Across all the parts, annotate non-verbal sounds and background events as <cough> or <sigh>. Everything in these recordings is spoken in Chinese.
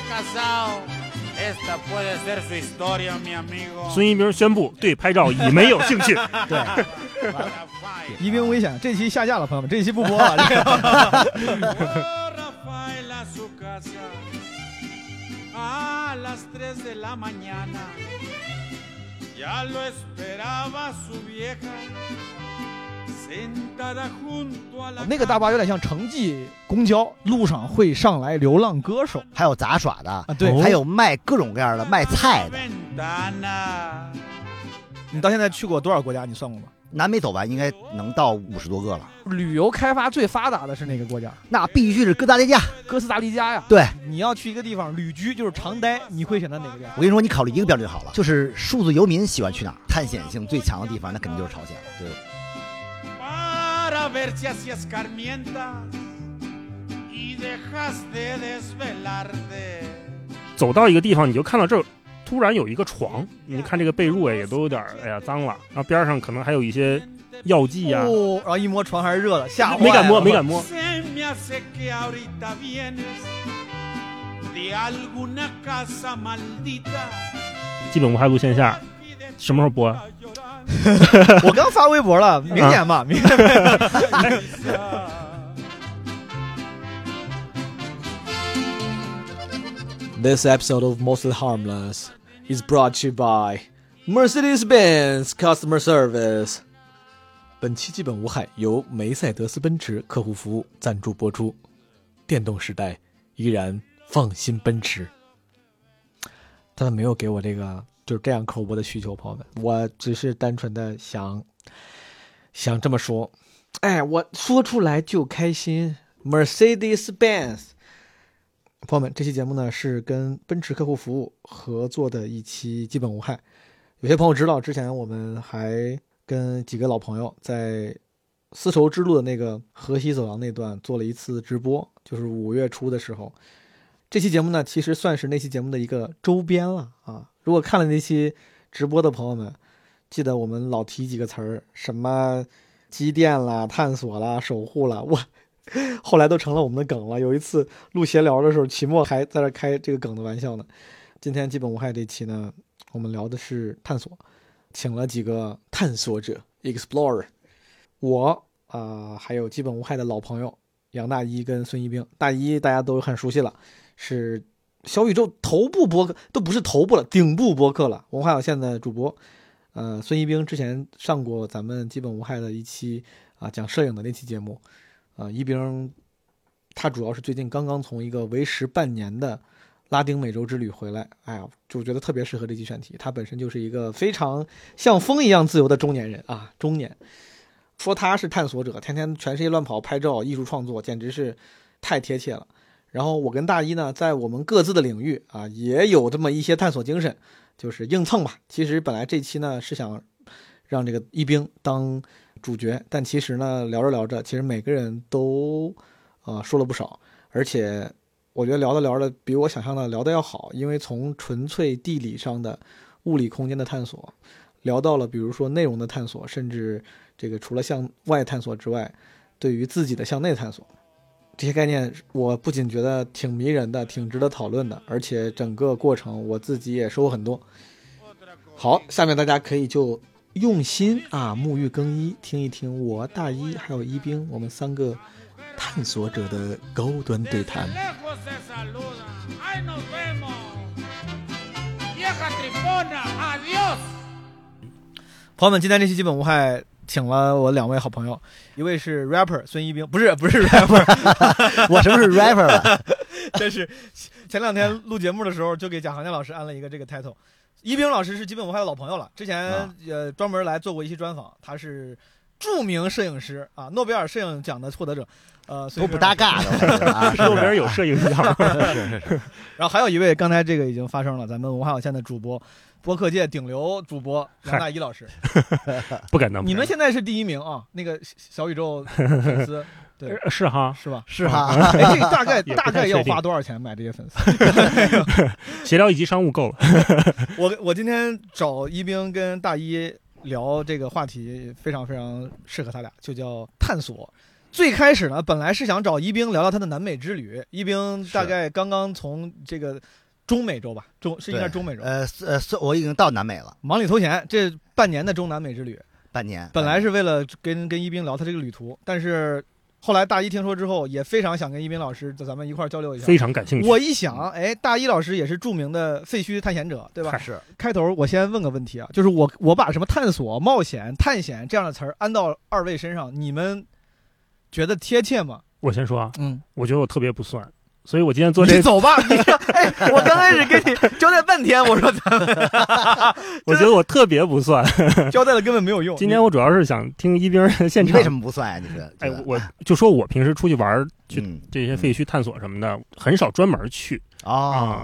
pasado. Esta puede ser su historia, mi amigo. 孙一鸣宣布对拍照已没有兴趣。对， What a 宜 <laughs> fight. 宾危险，这期下架了，朋友们，这期不播 <laughs> 了。这个 Fue Oh, Rafael a su casa a las 3 de la mañana. Ya lo esperaba su vieja sentada junto a la 那个大 cama. 巴有点像城际公交，路上会上来流浪歌手还有杂耍的，啊。对，哦还有卖各种各样的卖菜的。 Ventana. 你到现在去过多少国家？你算过吗？南美走完应该能到五十多个了，旅游开发最发达的是哪个国家？那必须是哥大利亚。哥斯达黎加呀。对，你要去一个地方旅居，就是长待，你会选择哪个地方？我跟你说，你考虑一个标准就好了，就是数字游民喜欢去哪儿，探险性最强的地方，那肯定就是朝鲜了。对， para ver si así escarmientas y dejas de desvelarte. 走到一个地方，你就看到这儿突然有一个床，你看这个被褥哎也都有点儿哎呀脏了，然后边上可能还有一些药剂呀、哦，然后一摸床还是热的，吓坏了没敢摸，没敢摸。 Se me hace que ahorita vienes de alguna casa maldita. 基本无害路线下，什么时候播？啊我刚发微博了，明年吧，明年。 This episode of Mostly Harmless is brought to you by Mercedes-Benz Customer Service。本期基本无害由梅赛德斯奔驰客户服务赞助播出。电动时代依然放心奔驰。他们没有给我这个就是这样口播的需求，朋友们，我只是单纯的想想这么说，哎，我说出来就开心。Mercedes-Benz。朋友们，这期节目呢是跟奔驰客户服务合作的一期《基本无害》。有些朋友知道，之前我们还跟几个老朋友在丝绸之路的那个河西走廊那段做了一次直播，就是五月初的时候。这期节目呢，其实算是那期节目的一个周边了啊。如果看了那期直播的朋友们，记得我们老提几个词儿，什么机电啦、探索啦、守护啦，我后来都成了我们的梗了。有一次录闲聊的时候，齐墨还在这开这个梗的玩笑呢。今天基本无害这一期呢，我们聊的是探索，请了几个探索者 （explorer），我啊、呃还有基本无害的老朋友杨大一跟孙一冰。大一大家都很熟悉了，是小宇宙头部播客，都不是头部了，顶部播客了，文化有限的主播。呃，孙一冰之前上过咱们基本无害的一期啊、讲摄影的那期节目，啊，一冰他主要是最近刚刚从一个为时半年的拉丁美洲之旅回来，哎呀，就觉得特别适合这期选题。他本身就是一个非常像风一样自由的中年人啊，中年。说他是探索者，天天全世界乱跑拍照、艺术创作，简直是太贴切了。然后我跟大一呢，在我们各自的领域啊，也有这么一些探索精神，就是硬蹭吧。其实本来这期呢是想让这个一冰当主角，但其实呢聊着聊着，其实每个人都啊、呃说了不少，而且我觉得聊着聊着比我想象的聊的要好，因为从纯粹地理上的物理空间的探索，聊到了比如说内容的探索，甚至这个除了向外探索之外，对于自己的向内探索。这些概念，我不仅觉得挺迷人的，挺值得讨论的，而且整个过程我自己也收获很多。好，下面大家可以就用心啊，沐浴更衣，听一听我大一还有一冰，我们三个探索者的高端对 Desde 谈。 lejos se saluda. ¡Ay, nos vemos! ¡Vieja tripona! ¡Adiós! 朋友们，今天这期基本无害，请了我两位好朋友，一位是 rapper 孙一冰，不是不 <laughs> 是 rapper，我什么是 rapper 了？但是前两天录节目的时候就给贾行家老师安了一个这个 title。一冰老师是基本无害的老朋友了，之前、啊呃专门来做过一期专访，他是著名摄影师啊，诺贝尔摄影奖的获得者，呃都不搭。孙一冰老师嘎的，我感觉啊，是周边有是摄影啊奖，然后还有一位，刚才这个已经发生了，咱们文化有限的主播，播客界顶流主播杨大一老 <laughs> 师，不敢当。你们现在是第一名啊，那个小小宇宙粉 <laughs> 丝对呃是哈，是吧？是哈，哎，这大概也不太大概要确定花多少钱买这些粉丝？闲聊以及商务够了。 <laughs> 我我今天找一冰跟大一聊这个话题，非常非常适合他俩，就叫探索。最开始呢，本来是想找一冰聊聊他的南美之旅。一冰大概刚刚从这个中美洲吧，中是应该对是中美洲。呃是呃，是我已经到南美了，忙里偷闲，这半年的中南美之旅，半年。本来是为了跟跟一冰聊他这个旅途，但是后来大一听说之后，也非常想跟一冰老师咱们一块儿交流一下。非常感 <laughs> 兴趣。啊我一想，嗯哎，大一老师也是著名的废墟探险者，对吧？嗨是开头我先问个问题啊，就是我我把什么探索、冒险、探险这样的词儿安到二位身上，你们觉得贴切吗？我先说啊，嗯，我觉得我特别不算，所以我今天做你这，走吧，你哎我刚开始跟你交代半天，我说我觉得我特别不算。交代了根本没有用。今天我主要是想听一冰儿现呃你场为什。么不算呀？你觉得？哎，觉得我我就说我平时出去玩儿去嗯这些废墟探索什么的，很少专门去啊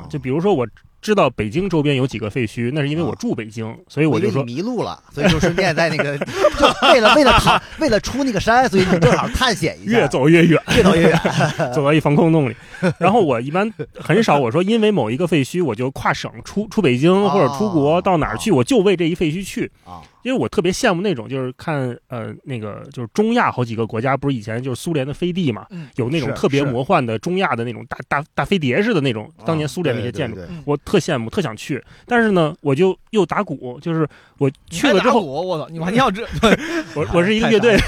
哦。，就比如说我知道北京周边有几个废墟，那是因为我住北京，所以我以为就你说迷路了，所以就顺便在那个， <laughs> 就为了为了逃，为了出那个山，所以你正好探险一下，越走越 <laughs> 远，越 <laughs> 走越远。走到一防空洞里。然后我一般很少我说因为某一个废墟我就跨省出出北京或者出国哦到哪儿去，我就为这一废墟去。啊因为我特别羡慕那种，就是看呃那个就是中亚好几个国家，不是以前就是苏联的飞地嘛，嗯有那种是特别是魔幻的中亚的那种大大大飞碟似的那种，当年苏联那些啊对对建筑，对我特羡慕，特想去。但是呢，我就又打鼓，就是我去了之后，我我操，你还你要这，我我是一个乐队，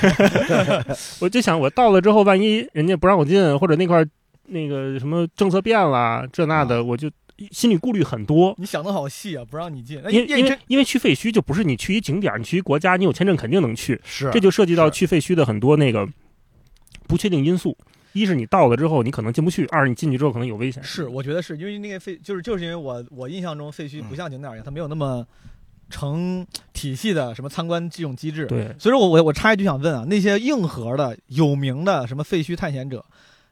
<laughs> 我就想我到了之后，万一人家不让我进，或者那块儿那个什么政策变了，这那啊的，我就心里顾虑很多。你想的好细啊，不让你进。哎因为因你为这因为去废墟就不是你去一景点儿，你去一国家，你有签证肯定能去。是这就涉及到是去废墟的很多那个不确定因素。一是你到了之后你可能进不去，二是你进去之后可能有危险。是，我觉得是因为那个废，就是就是因为我我印象中废嗯墟不像景点儿一样，它没有那么成体系的什么参观这种机制。对，所以说我我我插一句想问啊，那些硬核的有名的什么废墟探险者，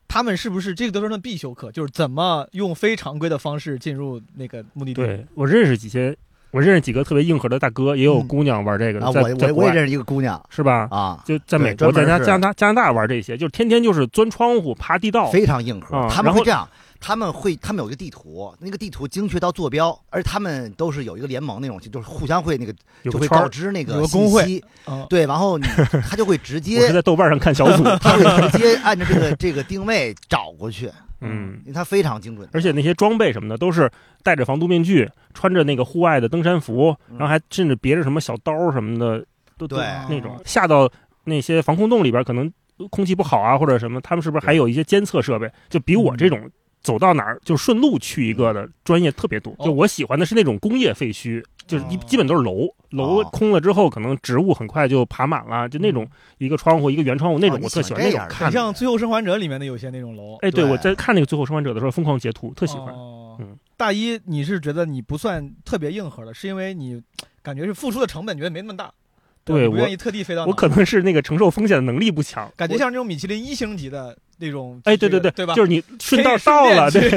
他们是不是这个都是他们必修课？就是怎么用非常规的方式进入那个目的地？对我认识几些，我认识几个特别硬核的大哥，也有嗯姑娘玩这个的，啊，在我在我国我也外认识一个姑娘是吧？啊，就在美对国，专在加门是加拿大加拿大玩这些，就是天天就是钻窗户、爬地道。非常硬核啊。他然们后会这样，他们会他们有一个地图，那个地图精确到坐标，而他们都是有一个联盟那种，就是互相会那个有个就会圈告儿，知那有个个信工会息，啊，对，<laughs> 然后你他就会直我是接在豆瓣上看小 <laughs> 组，他会直接按照这个这个定位找过去，嗯因。为他非常精准。而且那些装备什么的都是戴着防毒面具，穿着那个户外的登山服，嗯然后还甚至别着什么小刀什么的，都都对那种下到那些防空洞里边，可能空气不好啊或者什么，他们是不是还有一些监测设备？就比我嗯这种走到哪儿就顺路去一个的专业特别多。哦就我喜欢的是那种工业废墟，就是一哦基本都是楼，楼哦空了之后，可能植物很快就爬满了，就那种一个窗户一个圆窗户那种，嗯哦你我特喜喜欢欢那这种样的看很的。像《最后生还者》里面的有些那种楼，哎，对，对我在看那个《最后生还者》的时候，疯狂截图，特喜欢。哦嗯大一，你是觉得你不算特别硬核的，是因为你感觉是付出的成本觉得没那么大，吧对你不我愿意特地飞到我哪儿可能是那个承受风险的能力不强，感觉我像这种米其林一星级的那种，哎，这对个对对，吧？就是是你顺道到了， <laughs> 对，，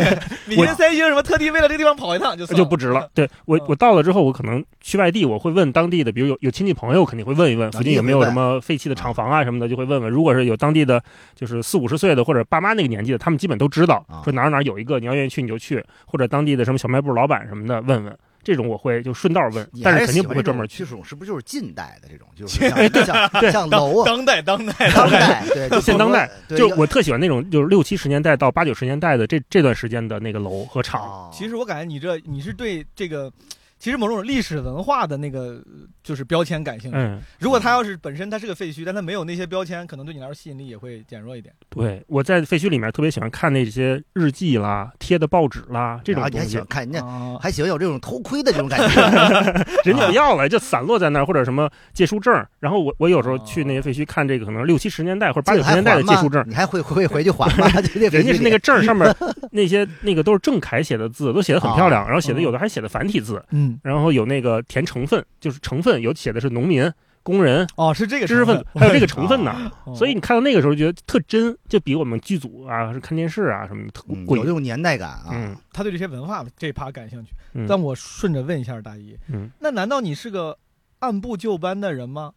米其林三星什么特地为了这个地方跑一趟就算就了不值了。对我嗯，我到了之后，我可能去外地，我会问当地的，比如有有亲戚朋友，肯定会问一问附近有没有什么废弃的厂房啊什么的，就会问问。如果是有当地的，就是四五十岁的或者爸妈那个年纪的，他们基本都知道啊，说哪儿哪儿有一个，你要愿意去你就去，或者当地的什么小卖部老板什么的问问。这种我会就顺道问你，但还是肯定喜不欢会这专种门这去。种是不是就是近代的这种， <laughs> 就是像像像楼啊，当代当代当代对，就现当代，对就要我特喜欢那种，就是六七十年代到八九十年代的这这段时间的那个楼和厂，哦 <laughs> 其实我感觉你这你是对这个，其实某种历史文化的那个就是标签感兴趣。嗯，如果它要是本身它是个废墟，但它没有那些标签，可能对你来说吸引力也会减弱一点。对，我在废墟里面特别喜欢看那些日记啦、贴的报纸啦这然种后你东还喜西欢，看人 <laughs> 家，啊，还喜欢有这种偷窥的这种感觉。人啊家不要了，就散落在那儿，或者什么借书证。然后我我有时候去那些废墟看这个，可能六七十年代或者八九十年代的借书证，哦你还会会回去还 <laughs> 吗？就这人家是那个必须得证上面那些那个都是正楷写的字，都写的很漂啊亮，然后写嗯的有的还写的繁体字，嗯，然后有那个填成分，就是成分有写的是农民、工人、哦，是这个知识分子，还有这个成分啊呢。哦所以你看到那个时候觉得特真，就比我们剧组啊、是看电视啊什么的特嗯过有这瘾。种年代感啊。嗯，他对这些文化这一趴感兴趣。嗯但我顺着问一下大一，嗯，那难道你是个按部就班的人吗？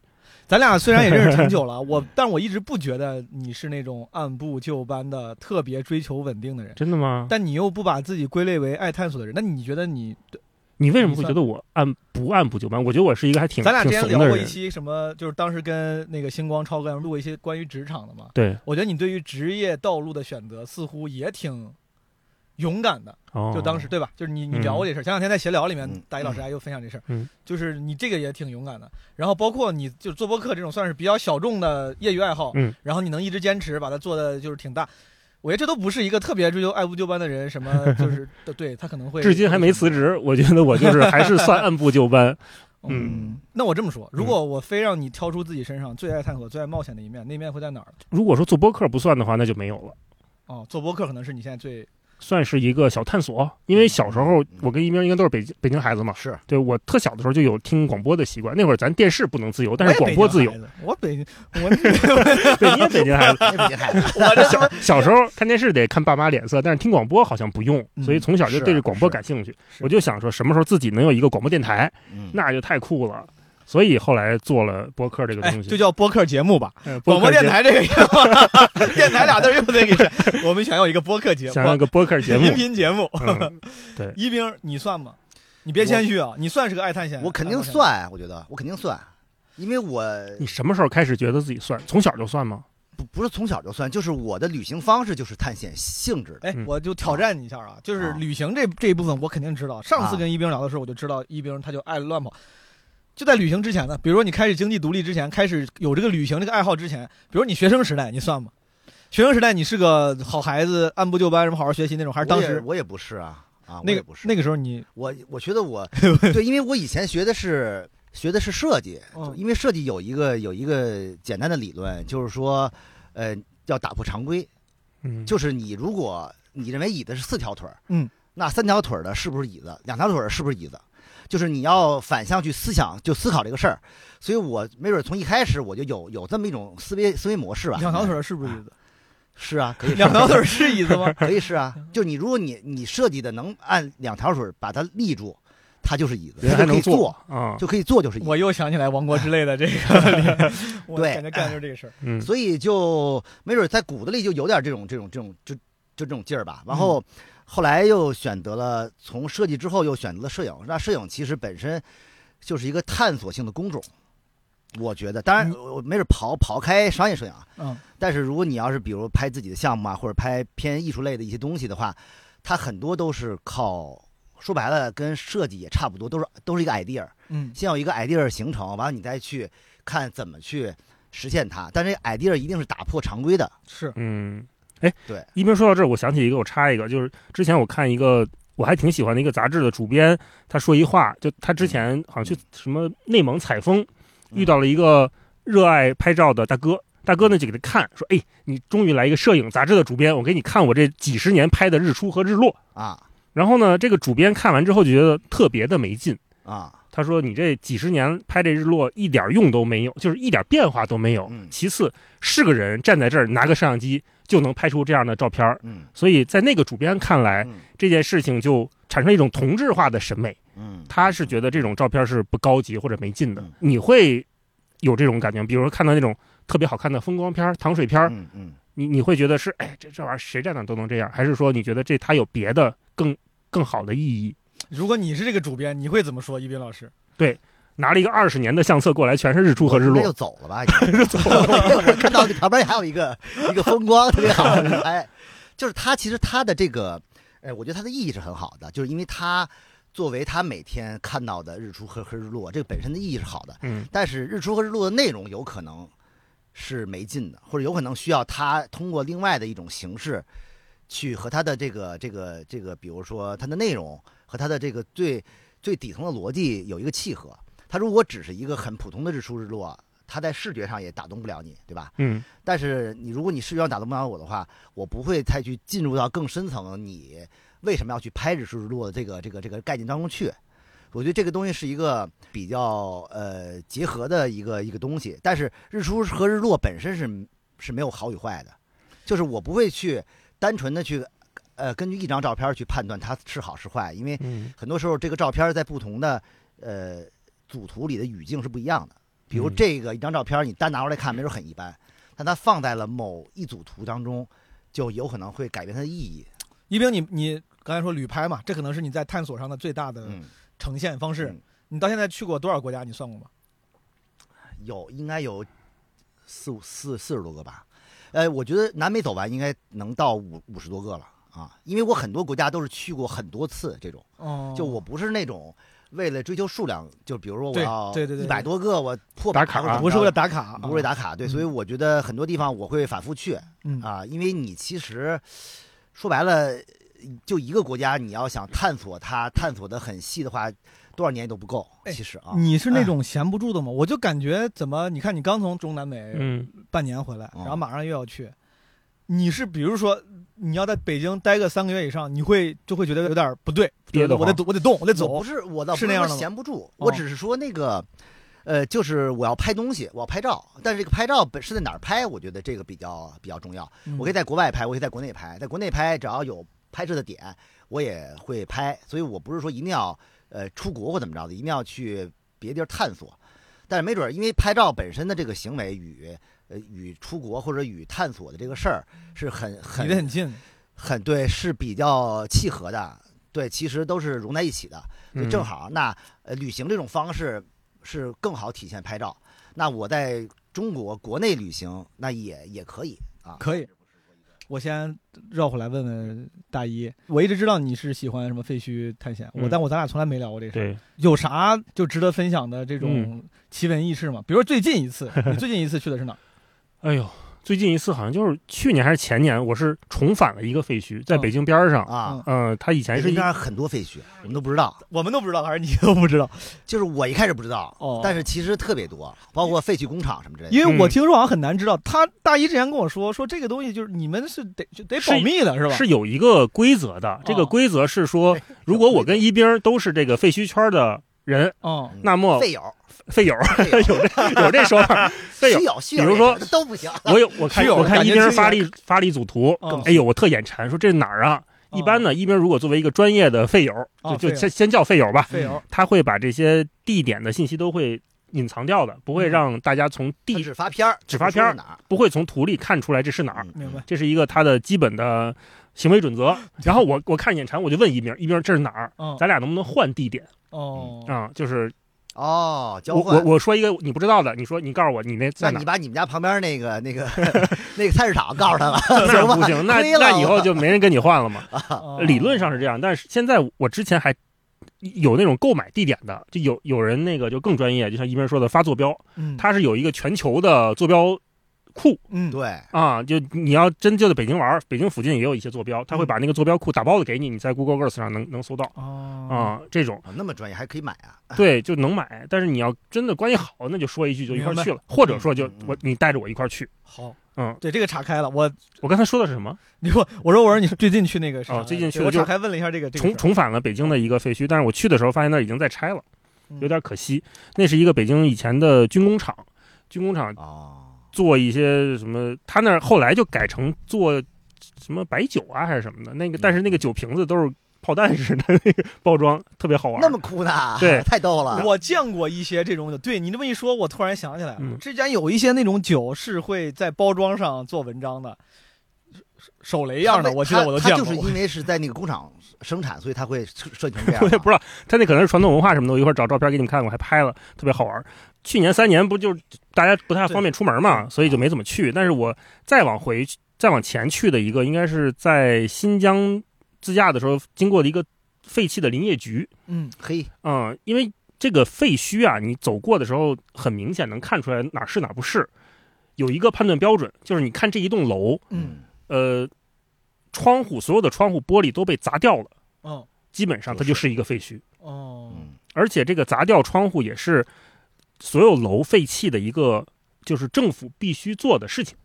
咱俩虽然也认识挺久了，我但我一直不觉得你是那种按部就班的、特别追求稳定的人。真的吗？但你又不把自己归类为爱探索的人，那你觉得你你为什么会觉得我按不按部就班？我觉得我是一个还挺咱俩之挺前怂聊的过一人。期什么，就是当时跟那个星光超哥录过一些关于职场的嘛。对，我觉得你对于职业道路的选择似乎也挺勇敢的，哦，就当时对吧？就是你你聊过这事儿，前两天在闲聊里面嗯，大一老师还又分享这事儿嗯，就是你这个也挺勇敢的。然后包括你就做播客这种算是比较小众的业余爱好嗯，然后你能一直坚持把它做的就是挺大。我觉得这都不是一个特别追求爱不就班的人，什么就是 <laughs> 对对他可能会至今还没辞。职，我觉得我就是还是算按部就班。 <laughs> 嗯，那我这么说，如果我非让你挑出自己身上最爱探索、最爱冒险的一面，那面会在哪儿？如果说做播客不算的话，那就没有了，哦，做播客可能是你现在最算是一个小探索。因为小时候嗯我跟一鸣应该都是北京北京孩子嘛，是对我特小的时候就有听广播的习惯。那会儿咱电视不能自由，但是我广也播北自京由孩。子。我北 <laughs> 京，我对，你也北京孩子，那 <laughs> 比孩子 <laughs> 我这小小时候看电视得看爸妈脸色，但是听广播好像不用，嗯所以从小就对是这广播是感兴趣。是我就想说，什么时候自己能有一个广播电台，嗯那就太酷了。所以后来做了播客这个哎，东西，就叫播客节目吧。呃广播播客电台这个也有，电台俩字儿又得给删。我们想要一个播客节节目，想要一个播客 <laughs> 节目音，频节目。嗯一冰，你算吗？你别谦虚啊，你算是个爱探险。我肯定爱冒险。算，啊我觉得我肯定算，因为我你什么时候开始觉得自己算？从小就算吗？不不是从小就算，就是我的旅行方式就是探险性质的。哎嗯，我就挑战你一下啊，就是啊旅行这这一部分我肯定知道。上次啊跟一冰聊的时候，我就知道一冰他就爱乱跑。就在旅行之前呢，比如说你开始经济独立之前，开始有这个旅行这个爱好之前，比如你学生时代，你算吗？学生时代你是个好孩子，按部就班，什么好好学习那种，还是当我也时我也不是啊啊，我那也个不是那个时候你我我觉 <laughs> 得我对，因为我以前学的是学的是设计，嗯哦就因为设计有一个有一个简单的理论，就是说，呃，要打破常规，嗯，就是你如果你认为椅子是四条腿儿，嗯，那三条腿儿的是不是椅子？两条腿儿的是不是椅子？就是你要反向去思想，就思考这个事儿。所以我没准从一开始我就有有这么一种思维思维模式吧。两条腿儿是不是椅子？啊是啊，可以是两条腿儿是椅子 <laughs> 吗？可以是 <laughs> 啊，就你如果你你设计的能按两条腿儿把它立住，它就是椅子，人还它就可能以坐，啊，就可以坐就是椅子。我又想起来《王国之泪》的这个， <laughs> 我对感觉干的就是这个事儿。嗯，所以就没准在骨子里就有点这种这种这种就就这种劲儿吧。然后后来又选择了从设计之后又选择了摄影，那摄影其实本身就是一个探索性的工种，我觉得。当然，我没准刨刨开商业摄影啊，嗯，但是如果你要是比如拍自己的项目啊，或者拍偏艺术类的一些东西的话，它很多都是靠。说白了，跟设计也差不多，都是都是一个 idea，嗯先有一个 idea 形成，完了你再去看怎么去实现它。但这 idea 一定是打破常规的，是嗯，哎，对，一边说到这儿，我想起一个，我插一个，就是之前我看一个我还挺喜欢的一个杂志的主编，他说一话，就他之前好像去什么内蒙采风，嗯遇到了一个热爱拍照的大哥。大哥呢就给他看，说：“哎，你终于来一个摄影杂志的主编，我给你看我这几十年拍的日出和日落。啊”然后呢，这个主编看完之后就觉得特别的没劲，啊，他说：“你这几十年拍这日落一点用都没有，就是一点变化都没有。嗯其次，是个人站在这儿拿个摄像机就能拍出这样的照片儿，嗯所以在那个主编看来，嗯这件事情就产生了一种同质化的审美。嗯，他是觉得这种照片是不高级或者没劲的嗯。你会有这种感觉，比如说看到那种特别好看的风光片儿、糖水片儿，嗯嗯你你会觉得是哎，这这玩意儿谁站哪都能这样，还是说你觉得这它有别的更更好的意义？如果你是这个主编，你会怎么说？一斌老师，拿了一个二十年的相册过来，全是日出和日我应该落就。走了吧， <laughs> 就走了。我 <laughs> 看到旁边还有一个 <laughs> 一个风光特别好， <laughs> 哎，就是他其实他的这个，哎，我觉得他的意义是很好的，就是因为他作为他每天看到的日出和和日落，这个本身的意义是好的，嗯但是日出和日落的内容有可能是没劲的，或者有可能需要他通过另外的一种形式去和他的这个这个这个，比如说它的内容和它的这个最最底层的逻辑有一个契合。它如果只是一个很普通的日出日落，它在视觉上也打动不了你，对吧？嗯但是你如果你视觉上打动不了我的话，我不会再去进入到更深层你为什么要去拍日出日落的这个这个这个概念当中去。我觉得这个东西是一个比较呃结合的一个一个东西，但是日出和日落本身是是没有好与坏的，就是我不会去单纯的去呃根据一张照片去判断它是好是坏，因为嗯很多时候这个照片在不同的呃组图里的语境是不一样的。比如嗯这个一张照片，你单拿出来看，没准很一般，但它放在了某一组图当中，就有可能会改变它的意义。一冰，你你刚才说旅拍嘛，这可能是你在探索上的最大的嗯，呈现方式。嗯你到现在去过多少国家？你算过吗？有应该有四五四四十多个吧。呃，我觉得南美走完应该能到五五十多个了啊，因为我很多国家都是去过很多次这种，哦，就我不是那种为了追求数量，就比如说我对要对对对一百多个我破打百卡或者怎么不是着为了打卡，啊不是打卡，对，所以我觉得很多地方我会反复去嗯啊，因为你其实说白了，就一个国家，你要想探索它，探索的很细的话，多少年都不够，哎其实啊，你是那种闲不住的吗？我就感觉怎么，你看你刚从中南美嗯，半年回来，嗯然后马上又要去，你是比如说你要在北京待个三个月以上，你会就会觉得有点不对，憋得我得慌我得动，我得我走不，是我倒不是那样说的吗闲不住，哦我只是说那个。呃，就是我要拍东西，我要拍照，但是这个拍照本是在哪儿拍，我觉得这个比较比较重要。我可以在在国外拍，我可以在国内拍，在国内拍只要有拍摄的点，我也会拍，所以我不是说一定要呃出国或怎么着的，一定要去别地儿探索。但是没准儿，因为拍照本身的这个行为与呃与出国或者与探索的这个事儿是很离得很很近，很对，是比较契合的。对，其实都是融在一起的，就嗯正好。那呃，旅行这种方式是更好体现拍照。那我在中国国内旅行，那也也可以啊。可以。我先绕回来问问大一，我一直知道你是喜欢什么废墟探险，嗯我但我咱俩从来没聊过这事儿。对，有啥就值得分享的这种嗯奇闻异事吗？比如说最近一次，你最近一次去的是哪儿？哎呦，最近一次好像就是去年还是前年，我是重返了一个废墟，在嗯北京边儿上。啊，嗯嗯，它以前北是京一边儿很多废墟，我们都不知道。我们都不知道，还是你都不知道？就是我一开始不知道，哦但是其实特别多，包括废弃工厂什么之类的。因为我嗯听说好像很难知道。他大一之前跟我说，说这个东西就是你们是得就得是保密的，是吧？是有一个规则的，这哦个规则是说哎，如果我跟一兵儿都是这个废墟圈儿的人，哦，嗯那么 <laughs> 废友，废友废友，有这有这说法儿， <laughs> 废友虚。友，虚友，比如说都不行。我有我看室友我看感一觉兵听儿起来发了一发了一组图哦，哎呦，我特眼馋，说这哪儿啊？一般呢，一兵儿如果作为一个专业的废友，哦就就废友先先叫废友吧，哦费油他会把这些地点的信息都会隐藏掉的，不会让大家从他地只发片儿，只发片儿啊不说是哪儿？不会从图里看出来这是哪儿，嗯明白？这是一个他的基本的行为准则。然后我我看眼馋，我就问一兵儿，一兵儿这是哪儿？嗯咱俩能不能换地点哦，啊、就是哦，交我我换。我说一个你不知道的，你说你告诉我你那在那哪你儿？把你们家旁边那个那个 <laughs> 那个菜市场告诉他吧，行那吧不行，那亏了那以后就没人跟你换了嘛。哦理论上是这样，但是现在我之前还有那种购买地点的，就有有人那个就更专业，就像一边说的发坐标，嗯它是有一个全球的坐标库嗯对，啊，就你要真就在北京玩，北京附近也有一些坐标，他嗯会把那个坐标库打包的给你，你在 Google Earth 上能能搜到哦啊，这 <laughs> 种哦那么专业还可以买啊。对就能买，但是你要真的关系好，那就说一句就一块儿去了，或者说就嗯嗯我你带着我一块儿去。好，嗯，对这个岔开了。我我刚才说的是什么？ <laughs> 你说我说我说你最近去那个是啥哦最近去的我就岔开问了一下这个这个重事儿重返了北京的一个废墟，但是我去的时候发现那儿已经在拆了嗯，有点可惜。那是一个北京以前的军工厂，军工厂哦，做一些什么，他那儿后来就改成做什么白酒啊还是什么的，那个嗯但是那个酒瓶子都是炮弹似的那个包装，特别好玩。那么酷呢？对太逗了。我见过一些这种酒，对你这么一说，我突然想起来了，嗯之前有一些那种酒是会在包装上做文章的，手手雷样的，他我记得我都见他过。就是因为是在那个工厂生产，所以他会设设计 <laughs> 成这样。啊我也不知道，他那可能是传统文化什么的，我一会儿找照片给你们看，我还拍了，特别好玩。去年三年不就大家不太方便出门嘛，所以就没怎么去。但是我再往回去再往前去的一个，应该是在新疆自驾的时候经过的一个废弃的林业局，嗯，嘿，嗯，因为这个废墟啊，你走过的时候很明显能看出来哪儿是哪儿不是。有一个判断标准，就是你看这一栋楼，嗯，呃，窗户所有的窗户玻璃都被砸掉了，哦基本上它就是一个废墟。哦，嗯，而且这个砸掉窗户也是所有楼废弃的一个，就是政府必须做的事情，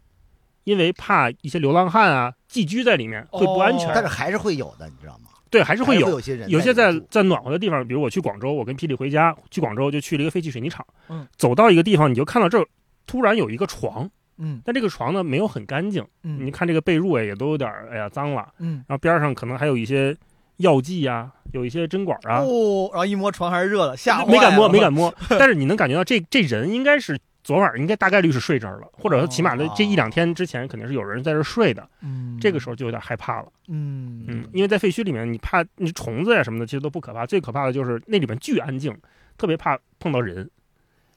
因为怕一些流浪汉啊寄居在里面会不安全。但是还是会有的，你知道吗？对，还是会还有有些人有些在在里面住在暖和的地方，比如我去广州，我跟霹雳回家去广州就去了一个废弃水泥厂，嗯，走到一个地方你就看到这儿突然有一个床，嗯但这个床呢没有很干净，嗯，你看这个被褥啊也都有点儿哎呀脏了，嗯然后边儿上可能还有一些药剂啊，有一些针管啊，哦，然后一摸床还是热的，吓没敢摸，没敢摸。摸。但是你能感觉到这这人应该是昨晚应该大概率是睡这儿了，或者说起码的这一两天之前肯定是有人在这儿睡的。嗯，这个时候就有点害怕了，嗯嗯，因为在废墟里面，你怕你虫子呀、什么的，其实都不可怕，最可怕的就是那里面巨安静，特别怕碰到人。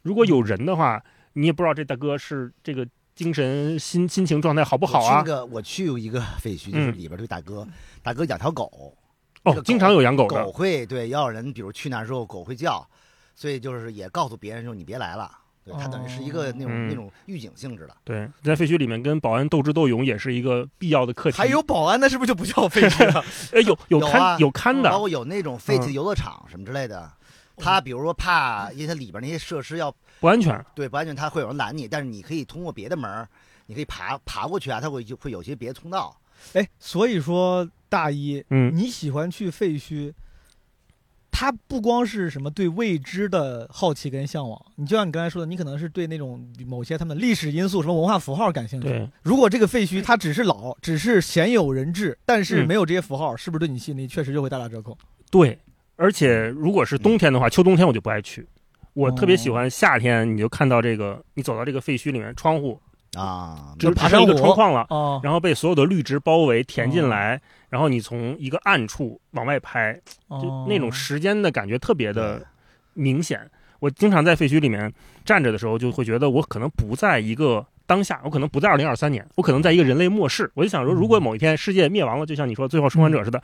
如果有人的话，你也不知道这大哥是这个精神心心情状态好不不好那啊？个我去一个废墟，就是嗯里边这个大哥，大哥养条狗，那哦个，经常有养狗的狗，会对，要有人比如去那儿之后狗会叫，所以就是也告诉别人说你别来了。对，它等于是一个那种、嗯那种预警性质的。对，在废墟里面跟保安斗智斗勇也是一个必要的课题。还有保安，那是不是就不叫废墟 <laughs> 了？哎，有有有看啊有看包的，括有那种废弃嗯游乐场什么之类的，他比如说怕，因为它里边那些设施要不安全。对不安全，他会有人拦你，但是你可以通过别的门儿，你可以爬爬过去啊，它会就会有些别的通道。哎，所以说大一嗯，你喜欢去废墟，它不光是什么对未知的好奇跟向往，你就像你刚才说的，你可能是对那种某些他们的历史因素、什么文化符号感兴趣。对，如果这个废墟它只是老，只是鲜有人质，但是嗯没有这些符号，是不是对你吸引力确实就会大打折扣？对，而且嗯如果是冬天的话，秋冬天我就不爱去。我特别哦喜欢夏天，你就看到这个，你走到这个废墟里面，窗户啊，只爬只剩一山个虎窗框了，哦，然后被所有的绿植包围填进来，然后你从一个暗处往外拍，哦就那种时间的感觉特别的明显。我经常在废墟里面站着的时候，就会觉得我可能不在一个当下，我可能不在二零二三年，我可能在一个人类末世。我就想说，如果某一天世界灭亡了，就像你说《最后生还者》似嗯的嗯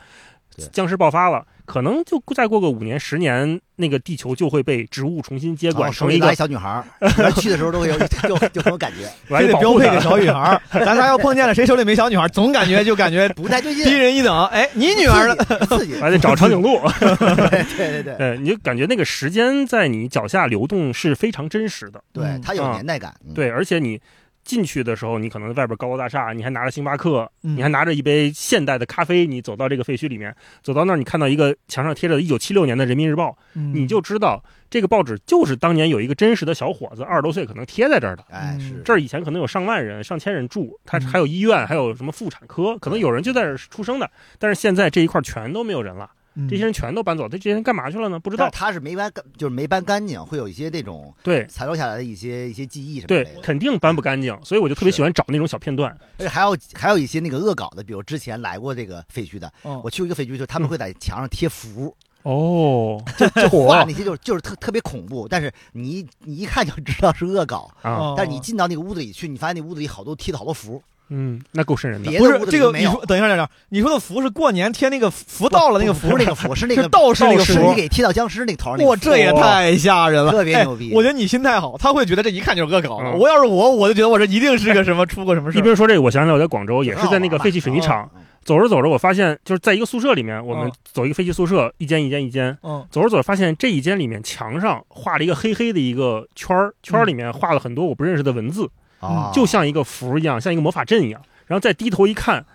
对，僵尸爆发了，可能就再过个五年、十年，那个地球就会被植物重新接然管，哦后手成里一拿个一小女孩儿，然后去的时候都会有 <laughs> 就就很有感觉，来非得保标护配的给小女孩 <laughs> 儿，咱仨要碰见了谁手里没小女孩儿，总感觉就感觉 <laughs> 不太对劲，低人一等。哎，你女嗯儿了？刺激，刺激还得找长颈 <laughs> 鹿。 <laughs> 对对对嗯呃，你就感觉那个时间在你脚下流动是非常真实的。对，嗯它有啊年代感，嗯，对，而且你进去的时候，你可能外边高楼大厦，你还拿着星巴克，嗯你还拿着一杯现代的咖啡，你走到这个废墟里面，走到那儿，你看到一个墙上贴着一九七六年的《人民日报》，嗯你就知道这个报纸就是当年有一个真实的小伙子，二十多岁可能贴在这儿的。哎嗯是这儿以前可能有上万人、上千人住，他嗯还有医院，还有什么妇产科，可能有人就在这儿出生的。但是现在这一块全都没有人了，嗯这些人全都搬走，这些人干嘛去了呢？不知但道是。它是没搬干，就是没搬干净，会有一些那种对残留下来的一些一些记忆什么之对类的，。肯定搬不干净，所以我就特别喜欢找那种小片段。而且还有还有一些那个恶搞的，比如之前来过这个废墟的，哦我去过一个废墟，就是他们会在墙上贴符， <laughs> 哦就画那些就是就是特特别恐怖，但是你一你一看就知道是恶搞，啊，哦但是你进到那个屋子里去，你发现那屋子里好多贴的好多符，嗯，那够瘆人的。别不的是屋子这里个，没你有说。等一下，等一下，你说的符是过年贴那个符到了那个符不是那个符，是那 <laughs> 个是道士那个是符你给贴到僵尸那头儿那个符。哇，这也太吓人了，特别哎牛逼我觉得你心态好，他会觉得这一看就是恶搞的。嗯我要是我，我就觉得我这一定是个什么出过什么 <laughs> 事一儿。边说这个，我想起来我在广州也是在那个废弃水泥厂，嗯走着走着，我发现就是在一个宿舍里面，我们哦走一个废弃宿舍，一间一间一间，嗯走着走着发现这一间里面墙上画了一个黑黑的一个圈儿，圈儿里面画了很多我不认识的文字，嗯啊，就像一个符一样，像一个魔法阵一样。然后再低头一看，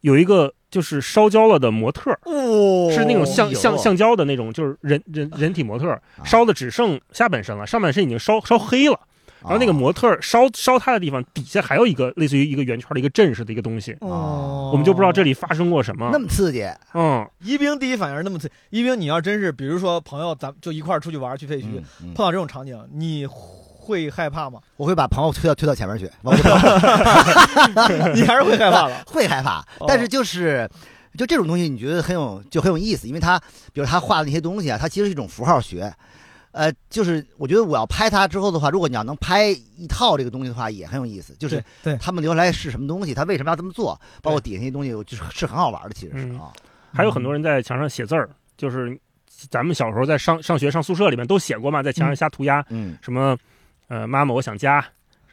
有一个就是烧焦了的模特儿，<laughs> 哦，是那种橡有橡橡胶的那种，就是人人人体模特儿，啊烧的只剩下半身了，上半身已经烧烧黑了。嗯然后那个模特儿烧烧他的地方底下还有一个类似于一个圆圈的一个阵式的一个东西，哦，我们就不知道这里发生过什么啊那。么刺激，嗯，宜宾第一反应是那么刺。宜宾，你要真是比如说朋友，咱们就一块儿出去玩儿去废墟，嗯 <laughs> 嗯碰到这种场景，你会害怕吗？我会把朋友推到推到前面 <laughs> 去，往后头你还是会害怕了。会害怕哦，但是就是。就这种东西，你觉得很有就很有意思，因为他，比如他画的那些东西啊，它其实是一种符号学，呃，就是我觉得我要拍它之后的话，如果你要能拍一套这个东西的话，也很有意思。 <laughs> 就是对对他们留下来是什么东西，他为什么要这么做，包括底下那些东西，我就是是很好玩的，其实是嗯啊。还有很多人在墙上写字儿，就是咱们小时候在上上学上宿舍里面都写过嘛，在墙上瞎涂鸦，嗯，什么呃妈妈我想家，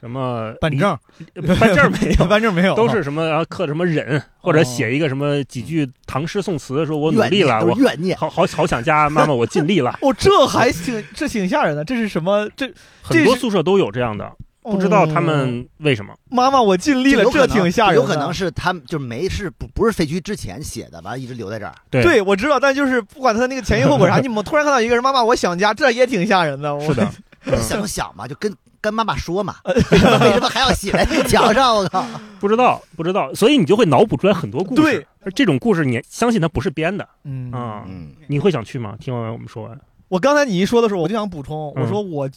什么办证，离办证没有。 <laughs> 办证哦没有，都是什么，然后刻什么忍，或者写一个什么几句唐诗宋词，说我努怨力念了，都是我怨念，好好好想家，妈妈我尽力了 <laughs> 。哦，这还挺这挺吓人的。这是什么？这很多是宿舍都有这样的， <laughs> 不知道他哦们为什么。妈妈，我尽力了有，可这能挺吓人的。有可能是他们就没是不不是废墟之前写的，完了一直留在这儿。对对，我知道，但就是不管他那个前因后 <laughs> 果啥，你们突然看到一个人，妈妈，我想家，这也挺吓人的。我 <laughs> 是的，，嗯你想就想嘛，就跟跟妈妈说嘛，为什么为什么还要写在那个墙上？我靠！不知道，不知道，所以你就会脑补出来很多故事。对，而这种故事你相信它不是编的 <laughs> 嗯啊、嗯， <laughs> 你会想去吗？听完我们说完，我刚才你一说的时候，我就想补充，嗯我说我、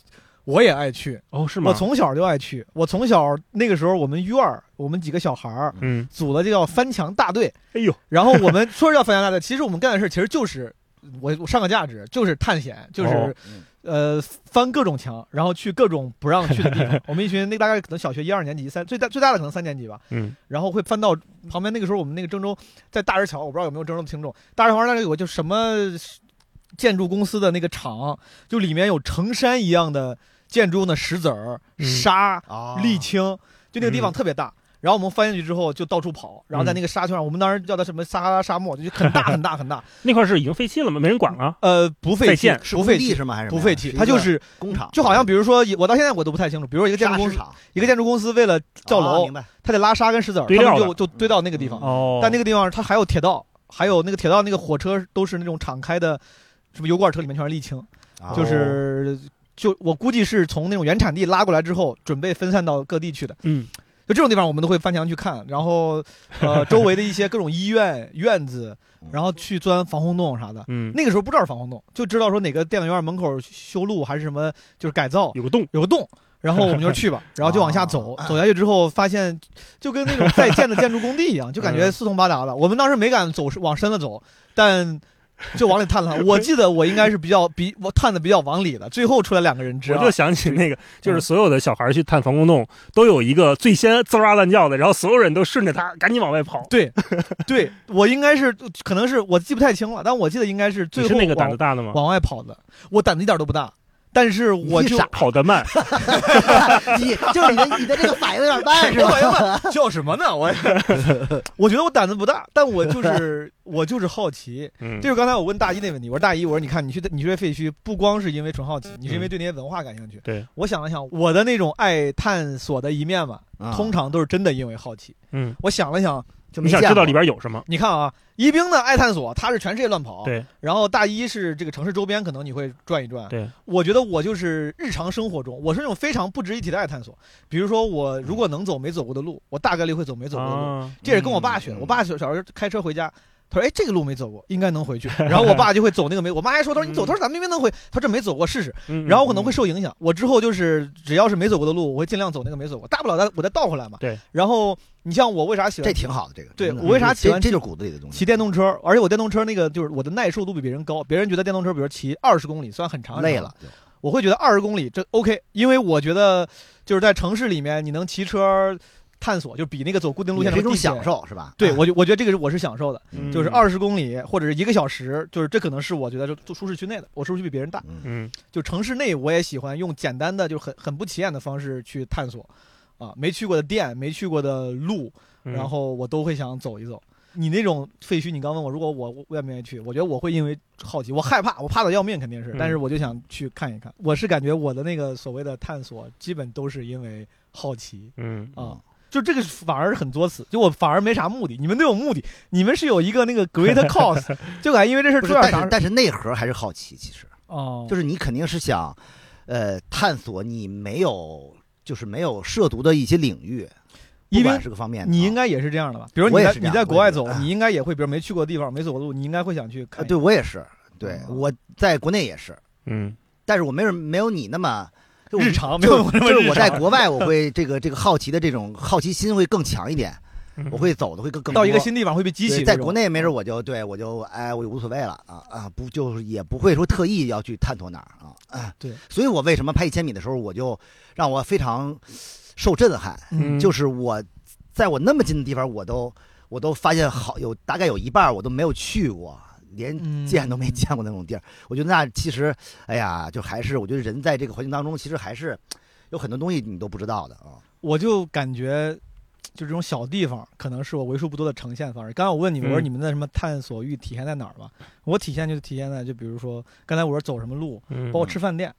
我也爱去，哦，是吗？我从小就爱去，我从小那个时候我们院儿，我们几个小孩儿嗯，组了这叫翻墙大队，哎呦，然后我们说是叫翻墙大队，其实我们干的事儿其实就是我我上个价值就是探险，就是、哦嗯呃翻各种墙，然后去各种不让去的地 <laughs> 方。我们一群那大概可能小学一二年级，三最大最大的可能三年级吧，嗯，然后会翻到旁边那个时候我们那个郑州在大石桥，我不知道有没有郑州的听众，大石桥那里有个就什么建筑公司的那个厂，就里面有成山一样的建筑的石子儿、嗯沙、啊沥青，就那个地方嗯特别大。然后我们翻进去之后就到处跑，然后在那个嗯沙圈上，我们当时叫它什么撒哈拉沙漠，就 <laughs> 很大很大很大。那块是已经废弃了吗？没人管了。呃，不在废弃线，是不工废地弃，是吗？还是什不么呀废弃，是它一个就是工厂，就好像比如说，我到现在我都不太清楚，比如说一个建筑沙公石司，场，一个建筑公司为了造啊楼明，白？它得拉沙跟石子儿，堆他们料就就堆到那个地方。哦，但那个个地方它还有铁道，还有那个铁道那个火车都是那种敞开的，什么油罐车里面全是沥青，啊就是就我估计是从那种原产地拉过来之后，准备分散到各地去的。嗯，就这种地方我们都会翻墙去看，然后呃周围的一些各种医院院子，然后去钻防空洞啥的。嗯，那个时候不知道是防空洞，就知道说哪个电影院门口修路还是什么，就是改造，有个洞，有个洞，然后我们就去 <laughs> 吧，然后就往下走，哦走下去之后发现就跟那种在建的建筑工地一样，就嗯感觉四通八达了。我们当时没敢走往深了走，但就往里 <laughs> 探了。我记得我应该是比较比我探的比较往里的，最后出来两个人知我道就。想起那个，嗯就是所有的小孩去探防空洞，都有一个最先滋哇乱叫的，然后所有人都顺着他赶紧往外跑。对，对我应该是可能是我记不太清了，但我记得应该是最你后是那个胆往子大的吗？往外跑的。我胆子一点都不大，但是我就 <laughs> 跑得慢，哦你就是你的你的这个反应有点慢是吧？叫什么呢？我 <laughs> 我觉得我胆子不大，但我就是我就是好奇，嗯，就是刚才我问大一那问题，我说大一，我说你看你去你去这废墟，不光是因为纯好奇，你是因为对那些文化感兴趣。嗯对，我想了想，我的那种爱探索的一面吧，啊 <laughs> 通常都是真的因为好奇。嗯，我想了想，就你没想见知道过里边有什么？你看啊，宜宾的爱探索，他是全世界乱跑，对，然后大一是这个城市周边，可能你会转一转。对，我觉得我就是日常生活中，我是那种非常不值一提的爱探索。比如说，我如果能走没走过的路，我大概率会走没走过的路。啊，这也是跟我嗯爸学的。我爸小小时候开车回家，他说：“哎，这个路没走过，应该能回去。”然后我爸就会走那个没，我妈还说：“他嗯说你走，他说咱明明能回，他说这没走过试试。”嗯然后我可能会受影响，我之后就是只要是没走过的路，我会尽量走那个没走过，大不了再我再倒回来嘛。对。然后你像我为啥喜欢嗯这挺好的，这个对真的我为啥喜这欢这就是骨子里的东西，骑电动车？而且我电动车那个就是我的耐受度比别人高，别人觉得电动车，比如骑二十公里算很长很长累了，就我会觉得二十公里这 OK，因为我觉得就是在城市里面你能骑车探索，就比那个走固定路线的也是一种地铁享。受是吧？嗯对，啊我就我觉得这个是我是享受的。嗯就是，二十公里或者是一个小时，就是这可能是我觉得就做舒适区内的，我舒适区比别人大。嗯嗯，就城市内，我也喜欢用简单的，就很很不起眼的方式去探索，啊，没去过的店，没去过的路，嗯然后我都会想走一走。你那种废墟，你刚问我，如果我我愿不愿意去？我觉得我会因为好奇，我害怕，我怕的要命，肯定是嗯，但是我就想去看一看。我是感觉我的那个所谓的探索，基本都是因为好奇，嗯，啊、就这个反而很作死，就我反而没啥目的，你们都有目的，你们是有一个那个 great <laughs> cause，就感觉因为这事儿不出是，点但啥是事但是内核还是好奇，其实哦，就是你肯定是想，呃，探索你没有就是没有涉足的一些领域，不因为管是个方面的啊，你应该也是这样的吧？比如你我也在是这你样在国外走我也，是你应该也会，比如没去过的地方、没走过的路，你应该会想去啊，看。对，我也是，对啊我在国内也是，嗯，但是我没有没有你那么。就我日常没就有我那么就是日我在常国外，我会这个这个好奇的这种好奇心会更强一点，嗯我会走的会更更到一个多新地方会被激对起。在国，内嗯没准我就对我就哎我就无所谓了啊啊不就是也不会说特意要去探索哪儿啊啊对，所以我为什么拍一千米的时候我就让我非常受震撼，嗯就是我在我那么近的地方我都我都发现好有大概有一半儿我都没有去过，连嗯见都没见过那种地儿。我觉得那其实哎呀就还是我觉得人在这个环境当中其实还是有很多东西你都不知道的啊。我就感觉。就这种小地方，可能是我为数不多的呈现方式。刚才我问你们，我说嗯你们的什么探索欲体现在哪儿吧？我体现就体现在，就比如说刚才我说走什么路，嗯包括吃饭店，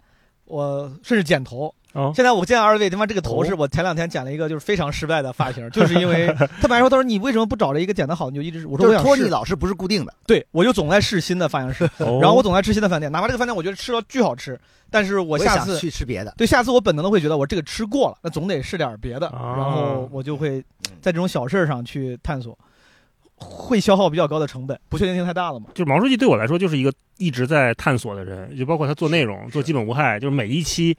我甚至剪头，哦，现在我见二位他妈这个头哦是我前两天剪了一个就是非常失败的发型，就是因 <laughs> 为他们还说他说你为什么不找了一个剪得好你就一直我说我就是想托尼试，老师不是固定的，对我就总在试新的发型师，然哦然后我总在吃新的饭店，哪怕这个饭店我觉得吃到巨好吃，但是我我也下想次去吃 <laughs> 别的。对下次我本能的会觉得我这个吃过了，那总得试点别的，哦啊然后我就会在这种小事儿上去探索，会消耗比较高的成本，不确定性太大了嘛。就是毛书记对我来说就是一个一直在探索的人，就包括他做内容、做基本无害，就是每一期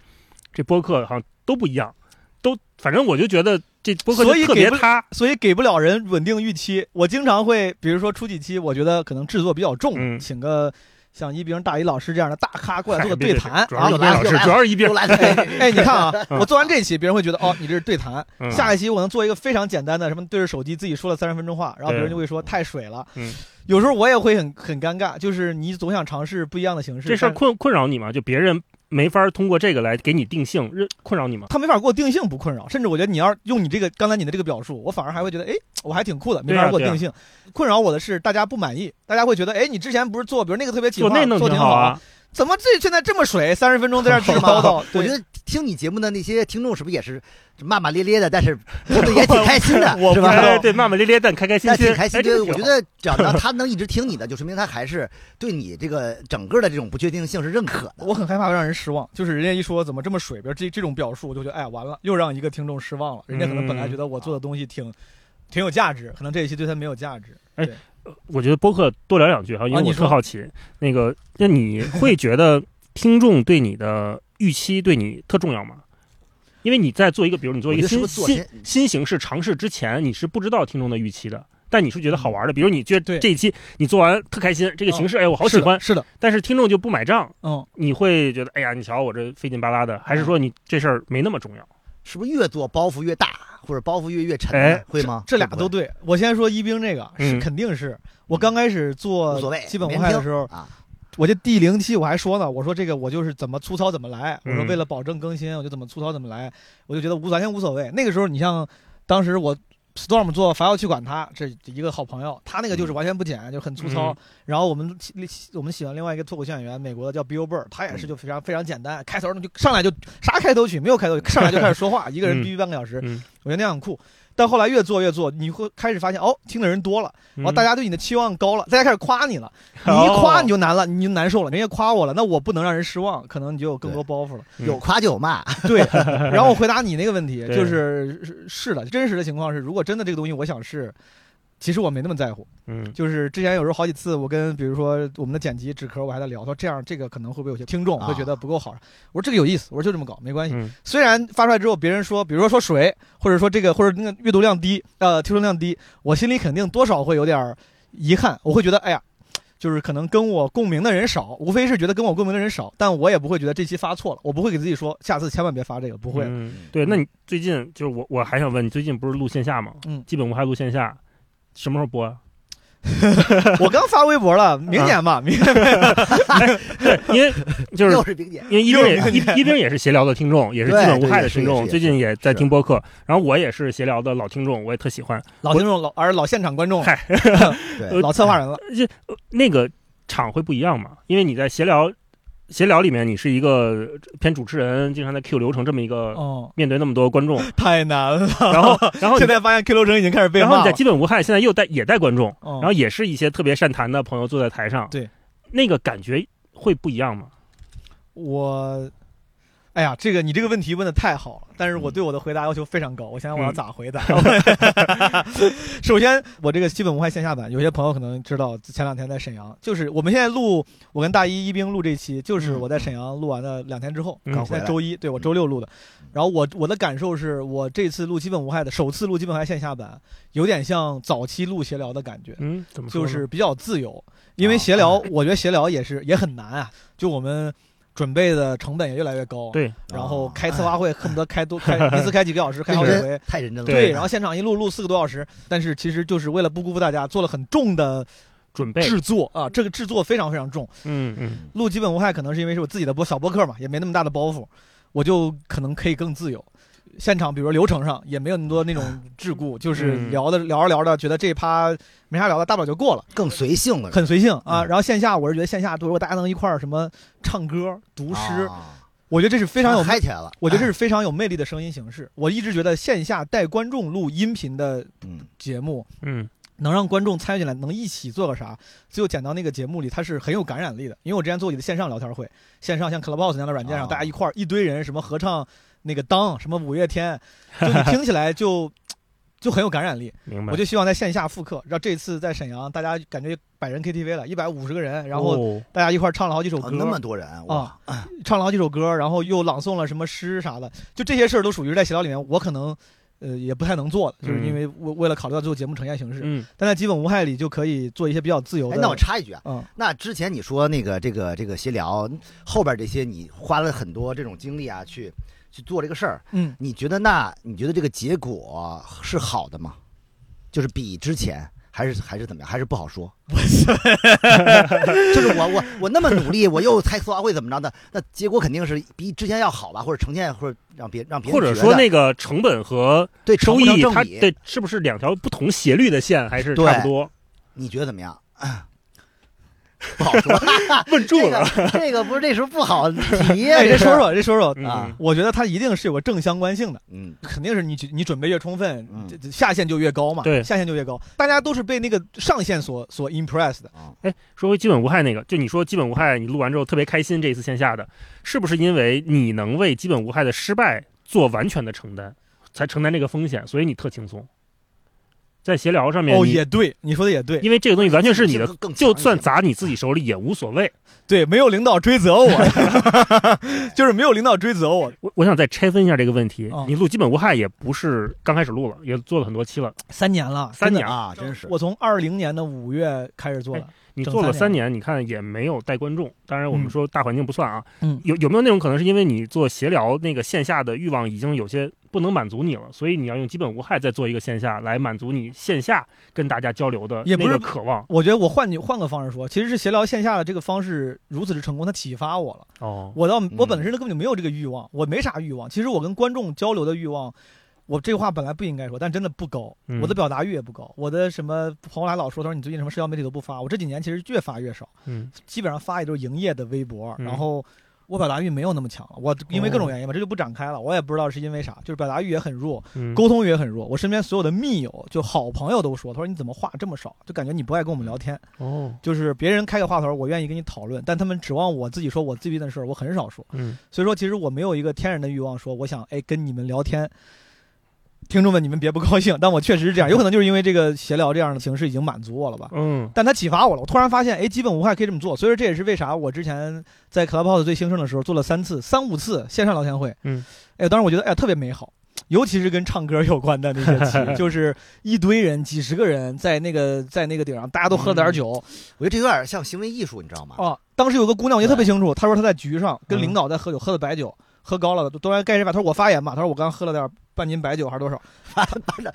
这播客好像都不一样，都反正我就觉得这播客所以就特别给不他，所以给不了人稳定预期。我经常会，比如说出几期，我觉得可能制作比较重，嗯请个像一冰大一老师这样的大咖过来嗨做个哎别对别谈主要啊是一。边老又来师，了主要是一边 <laughs> 又。来了，，哎，你 <laughs> 看啊，嗯我做完这一期，别人会觉得哦，你这是对谈。嗯下一期我能做一个非常简单的，什么对着手机自己说了三十分钟话，然后别人就会说太水了。嗯，有时候我也会很很尴尬，就是你总想尝试不一样的形式，这事儿但困困扰你吗？就别人没法通过这个来给你定性，认困扰你吗？他没法给我定性不困扰，甚至我觉得你要是用你这个刚才你的这个表述，我反而还会觉得，哎，我还挺酷的，没对啊法给我对啊定性。困扰我的是大家不满意，大家会觉得，哎，你之前不是做，比如那个特别企做划那弄做挺好好啊，，怎么这现在这么水？三十分钟在 <laughs> 这儿指指叨叨我觉对得听你节目的那些听众是不是也是骂骂咧咧的， <laughs> 但是听得也挺开心的， <laughs> 我是不哎吧？对，骂骂咧咧，但开开心但心，挺开心哎这个的，我觉挺好得只要 <laughs> 能他能一直听你的，就说明他还是对你这个整个的这种不确定性是认可的。我很害怕让人失望。就是人家一说怎么这么水，比如这这种表述，我就觉得，哎，完了，又让一个听众失望了。人家可能嗯本来觉得我做的东西挺。挺有价值，可能这一期对他没有价值。我觉得播客多聊两句哈，因啊为你我说特好奇，那个那你会觉得听众对你的预期对你特重要吗？因为你在做一个，比如你做一个我觉新得是不是做新先新形式尝试之前，你是不知道听众的预期的，但你是觉得好玩的。比如你觉得对这一期你做完特开心，这个形式、哎我好喜欢，是的，是的，但是听众就不买账，嗯，你会觉得哎呀你瞧我这费劲巴拉的，还是说你这事儿没那么重要？是不是越做包袱越大，或者包袱越越沉呢？哎会吗？这俩会不都会对。我先说一冰这个是嗯肯定是我刚开始做无所谓基本没无人害的听时候，啊，我这第零期我还说呢，我说这个我就是怎么粗糙怎么来，我嗯说为了保证更新，我就怎么粗糙怎么来，我就觉得无完全无所谓。那个时候你像当时我 Storm 做伐要去管他，这一个好朋友，他那个就是完全不剪，就很粗糙。嗯然后我们我们喜欢另外一个脱口秀演员，美国的叫 Bill Burr，他也嗯是就非常、非常简单，开头就上来就啥开头曲没有开头曲，上来就开始说 <laughs> 话，一个人嗯逼逼半个小时，嗯我觉得那样很酷。但后来越做越做，你会开始发现哦，听的人多了，嗯然哦后大家对你的期望高了，大家开始夸你了。你一夸你就就难了，你就难受了。人家夸我了，那我不能让人失望，可能你就有更多包袱了。嗯有夸就有骂，对，然后我回答你那个问题，对就是是是的，真实的情况是，如果真的这个东西我想试，其实我没那么在乎。嗯就是之前有时候好几次，我跟比如说我们的剪辑纸壳，我还在聊，说这样这个可能会不会有些听众会觉得不够好。啊我说这个有意思，我说就这么搞，没关系。嗯虽然发出来之后，别人说，比如说说水，或者说这个或者那个阅读量低，呃，听众量低，我心里肯定多少会有点儿遗憾，我会觉得，哎呀，就是可能跟我共鸣的人少，无非是觉得跟我共鸣的人少，但我也不会觉得这期发错了，我不会给自己说下次千万别发这个，不会。嗯对，那你最近就是我我还想问你，最近不是录线下吗？嗯基本无害录线下，什么时候播啊？ <laughs> 我刚发微博了，明年吧，明年对，因 <laughs> 为就是又是明年。因为一冰也一一冰也是闲聊的听众，也是基对本无对害也的是听也众，是最也近也在是听播客。然后我也是闲聊的老听众，我也特喜欢。老 <laughs> 听众老而老现场观众，对，呃老策划人了，这呃那个场会不一样嘛？因为你在闲聊闲聊里面，你是一个偏主持人，经常在 Q 流程这么一个。哦，面对那么多 <laughs> 观众， <laughs> 太难了。然后然后你现在发现 Q 流程已经开始被然后骂你在了，哦基本无害，现在又带也带观众，哦然然后也是一些特别善谈的朋友坐在台上，对，那个感觉会不一样吗？我，哎呀，这个你这个问题问的太好了，但是我嗯对我的回答要求非常高，我想想我要咋回答。 <laughs> 首先，我这个基本无害线下版，有些朋友可能知道，前两天在沈阳，就是我们现在录，我跟大一一兵录这期，就是我在沈阳录完了两天之后，嗯现在周一，对我周六录的。然后我我的感受是我这次录基本无害的首次录基本无害线下版，有点像早期录闲聊的感觉，嗯，怎么说就呢啊是比较自由，因为闲聊，我觉得闲聊也是也很难啊。就我们准备的成本也越来越高，，对，啊然后开策 <laughs> 划会恨不得开多开一次开几个小时，开好几认回真，，太认真了。对然后现场一录录四个多小时，但是其实就是为了不辜负大家，做了很重的准备，制作啊，这个制作非常非常重。嗯嗯，录基本无害可能是因为是我自己的播小播客嘛，也没那么大的包袱，我就可能可以更自由。现场比如流程上也没有那么多那种桎梏，就是嗯聊的聊着聊着觉得这一趴没啥聊的，大不了就过了。更随性了，很随性啊。嗯然后线下，我是觉得线下，如果大家能一块儿什么唱歌、读诗，啊我觉得这是非常有，嗨起啊来了。我觉得这是非常有魅力的声音形式。我一直觉得线下带观众录音频的嗯，节目，嗯，能让观众参与进来，能一起做个啥，最后剪到那个节目里，它是很有感染力的。因为我之前做过你的线上聊天会，线上像 Clubhouse 那样的软件上，啊大家一块儿一堆人，什么合唱那个当，什么五月天，就你听起来就就很有感染力。明白。我就希望在线下复刻。然后这次在沈阳，大家感觉百人 KTV 了，一百五十个人，然后哦大家一块儿唱了好几首哦歌，那么多人哇啊，唱了好几首歌，然后又朗诵了什么诗啥的，就这些事儿都属于在闲聊里面，我可能呃，也不太能做的，就是嗯因为为为了考虑到最后节目呈现形式，嗯但在基本无害里就可以做一些比较自由哎的。，那我插一句啊，嗯，那之前你说那个这个这个闲聊后边这些，你花了很多这种精力啊，去去做这个事儿，嗯，你觉得那你觉得这个结果是好的吗？就是比之前还是还是怎么样？还是不好说。 <laughs> 就是我我我那么努力，我又开策划会怎么着的，那结果肯定是比之前要好吧，或者呈现或者让别让别人或者觉说得那个成本和对收成益，不成它正比，对是不是两条不同斜率的线，还是差不多？你觉得怎么样？不好 <laughs> 说，问住 <laughs> 这了，个这个不是这时候不好提呀，哎，这这说说这说说，嗯啊我觉得它一定是有个正相关性的。嗯肯定是你你准备越充分，嗯这这下限就越高嘛，对下限就越高。大家都是被那个上限所所 impress 的，啊哎，说回基本无害那个，就你说基本无害，你录完之后特别开心，这一次线下的，是不是因为你能为基本无害的失败做完全的承担，才承担这个风险，所以你特轻松？在闲聊上面，哦，你也对，你说的也对，因为这个东西完全是你的，更更就强一算点砸你自己手里也无所谓。对，没有领导追 <laughs> 责我，就是没有领导追责我。我我想再拆分一下这个问题哦，你录基本无害也不是刚开始录了，也做了很多期了，三年哎了，三真的年啊，真是我从二零年的五月开始做的，你整做了三三年，你看也没有带观众。当然，我嗯们说大环境不算啊。嗯有有没有那种可能是因为你做闲聊那个线下的欲望已经有些不能满足你了，所以你要用基本无害再做一个线下来满足你线下跟大家交流的也那不是个渴望我觉得我换你换个方式说，其实是闲聊线下的这个方式如此之成功，它启发我了。哦。我倒我本身根本就没有这个欲望，我没啥欲望。其实我跟观众交流的欲望，我这话本来不应该说，但真的不高，嗯我的表达欲也不高。我的什么朋友来老说，他说你最近什么社交媒体都不发，我这几年其实越发越少，嗯，基本上发也就是营业的微博，嗯然后。我表达欲没有那么强了，我因为各种原因吧，这就不展开了。我也不知道是因为啥，就是表达欲也很弱，嗯沟通欲也很弱。我身边所有的密友，就好朋友都说，他说你怎么话这么少，就感觉你不爱跟我们聊天。哦，就是别人开个话头，我愿意跟你讨论，但他们指望我自己说我自己的事儿，我很少说。嗯，所以说，其实我没有一个天然的欲望，说我想哎跟你们聊天。听众们，你们别不高兴，但我确实是这样，有可能就是因为这个闲聊这样的形式已经满足我了吧。嗯，但它启发我了，我突然发现，哎，基本无害可以这么做。所以说，这也是为啥我之前在 Clubhouse 最兴盛的时候做了三次、三五次线上聊天会。嗯，哎，当时我觉得哎特别美好，尤其是跟唱歌有关的那些 <laughs> 期，就是一堆人、几十个人在那个在那个顶上，大家都喝了点嗯儿酒，我觉得这有点像行为艺术，你知道吗？哦，当时有个姑娘，我记得特别清楚，她说她在局上跟嗯领导在喝酒，喝的白酒，喝高了，都该谁吧？她说我发言吧，她说我刚喝了点半斤白酒还是多 <laughs> 少，她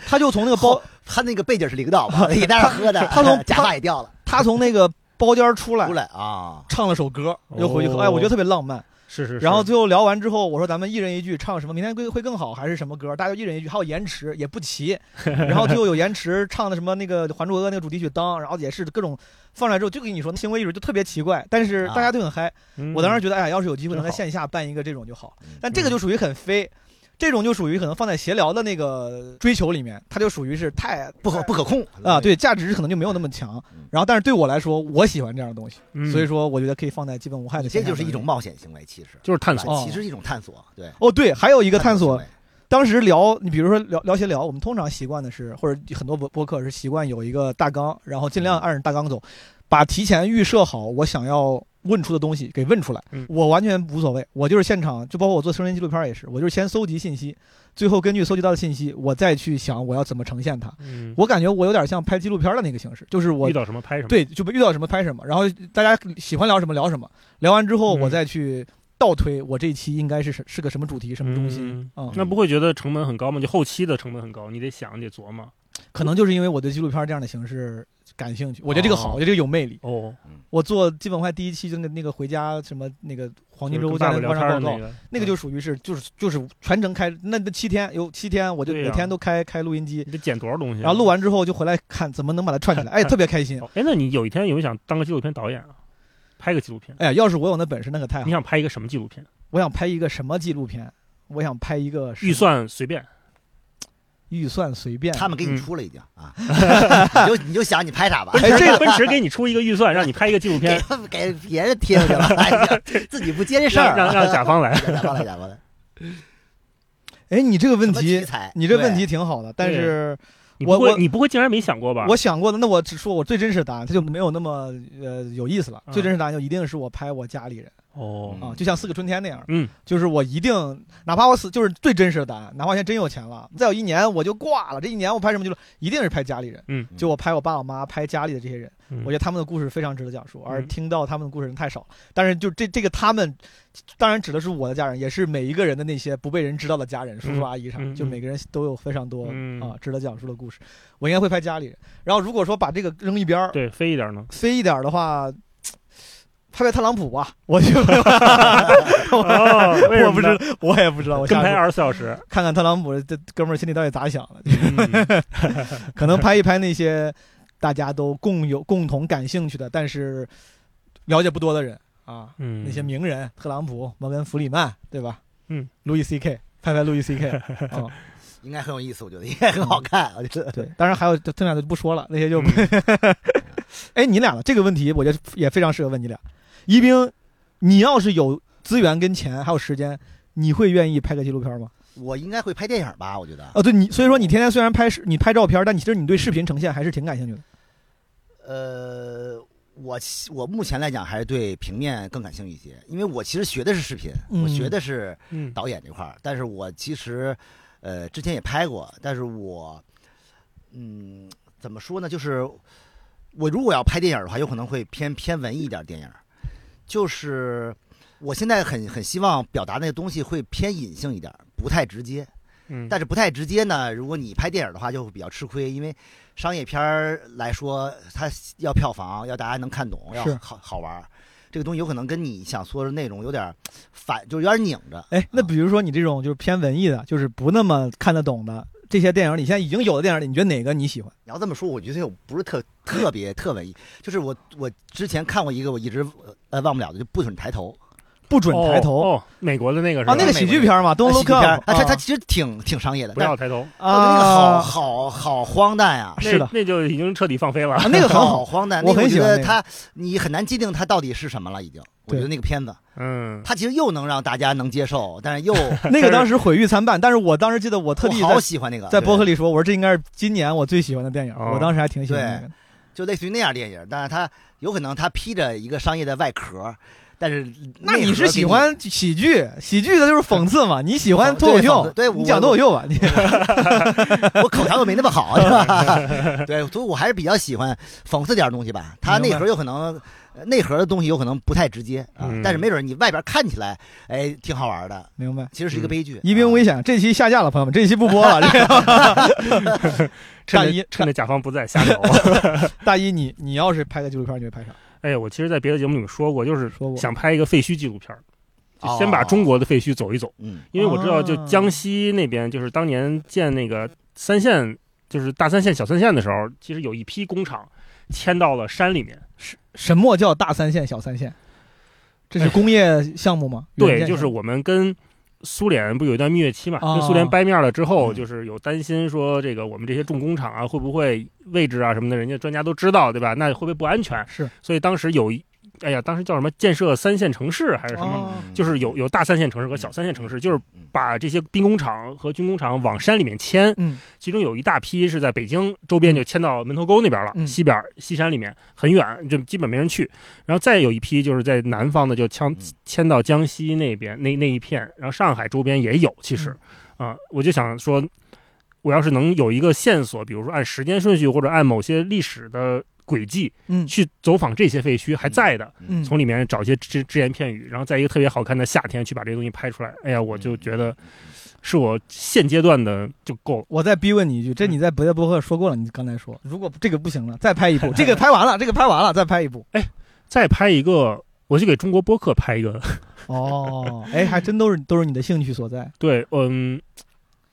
她就从那个包，他那个背景是领 <laughs> 导嘛，也在那儿喝的，他从 <laughs> 假发也掉了，她从那个包间出来出。来啊，唱了首歌，又回去喝，哦哎，我觉得特别浪漫。是是是。然后最后聊完之后，我说咱们一人一句，唱什么？明天会会更好还是什么歌？大家就一人一句，还有延迟也 <laughs> 不齐。然后最后有延迟唱的什么那个《还珠格格》那个主题曲，当，然后也是各种放出来之后，就跟你说行为艺术就特别奇怪，但是大家都很嗨。嗯我当时觉得，哎呀，要是有机会能在真好线下办一个这种就好嗯，但这个就属于很飞，这种就属于可能放在闲聊的那个追求里面，它就属于是太不可不可控嗯啊，，对，价值可能就没有那么强嗯。然后，但是对我来说，我喜欢这样的东西，嗯所以说我觉得可以放在基本无害的。这就是一种。冒险行为，其实就是探索，哦其实是一种探索，对，哦，对，还有一一个探索，当时聊，你比如说聊聊闲聊，我们通常习惯的是，或者很多播播客是习惯有一个大纲，然后嗯尽量按着大纲走，把提前预设好我想要问出的东西给问出来。嗯我完全无所谓，我就是现场，就包括我做声音纪录片也是，我就是先搜集信息，最后根据搜集到的信息，我再去想我要怎么呈现它。嗯，我感觉我有点像拍纪录片的那个形式，就是我遇到什么拍什么，，对，就遇到什么拍什么，然后大家喜欢聊什么聊什么，聊完之后嗯我再去倒推我这一期应该是是是个什么主题、什么东西嗯啊、那不会觉得成本很高吗？就后期的成本很高，你得想，你得琢磨。可能就是因为我对纪录片这样的形式感兴趣，我觉得这个哦好，我觉得这个有魅力。哦，我做基本块第一期就那个那个回家什么那个黄金就是跟周家爸爸庭聊观天察报的那告，个，嗯那个就属于是就是就是全程开那那七天有七天，我就对每呀天都开开录音机，你得剪多少东西啊，然后录完之后就回来看怎么能把它串起来， <laughs> 哎，特别开心。哦。哎，那你有一天有没有想当个纪录片导演啊？拍个纪录片？哎呀，要是我有那本事，那可太好你。想拍一个什么纪录片？我想拍一个什么纪录片？我想拍一个什么预算随便。预算随便，他们给你嗯出了已经啊，嗯 <laughs> 你就你就想你拍啥吧，奔哎驰，这 <laughs> 个奔驰给你出一个预算，让你拍一个纪录 <laughs> 给片，他们 <laughs> 给别人贴上去了，哎呀，自己不接这事让啊儿，让让甲方 <laughs> 来。甲方来甲方来，哎，你这个问什么题题，材，你这对问题挺好的，但是你 <laughs> 我不会我你不会竟然没想过吧？我想过的，那我只说我最真实的答案，它就没有那么呃有意思了。嗯最真实的答案就一定是我拍我家里人，哦啊，就像四个春天那样，嗯，就是我一定，哪怕我死，就是最真实的答案，哪怕我现在真有钱了，再有一年我就挂了，这一年我拍什么就是一定是拍家里人，嗯，就我拍我爸我妈，拍家里的这些人，嗯我觉得他们的故事非常值得讲述，而嗯听到他们的故事人太少了，但是就这这个他们，当然指的是我的家人，也是每一个人的那些不被人知道的家人，叔叔嗯阿姨啥，嗯就嗯每个人都有非常多、嗯啊值得讲述的故事，我应该会拍家里人，然后如果说把这个扔一边儿，？对，飞一点呢 <laughs> 飞一点儿的话。拍拍特朗普吧，<laughs> 我就哦，为什我么不呢知，我也不知道。我跟下拍次二十四小 <laughs> 时，看看特朗普这哥们儿心里到底咋想的， <laughs> 嗯可能拍一拍那些大家都共有共同感兴趣的，但是了解不多的人啊，嗯，那些名人，特朗普、摩根·弗里曼，对吧？嗯，路易 C.K. 拍拍路易 <laughs> C.K. 啊，应该很有意思，我觉得应该很好看，我觉得。对，当然还有剩下的就不说了，那些就嗯 <laughs> 哎，你俩了，这个问题我觉得也非常适合问你俩。一冰，你要是有资源跟钱还有时间，你会愿意拍个纪录片吗？我应该会拍电影吧？我觉得，哦，对你，所以说你天天虽然拍视你拍照片，但其实你对视频呈现还是挺感兴趣的。呃，我其我目前来讲还是对平面更感兴趣一些，因为我其实学的是视频，嗯我学的是嗯导演这块儿，但是我其实呃之前也拍过，但是我嗯怎么说呢，就是我如果要拍电影的话，有可能会偏偏文艺一点电影，就是我现在很很希望表达那个东西会偏隐性一点，不太直接。嗯，但是不太直接呢。如果你拍电影的话，就会比较吃亏，因为商业片儿来说，它要票房，要大家能看懂，要是好好玩儿。这个东西有可能跟你想说的内容有点儿反，就是有点儿拧着。哎，那啊比如说你这种就是偏文艺的，就是不那么看得懂的这些电影，你现在已经有的电影里，你觉得哪个你喜欢？你要这么说，我觉得我不是特特别特文艺，就是我我之前看过一个我一直呃忘不了的，就不准抬头不准抬头、哦，哦美国的那个是吧啊，那个喜剧片嘛，Don't 喜 Look 剧片儿 Up，啊，它它啊其实挺挺商业的，不但要是抬头，那个好啊，好好荒诞 <laughs> 呀、是的那那就已经彻底放飞 <laughs> 了。啊那个很好好，荒诞，我那个很喜觉欢得那个它你很难界定它到底是什么了，已经。我觉得那个片子，嗯，它其实又能让大家能接受，但是又我那个当时毁誉参半，但是我当时记得我 <laughs> 特地好在喜欢那个，在对博客里说，我说这应该是今年我最喜欢的电影，哦我当时还挺喜欢那个的。就类似于那样电影，但是它有可能它披着一个商业的外壳，但是那你内核是给喜欢喜剧？喜剧的就是讽刺嘛，你喜欢脱口秀？对讽刺对我你讲脱口秀吧，你我口条又没那 <laughs> 么好，是吧？ <laughs> 对，所以我还是比较喜欢讽刺点东西吧。它明内白核有可能呃内核的东西有可能不太直接啊嗯，但是没准你外边看起来哎挺好玩的， <laughs> 明白。其实是一个嗯悲剧。一兵危险，这期下架了，朋友们，这期不播了。这个 <laughs> 大趁一着趁着甲方不在瞎聊。啊大一，你你要是拍个纪录片，你会拍啥？ <laughs> 哎呀，我其实，在别的节目里面说过，就是说过想拍一个废墟纪录片儿，就哦先把中国的废墟走一走，嗯因为我知道，就啊江西那边，就是当年建那个三线，就是大三线、小三线的时候，其实有一批工厂迁到了山里面。什么叫大三线、小三线？这是工业项目吗？软对，哎件就是项目我们跟苏联不有一段蜜月期嘛，啊跟苏联掰面了之后，哦嗯就是有担心说这个我们这些重工厂啊，会不会位置啊什么的，人家专家都知道，对吧？那会不会不安全？是所以当时有一，哎呀，当时叫什么建设三线城市还是什么？哦就是有有大三线城市和小三线城市，就是嗯把这些兵工厂和军工厂往山里面迁，嗯其中有一大批是在北京周边就迁到门头沟那边了，嗯西边西山里面很远，就基本没人去。然后再有一批就是在南方的，就迁嗯迁到江西那边那那一片，然后上海周边也有，其实嗯啊、我就想说，我要是能有一个线索，比如说按时间顺序或者按某些历史的轨迹嗯去走访这些废墟还在的。嗯，从里面找一些只只言片语，然后在一个特别好看的夏天去把这个东西拍出来。哎呀，我就觉得是我现阶段的就够了。我再逼问你一句，这你在别的博客说过了，你刚才说，嗯如果这个不行了，再拍一 <laughs> 部，这个拍完了，这个拍完了，再拍一部。再拍一个，我就给中国播客拍一个。 <laughs> <laughs> 哦，哎，还真都是都是你的兴趣所在。对，嗯，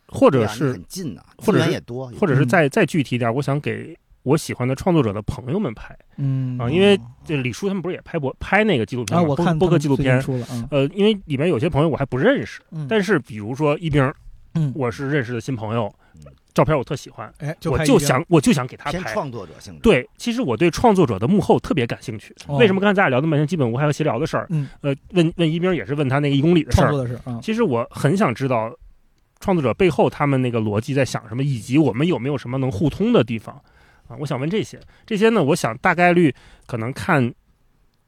或对者啊那是很近呐，或者资源是也多，嗯或者是再再具体一点，我想给我喜欢的创作者的朋友们拍嗯啊，因为这李叔他们不是也拍播拍那个纪录片啊，吗？我播看播客他们纪录最近片。出了，嗯呃，因为里面有些朋友我还不认识，嗯，但是比如说一冰，嗯我是认识的新朋友嗯，照片我特喜欢，哎，我拍一就遍，想我就想给他偏拍。创作者性质。，对，其实我对创作者的幕后特别感兴趣。哦为什么刚才咱俩聊那么半天，基本无还有闲聊的事儿？嗯，呃，问问一冰也是问他那个一公里的事创儿。作的是啊，其实我很想知道创作者背后他们那个逻辑在想什么，以及我们有没有什么能互通的地方啊？我想问这些。这些呢，我想大概率可能看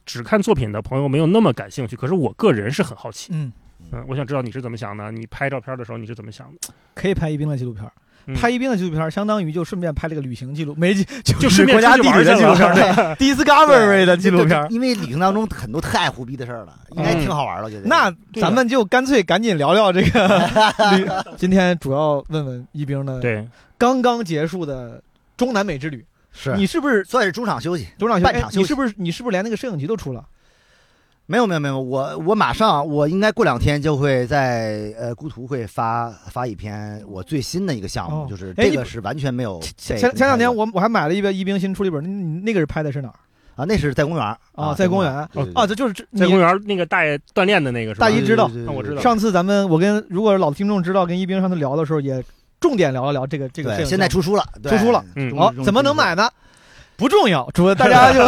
只看作品的朋友没有那么感兴趣，可是我个人是很好奇。嗯，嗯，我想知道你是怎么想的，你拍照片的时候你是怎么想的？可以拍宜宾的纪录片儿嗯。拍宜宾的纪录片儿，相当于就顺便拍了个旅行记录，没 <laughs> 记就就顺是便国家出去地玩去理的纪录了片儿对 <laughs> ，Discovery 的纪录片儿。因为旅行当中很多太胡逼的事儿了，应该挺好玩的，我觉得。那对咱们就干脆赶紧聊聊这 <laughs> 个旅。今天主要问问一冰的对，刚刚结束的中南美之旅，是你是不是算是中场休息。董事长半场哎你休息是不是你是不是连那个摄影集都出了？没有没有没有，我我马上我应该过两天就会在呃孤图会发发一篇我最新的一个项目，哦就是哎这你个是完全没有前被前前两天公开我的我还买了一个宜宾新出了一本，那那那个是拍的是哪儿啊那是在公园儿啊？在公园啊，对对对这就是这在公你园那个大爷锻炼的那个是吧？大姨知道对对对对啊我知道上次咱们我跟如果是老听众知道，跟一冰上次聊的时候也重点聊了聊这个这个摄对，影。现在出书了，对出书了嗯终于好终于怎么出能书了买呢？不重要，主大 <laughs> 家就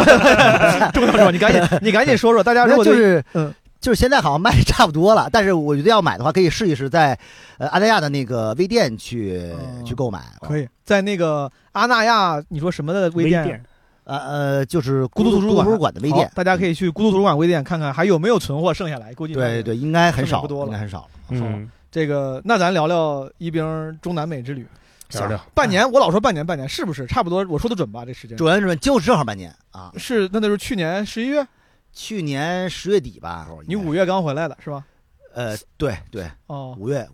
重要重要，你赶紧你赶紧说说，大家如那果就对是嗯就是现在好像卖的差不多了，但是我觉得要买的话，可以试一试在呃阿那亚的那个微店去、哦去购买。可以在那个阿那亚，你说什么的微微店啊？店，呃呃，就是孤独图书孤馆图书馆的微好店，大家可以去孤独图书馆微店看看还有没有存货剩下来，估计对对对，应该很剩的少，不多了应该很少了。嗯，这个，那咱聊聊一冰中南美之旅。聊聊半年，我老说半年，半年是不是差不多？我说的嗯准吧？这时间主要是就正好半年啊，是那就是去年十一月，去年十月底吧，哦你应该五月刚回来的是吧？呃对对，哦，五月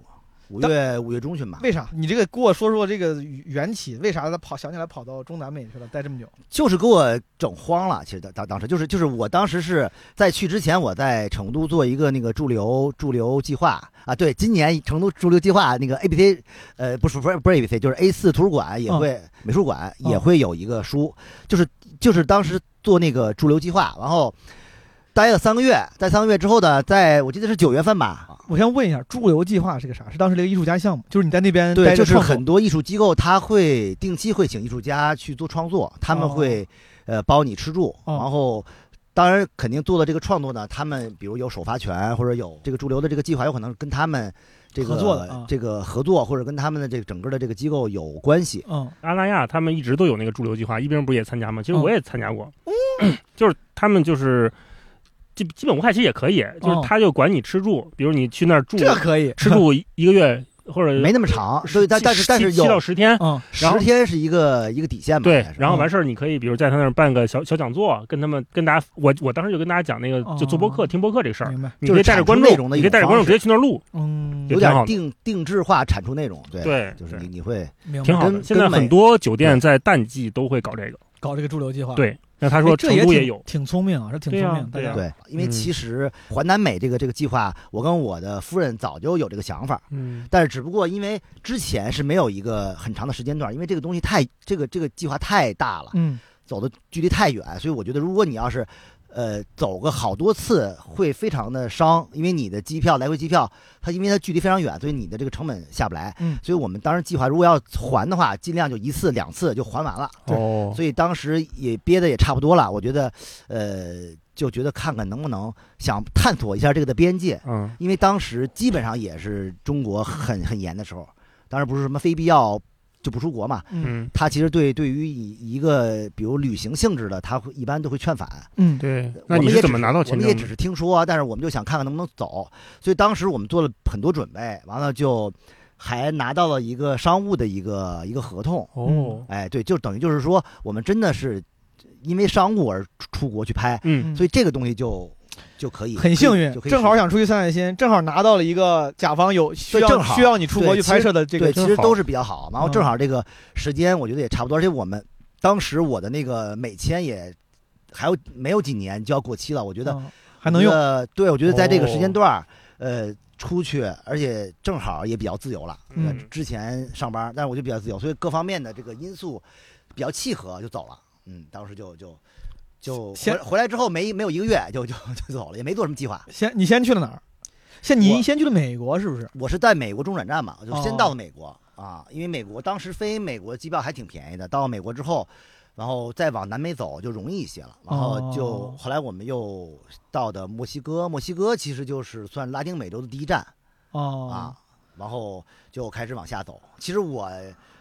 五但月五月中旬吧，为啥？你这个给我说说这个缘起，为啥他跑想起来跑到中南美去了，待这么久？就是给我整慌了。其实当当当时就是就是我当时是在去之前，我在成都做一个那个驻留驻留计划啊，对，今年成都驻留计划那个 A B C，呃，不是不是不是 A B C，就是 A 四图书馆也会、美术馆也会有一个书，就是就是当时做那个驻留计划，然后待了三个月，在三个月之后呢，在我记得是九月份吧，我先问一下，驻留计划是个啥？是当时的一个艺术家项目，就是你在那边对，待着就是创作很多艺术机构，他会定期会请艺术家去做创作，他哦们会、呃包你吃住，哦然后当然肯定做的这个创作呢，他们比如有首发权或者有这个驻留的这个计划，有可能跟他们这个合作的啊这个合作或者跟他们的这个整个的这个机构有关系。嗯阿那亚他们一直都有那个驻留计划，一冰不是也参加吗？其实嗯我也参加过， <clears throat> 就是他们就是基基本无害，其实也可以，就是哦他就管你吃住，比如你去那儿住这可以吃住一一个月或者没那么长，所以但呃七但是但是七七到有十天， <laughs> 嗯然后十天是一个一个底线吧？应对该，是嗯然后完事儿，你可以比如在他那儿办个小小讲座，跟他们跟大家，我我当时就跟大家讲那个哦就做播客、听播客这个事儿，明白你可以带着观就是产出内容众，的一你可以种带着观众方直式接去那儿录，嗯也有挺好的点定定制化产出内容，对，对，就是对你你会明白挺好的。跟现在跟美很多酒店在淡季都会搞这个，搞这个驻留计啊划对。那他他哎说哎这成也都挺也有，挺聪明啊，这挺对聪啊明，大对家啊对，因为嗯其实环南美这个这个计划，我跟我的夫人早就有这个想法，嗯，但是只不过因为之前是没有一个很长的时间段，因为这个东西太这个这个计划太大了，嗯，走的距离太远，所以我觉得如果你要是。呃，走个好多次会非常的伤，因为你的机票来回机票，它因为它距离非常远，所以你的这个成本下不来。嗯所以我们当时计划，如果要还的话，尽量就一次两次就还完了。对哦，所以当时也憋的也差不多了，我觉得，呃，就觉得看看能不能想探索一下这个的边界，嗯，因为当时基本上也是中国很很严的时候，当然不是什么非必要就不出国嘛，嗯嗯，他其实对对于一一个比如旅行性质的，他会一般都会劝返。嗯，对。我那们你也是怎只么拿到我签们也证只的？是听说啊，但是我们就想看看能不能走，所以当时我们做了很多准备，完了就还拿到了一个商务的一个一个合同，哦，哎，对，就等于就是说，我们真的是因为商务而出出国去拍，嗯，所以这个东西就就可以很幸运就，可以正好实想出去散散心，正好拿到了一个甲方有需对要正好需要你出国去对拍摄的这个对，其实好都是比较好。然后正嗯好这个时间，我觉得也差不多，而且我们当时我的那个美签也还有没有几年就要过期了，我觉得嗯还能用。呃，对，我觉得在这个时间哦段儿，呃。出去，而且正好也比较自由了。嗯呃之前上班，但是我就比较自由，所以各方面的这个因素比较契合，就走了。嗯，当时就就就回先回来之后没没有一个月就就就走了，也没做什么计划。先你先去了哪儿？先你我先去了美国是不是？我是在美国中转站嘛，我就先哦到了美国、啊，因为美国当时飞美国机票还挺便宜的，到美国之后，然后再往南美走就容易一些了，然后就、哦后来我们又到的墨西哥，墨西哥其实就是算拉丁美洲的第一站哦啊，，然后就开始往下走。其实我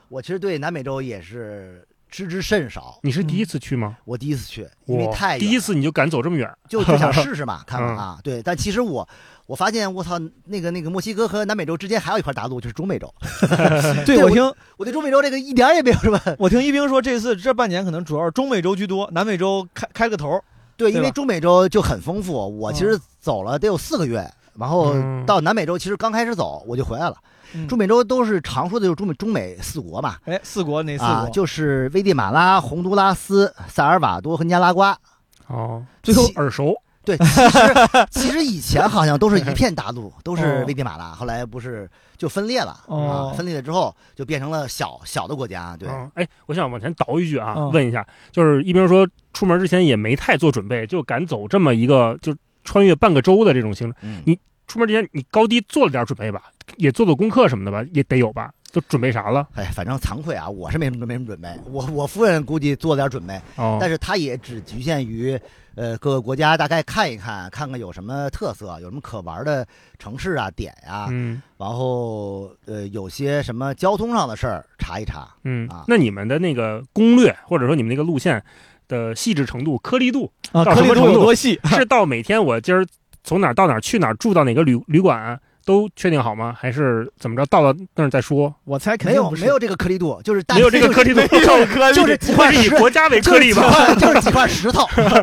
我其实对南美洲也是知之甚少。你是第一次去吗？我第一次去，嗯因为我太第远一次你嗯就敢走这么远，就 <laughs> 就想试试嘛，看看啊。对，但其实我我发现，我操，那个那个墨西哥和南美洲之间还有一块大陆，就是中美洲。 <laughs> 对啊对我我 <laughs> 听我对中美洲这个一点儿也没有什么。我听一冰说，这次这半年可能主要是中美洲居多，南美洲开开了个头。对，对因为吧中美洲就很丰富，我其实走了得有四个月，然后嗯到南美洲，其实刚开始走我就回来了。嗯中美洲都是常说的，就是中美中美四国嘛，哎，四国哪四啊国？，就是危地马拉、洪都拉斯、塞尔瓦多和尼加 <laughs> 拉瓜。哦，最后耳熟，对，其实其实以前好像都是一片 <laughs> 大陆，都哦是危地马拉，后来不是就分裂了、哦啊？分裂了之后就变成了小小的国家，对。嗯，哎，我想往前倒一句啊，嗯问一下，就是一冰说出门之前也没太做准备，就敢走这么一个就穿越半个州的这种行程。嗯你出门之前你高低做了点准备吧，也做做功课什么的吧，也得有吧？都准备啥了？哎，反正惭愧啊，我是没什么没什么准备，我我夫人估计做了点准备，哦，但是它也只局限于，呃，各个国家大概看一看，看看有什么特色，有什么可玩的城市啊、点呀、嗯然后呃，有些什么交通上的事儿查一查。嗯啊，那你们的那个攻略或者说你们那个路线的细致程度、颗粒 <laughs> 度，啊，到颗什粒么度程有度多细？是到每天我今儿从哪儿到哪儿去哪儿住到哪个旅旅馆都确定好吗？还是怎么着到了那儿再说？我猜肯没定有不是没有这个颗粒度，就是大没有这个颗粒度，颗粒就是不会是以国家 <laughs> 为颗就是粒几吧？块，就是几块石 <laughs> 头，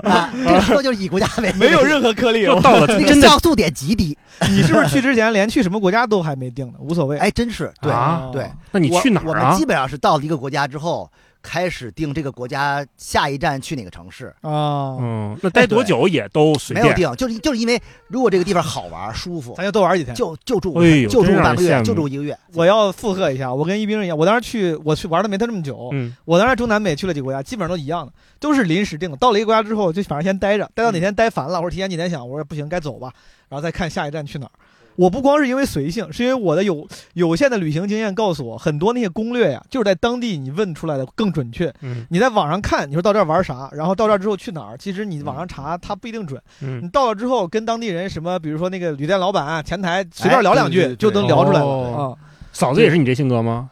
啊，这个石头就是以国家为没有任何颗 <laughs> 粒。又到了那真个的像素点极低，你是不是去之前连去什么国家都还没定呢？无所谓。哎，真是对啊对。那你去哪我？我儿们啊基？本上是到了一个国家之后，开始定这个国家下一站去哪个城市，啊，嗯，那待多久也都随哎没有便。定，就是就是因为如果这个地方好玩舒服，咱就多玩几天。就就住五哎呦天就住真让半个人羡月，慕就住一个月。我要附和一下，我跟一冰一样，我当时去我去玩的没他这么久，嗯，我当时中南美去了几个国家，基本上都一样的，都是临时定的。到了一个国家之后，就反正先待嗯着，待到哪天待烦了，或者提前几天想，我说不行，该走吧，然后再看下一站去哪儿。我不光是因为随性，是因为我的有有限的旅行经验告诉我，很多那些攻略呀，就是在当地你问出来的更准确。嗯你在网上看，你说到这儿玩啥，然后到这儿之后去哪儿，其实你网上查它不一定准。你嗯，到了之后跟当地人什么，比如说那个旅店老板啊、前台随便聊两哎句，对对对就能聊出来了啊哦。嫂子也是你这性格吗？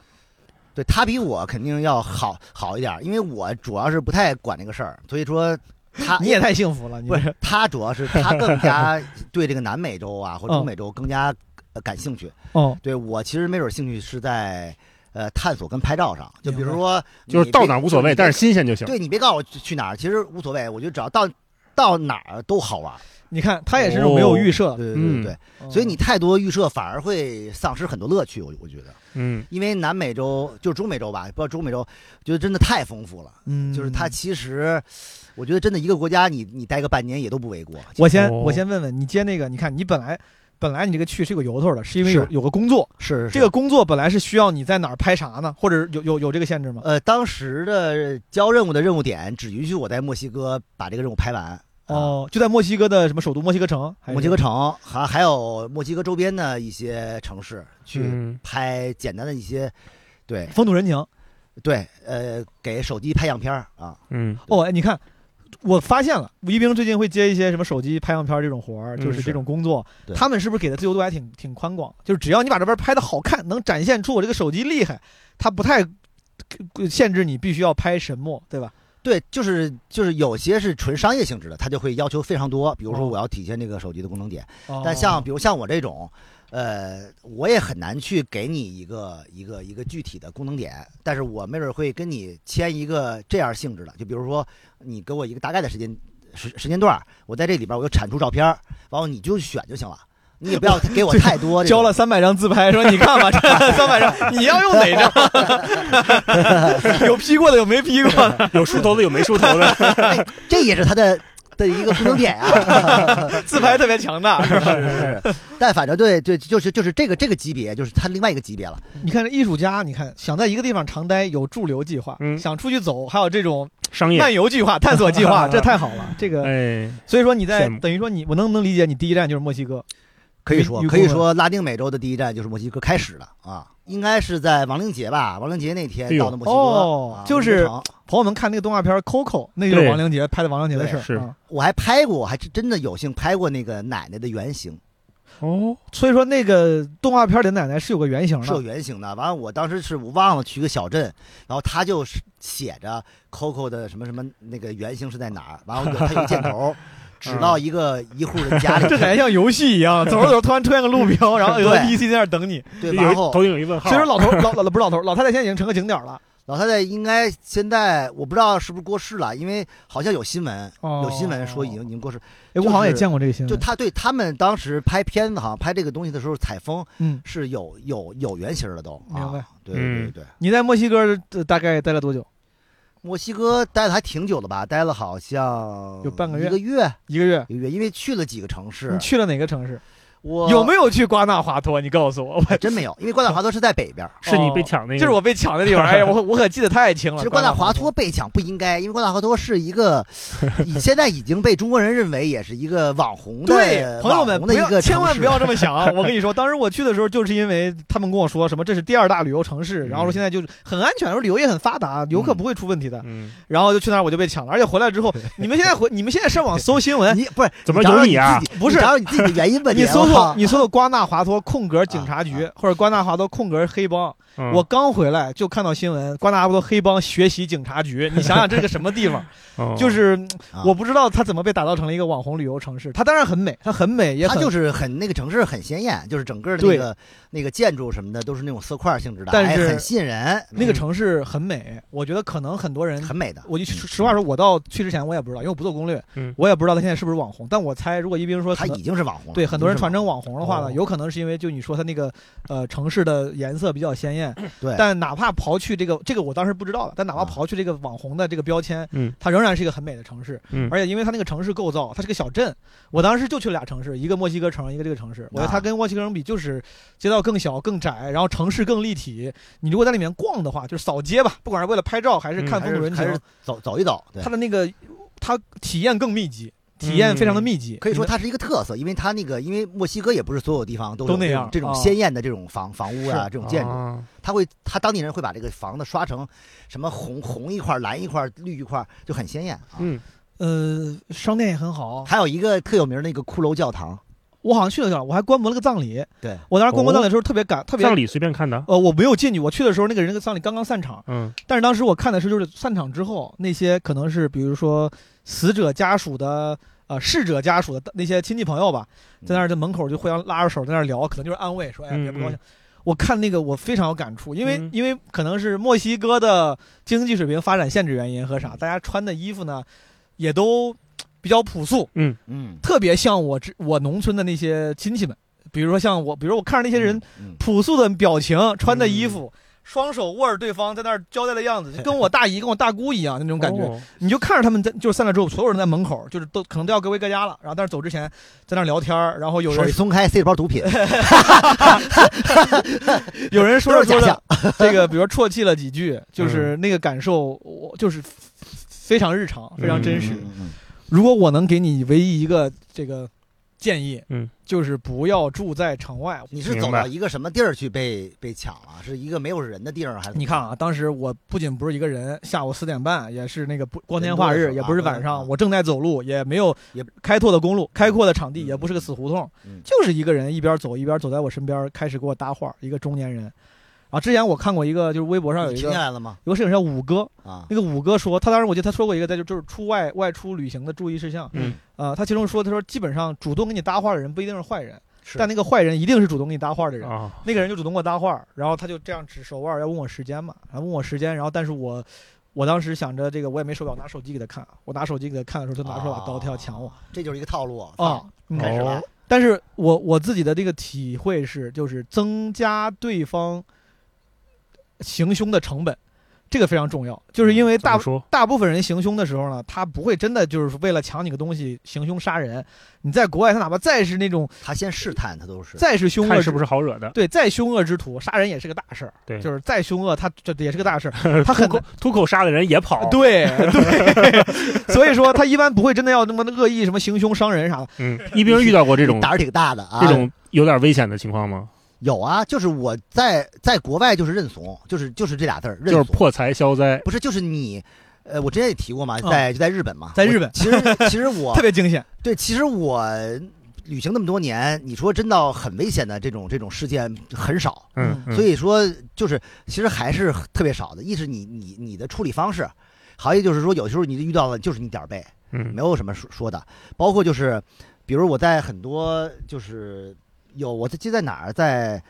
对他比我肯定要好好一点儿，因为我主要是不太管这个事儿，所以说他 <laughs> 你也太幸福了，你不是他主要是他更 <laughs> 加对这个南美洲啊或嗯者中美洲更加呃感兴趣。哦对我其实没准兴趣是在呃探索跟拍照上，就比如说就是到哪儿无所谓，但是是新鲜就行。对你别告诉我去去哪儿，其实无所谓，我觉得只要到到哪儿都好玩儿。你看他也是那种没有预设的，对对对嗯对，嗯哦所以你太多预设反而会丧失很多乐趣，我我觉得，嗯，因为南美洲就是中美洲吧，不知道中美洲，觉得真的太丰富了。嗯就是它其实，我觉得真的一个国家你，你待个半年也都不为过。我先哦我先问问你接那个，你看你本来本来你这个去是有由头的，是因为有是有个工作，是这个工作本来是需要你在哪儿拍啥呢，或者有有有这个限制吗？呃，当时的交任务的任务点只允许我在墨西哥把这个任务拍完。啊，哦，就在墨西哥的什么首都墨西哥城，还是墨西哥城还还有墨西哥周边的一些城市去嗯拍简单的一些，对风土人情。对，呃，给手机拍样片儿啊。嗯， <laughs> 哦，哎，你看。我发现了，吴一冰最近会接一些什么手机拍样片这种活儿，嗯就是这是种工作。对他们是不是给的自由度还挺挺宽广？就是只要你把这边拍的好看，能展现出我这个手机厉害，他不太呃限制你必须要拍什么，对吧？对，就是就是有些是纯商业性质的，它就会要求非常多。比如说，哦我要体现这个手机的功能点。哦但像比如像我这种，呃，我也很难去给你一个一个一个具体的功能点，但是我没准会跟你签一个这样性质的，就比如说你给我一个大概的时间时时间段儿，我在这里边儿我就产出照片儿，然后你就选就行了，你也不要给我太多 <laughs> 这交种。了三百张自拍，说你看 <laughs> 吧，这三百张你要用哪张？ <laughs> 有 P 过的，有没 P 过的，有梳头的有没梳头的， <laughs> 哎，这也是他的的一个功能点啊。自拍特别强 <laughs> 大。 <laughs> 是吧是是，但反正对对，就是就是这个这个级别，就是他另外一个级别了。你看这艺术家，你看想在一个地方长待，有驻留计划；嗯想出去走，还有这种商业 <laughs> 漫游计划、探索计 <laughs> 划，这太好了。这个，哎，所以说你在羡慕等于说你，我能不能理解你第一站就是墨西哥？可以说预，估可以吗说，拉丁美洲的第一站就是墨西哥开始了啊，应该是在亡灵节吧？亡灵节那哎天呦到的墨西哥，哦啊就墨西哥是城朋友们看那个动画片《Coco》，那就是对亡灵节拍的亡灵节的事儿。对是啊我还拍过，我还真真的有幸拍过那个奶奶的原型，哦，所以说那个动画片里的奶奶是有个原型 <laughs> 是有的，原型的。完了，我当时是我忘了去一个小镇，然后他就是写着 Coco 的什么什么那个原型是在哪儿，完了有他有箭头指到一个一户人家里 <laughs> 这感觉去，像游戏一样，走着走着突然出现个路标，然后有个对 NPC 在那儿等你。对，有然一后头顶有一问号所以，说老头老老不是老头老太太现在已经成个景点了，老太太应该现在我不知道是不是过世了，因为好像有新闻，哦有新闻说已经已经过世。哎，我好像也见过这个新闻，就他对他们当时拍片子，好像拍这个东西的时候，采风嗯，是有有有原型的都。啊明白。对对对嗯对，你在墨西哥呃大概待了多久？墨西哥待的还挺久的吧？待了好像有半个月一个月，一个月。一个月，因为去了几个城市你。去了哪个城市？我有没有去瓜纳华托？你告诉我， <laughs> 还真没有，因为瓜纳华托是在北边儿。是你被抢那个，就是我被抢的地方。哎呀，我我可记得太清了。其实瓜纳华托被抢不应该，因为瓜纳华托是 <laughs> 一个以现在已经被中国人认为也是一个网红的对，朋友们网红不的一要个千万城市不要这么想。啊 <laughs> 我跟你说，当时我去的时候，就是因为他们跟我说什么这是第二大旅游城市，嗯然后说现在就是很安全，说旅游业很发达，游客不会出问题的。嗯，然后就去那儿我就被抢了，而且回来之 <laughs> 后，你们现在回你们现在上网搜新闻，你不是怎么找有找你啊自己不是你找找你自己的原 <laughs> 因吧？你我搜靠搜你搜搜瓜纳华托空格警察局啊或者瓜纳华托空格黑帮。嗯我刚回来就看到新闻，瓜纳华托黑帮学习警察 <laughs> 局，你想想这是个什么地方？哦就是嗯啊我不知道它怎么被打造成了一个网红旅游城市。它当然很美，它很美，也它很就是很那个城市很鲜艳，就是整个的对那个那个建筑什么的都是那种色块性质的，但哎是很吸引人，那个城市很美。我觉得可能很多人，嗯很嗯美的。我就实实话说，我到去之前我也不知道，因为我不做攻略，嗯我也不知道它现在是不是网红。但我猜，如果一冰说嗯它可能已经是网红了，对很多人传承成网红的话呢，哦有可能是因为就你说它那个呃城市的颜色比较鲜艳，对但哪怕刨去这个这个我当时不知道的，但哪怕啊刨去这个网红的这个标签，嗯，它仍然是一个很美的城市，嗯而且因为它那个城市构造，它是个小镇，我当时就去俩城市，一个墨西哥城，一个这个城市，我觉得它啊跟墨西哥城比就是街道更小更窄，然后城市更立体，你如果在里面逛的话，就是扫街吧，不管是为了拍照还是嗯看还风土是人还情是，走走一走，对它。的那个它体验更密集，体验非常的密集，嗯可以说你们它是一个特色，因为它那个，因为墨西哥也不是所有地方都有都那这种样这种啊鲜艳的这种房房屋啊，是这种建筑，啊他会他当地人会把这个房子刷成什么红红一块儿、蓝一块儿、绿一块儿，就很鲜艳啊。嗯，呃商店也很好，还有一个特有名儿的那个骷髅教堂，我好像去了一趟，我还观摩了个葬礼。对我当时观摩葬礼的时候特别感，特别葬礼随便看的，呃，我没有进去，我去的时候那个人的葬礼刚刚散场，嗯但是当时我看的是就是散场之后那些可能是比如说死者家属的。呃，逝者家属的那些亲戚朋友吧，在那儿在门口就互相拉着手在那儿聊，可能就是安慰，说哎呀嗯别不高兴。我看那个我非常有感触，因为、嗯因为可能是墨西哥的经济水平发展限制原因和啥，大家穿的衣服呢也都比较朴素，嗯，特别像我之我农村的那些亲戚们，比如说像我，比如我看着那这些人嗯朴素的表情、穿的衣服、双手握着对方在那儿交代的样子，就跟我大姨、跟我大姑一样那种感觉。哦你就看着他们在就是散了之后，所有人在门口，就是都可能都要各回各家了，然后但是走之前在那儿聊天儿，然后有手一人松开塞了包毒品，有人说着说都是假 <laughs> 着，这个比如说啜泣了几句，就是那个感受，我就是非常日常、非常 <laughs> 真实。嗯嗯嗯如果我能给你唯一一个这个建议，嗯，就是不要住在城外。你是明走白到一个什么地儿去被被抢了？是一个没有人的地儿，还是怎么你看啊，当时我不仅不是一个人，下午四点半也是那个不光天化人多日，的时也候啊不是晚上，我正在走路，也没有也开拓的公路、开阔的场地，嗯也不是个死胡同嗯，就是一个人一边走一边走在我身边，开始给我搭话，一个中年人。啊，之前我看过一个，就是微博上有你一停个下来了吗？有个摄影师叫五哥，啊，那个五哥说，他当时我记得他说过一个，在就就是出外外出旅行的注意事项。嗯，呃，他其中说，他说基本上主动跟你搭话的人不一定是坏人，是但那个坏人一定是主动跟你搭嗯话的人。啊，那个人就主动给我搭话儿，然后他就这样指手腕儿要问我时间嘛，然后问我时间，然后但是我我当时想着这个我也没手表，拿手机给他看，我拿手机给他看的时候，他拿出把刀他要抢我啊，这就是一个套路啊，，嗯开始了哦，但是我我自己的这个体会是，就是增加对方行凶的成本，这个非常重要，就是因为嗯怎大么说？大部分人行凶的时候呢，他不会真的就是为了抢你个东西行凶杀人。你在国外，他哪怕再是那种他先试探，他都是再是凶恶看之是不是好惹的？对，再凶恶之徒，杀人也是个大事儿。对就是再凶恶，他这这也是个 <laughs> 大事儿。他很吐口吐口杀的人也跑，对对， <laughs> 所以说他一般不会真的要那么恶意什么行凶伤人啥的。嗯，一兵遇到过这 <laughs> 种胆儿挺大的啊。这种有点危险的情况吗？有啊，就是我在在国外就是认怂，就是就是这俩字儿，认就是怂。破财消灾，不是就是你，呃，我之前也提过嘛，嗯在就在日本嘛，在日 <laughs> 我本其实其实我特别惊险，对，其实我旅行那么多年，你说真到很危险的这种这种事件很少，嗯，嗯所以说就是其实还是特别少的。一是你你你的处理方式，还有一就是说有时候你遇到了就是你点儿背，嗯没有什么说说的。包括就是，比如我在很多就是有我在记得在哪儿，在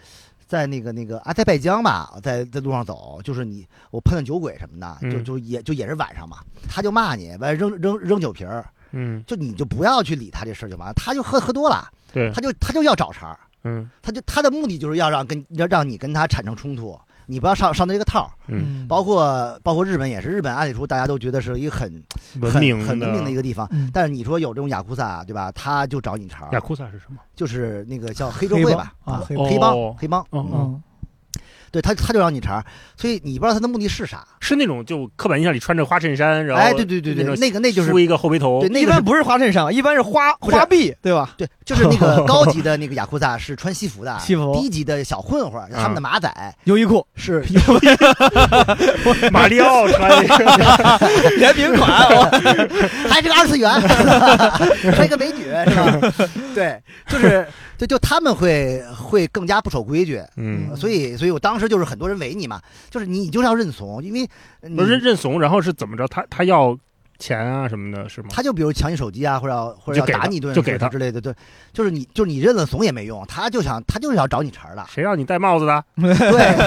在那个那个阿塞拜疆吧，在在路上走，就是你我碰见酒鬼什么的，就嗯就也就也是晚上嘛，他就骂你，完扔扔扔酒瓶儿，嗯，就你就不要去理他这事儿就完了，他就喝喝多了，对，他就他就要找茬儿。嗯他就他的目的就是要让跟要让你跟他产生冲突，你不要上上这个套儿。嗯，包括包括日本也是，日本按理说大家都觉得是一个很文明很很文明的一个地方，嗯但是你说有这种雅库萨对吧？他就找你茬儿雅，库萨是什么？就是那个叫黑社会吧，黑帮啊帮黑黑帮哦黑帮，哦哦，嗯，对他他就找你茬儿，所以你不知道他的目的是啥。是那种就刻板印象里穿着花衬衫，然后哎，对对对对，那种那个那就是梳一个后背头对，那一个是般不是花衬衫，一般是花不是花臂，对吧？对，就是那 <laughs> 个高级的那个雅库萨是穿西服的，西服低级的小混啊混儿，他们的马仔优衣库 <laughs> 是马里奥穿的 <laughs> 是 <laughs> 联名款，我还是个二次元， <laughs> 还一个美女是吧？ <laughs> 对，就是就就他们会会更加不守规矩，嗯，所以所以我当时就是很多人围你嘛，就是你你就是要认怂，因为你不是认认怂，然后是怎么着？他他要钱啊什么的，是吗？他就比如抢你手机啊，或者要或者就要给打他你一顿就给他，之类的，对，就是你就是你认了怂也没用，他就想他就是要找你茬儿的 <laughs> 谁让你戴帽子的？对，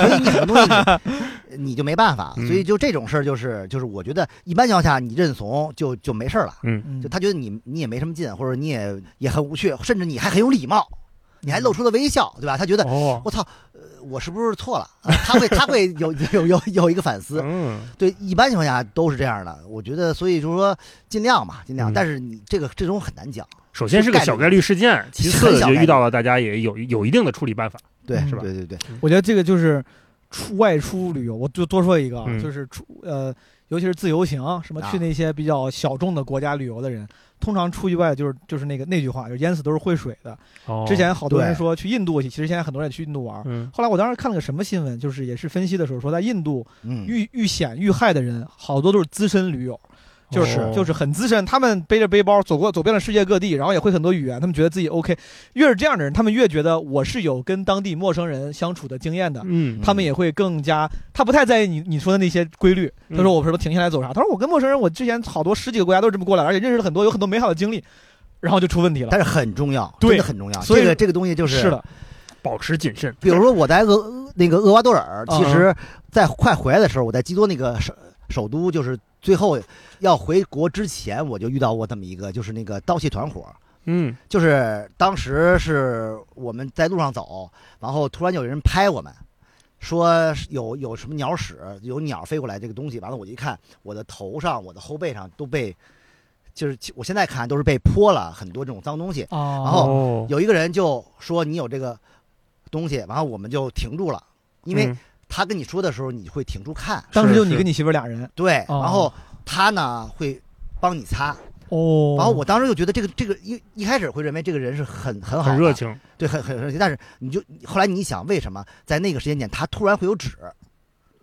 所以你很多东西你就没 <laughs> 办法，嗯所以就这种事儿就是就是我觉得一般情况下你认怂就就没事儿了。嗯嗯就他觉得你你也没什么劲，或者你也也很无趣，甚至你还很有礼貌，你还露出了微笑，对吧？他觉得哦，我操，呃我是不是错了？啊他会他会有 <laughs> 有有有一个反思。嗯，对，一般情况下都是这样的。我觉得，所以就是说尽量嘛，尽量。嗯但是你这个这种很难讲，首先是个小概率事件，其很次就小概率遇到了大家也有有一定的处理办法。对，嗯是吧对对对，我觉得这个就是出外出旅游，我就多说一个啊，嗯就是出呃，尤其是自由行，什么啊去那些比较小众的国家旅游的人，通常出去外就是就是那个那句话，就是淹死都是会水的。哦之前好多人对说去印度去，其实现在很多人也去印度玩。嗯后来我当时看了个什么新闻，就是也是分析的时候说，在印度嗯，遇遇险遇害的人好多都是资深驴友，就是、哦就是很资深，他们背着背包走过走遍了世界各地，然后也会很多语言，他们觉得自己 OK。越是这样的人，他们越觉得我是有跟当地陌生人相处的经验的。嗯他们也会更加，他不太在意你你说的那些规律。嗯他说我什么停下来走啥？他说我跟陌生人，我之前好多十几个国家都是这么过来，而且认识了很多，有很多美好的经历，然后就出问题了。但是很重要，对真的很重要。所以这个这个东西就是的，保持谨慎，比如说我在厄那个厄瓜多尔，嗯其实，在快回来的时候，我在基多那个首首都，就是最后要回国之前，我就遇到过这么一个，就是那个盗窃团伙。嗯就是当时是我们在路上走，然后突然有人拍我们，说是有有什么鸟屎，有鸟飞过来这个东西。完了我一看，我的头上、我的后背上都被，就是我现在看都是被泼了很多这种脏东西。然然后哦有一个人就说你有这个东西，然后我们就停住了，因为嗯他跟你说的时候，你会停住看，当时是就你是跟你媳妇儿俩人对，哦然后他呢会帮你擦，哦然后我当时就觉得这个这个一一开始会认为这个人是很很好很的热，情，对，很很热情，但是你就后来你一想，为什么在那个时间点他突然会有纸，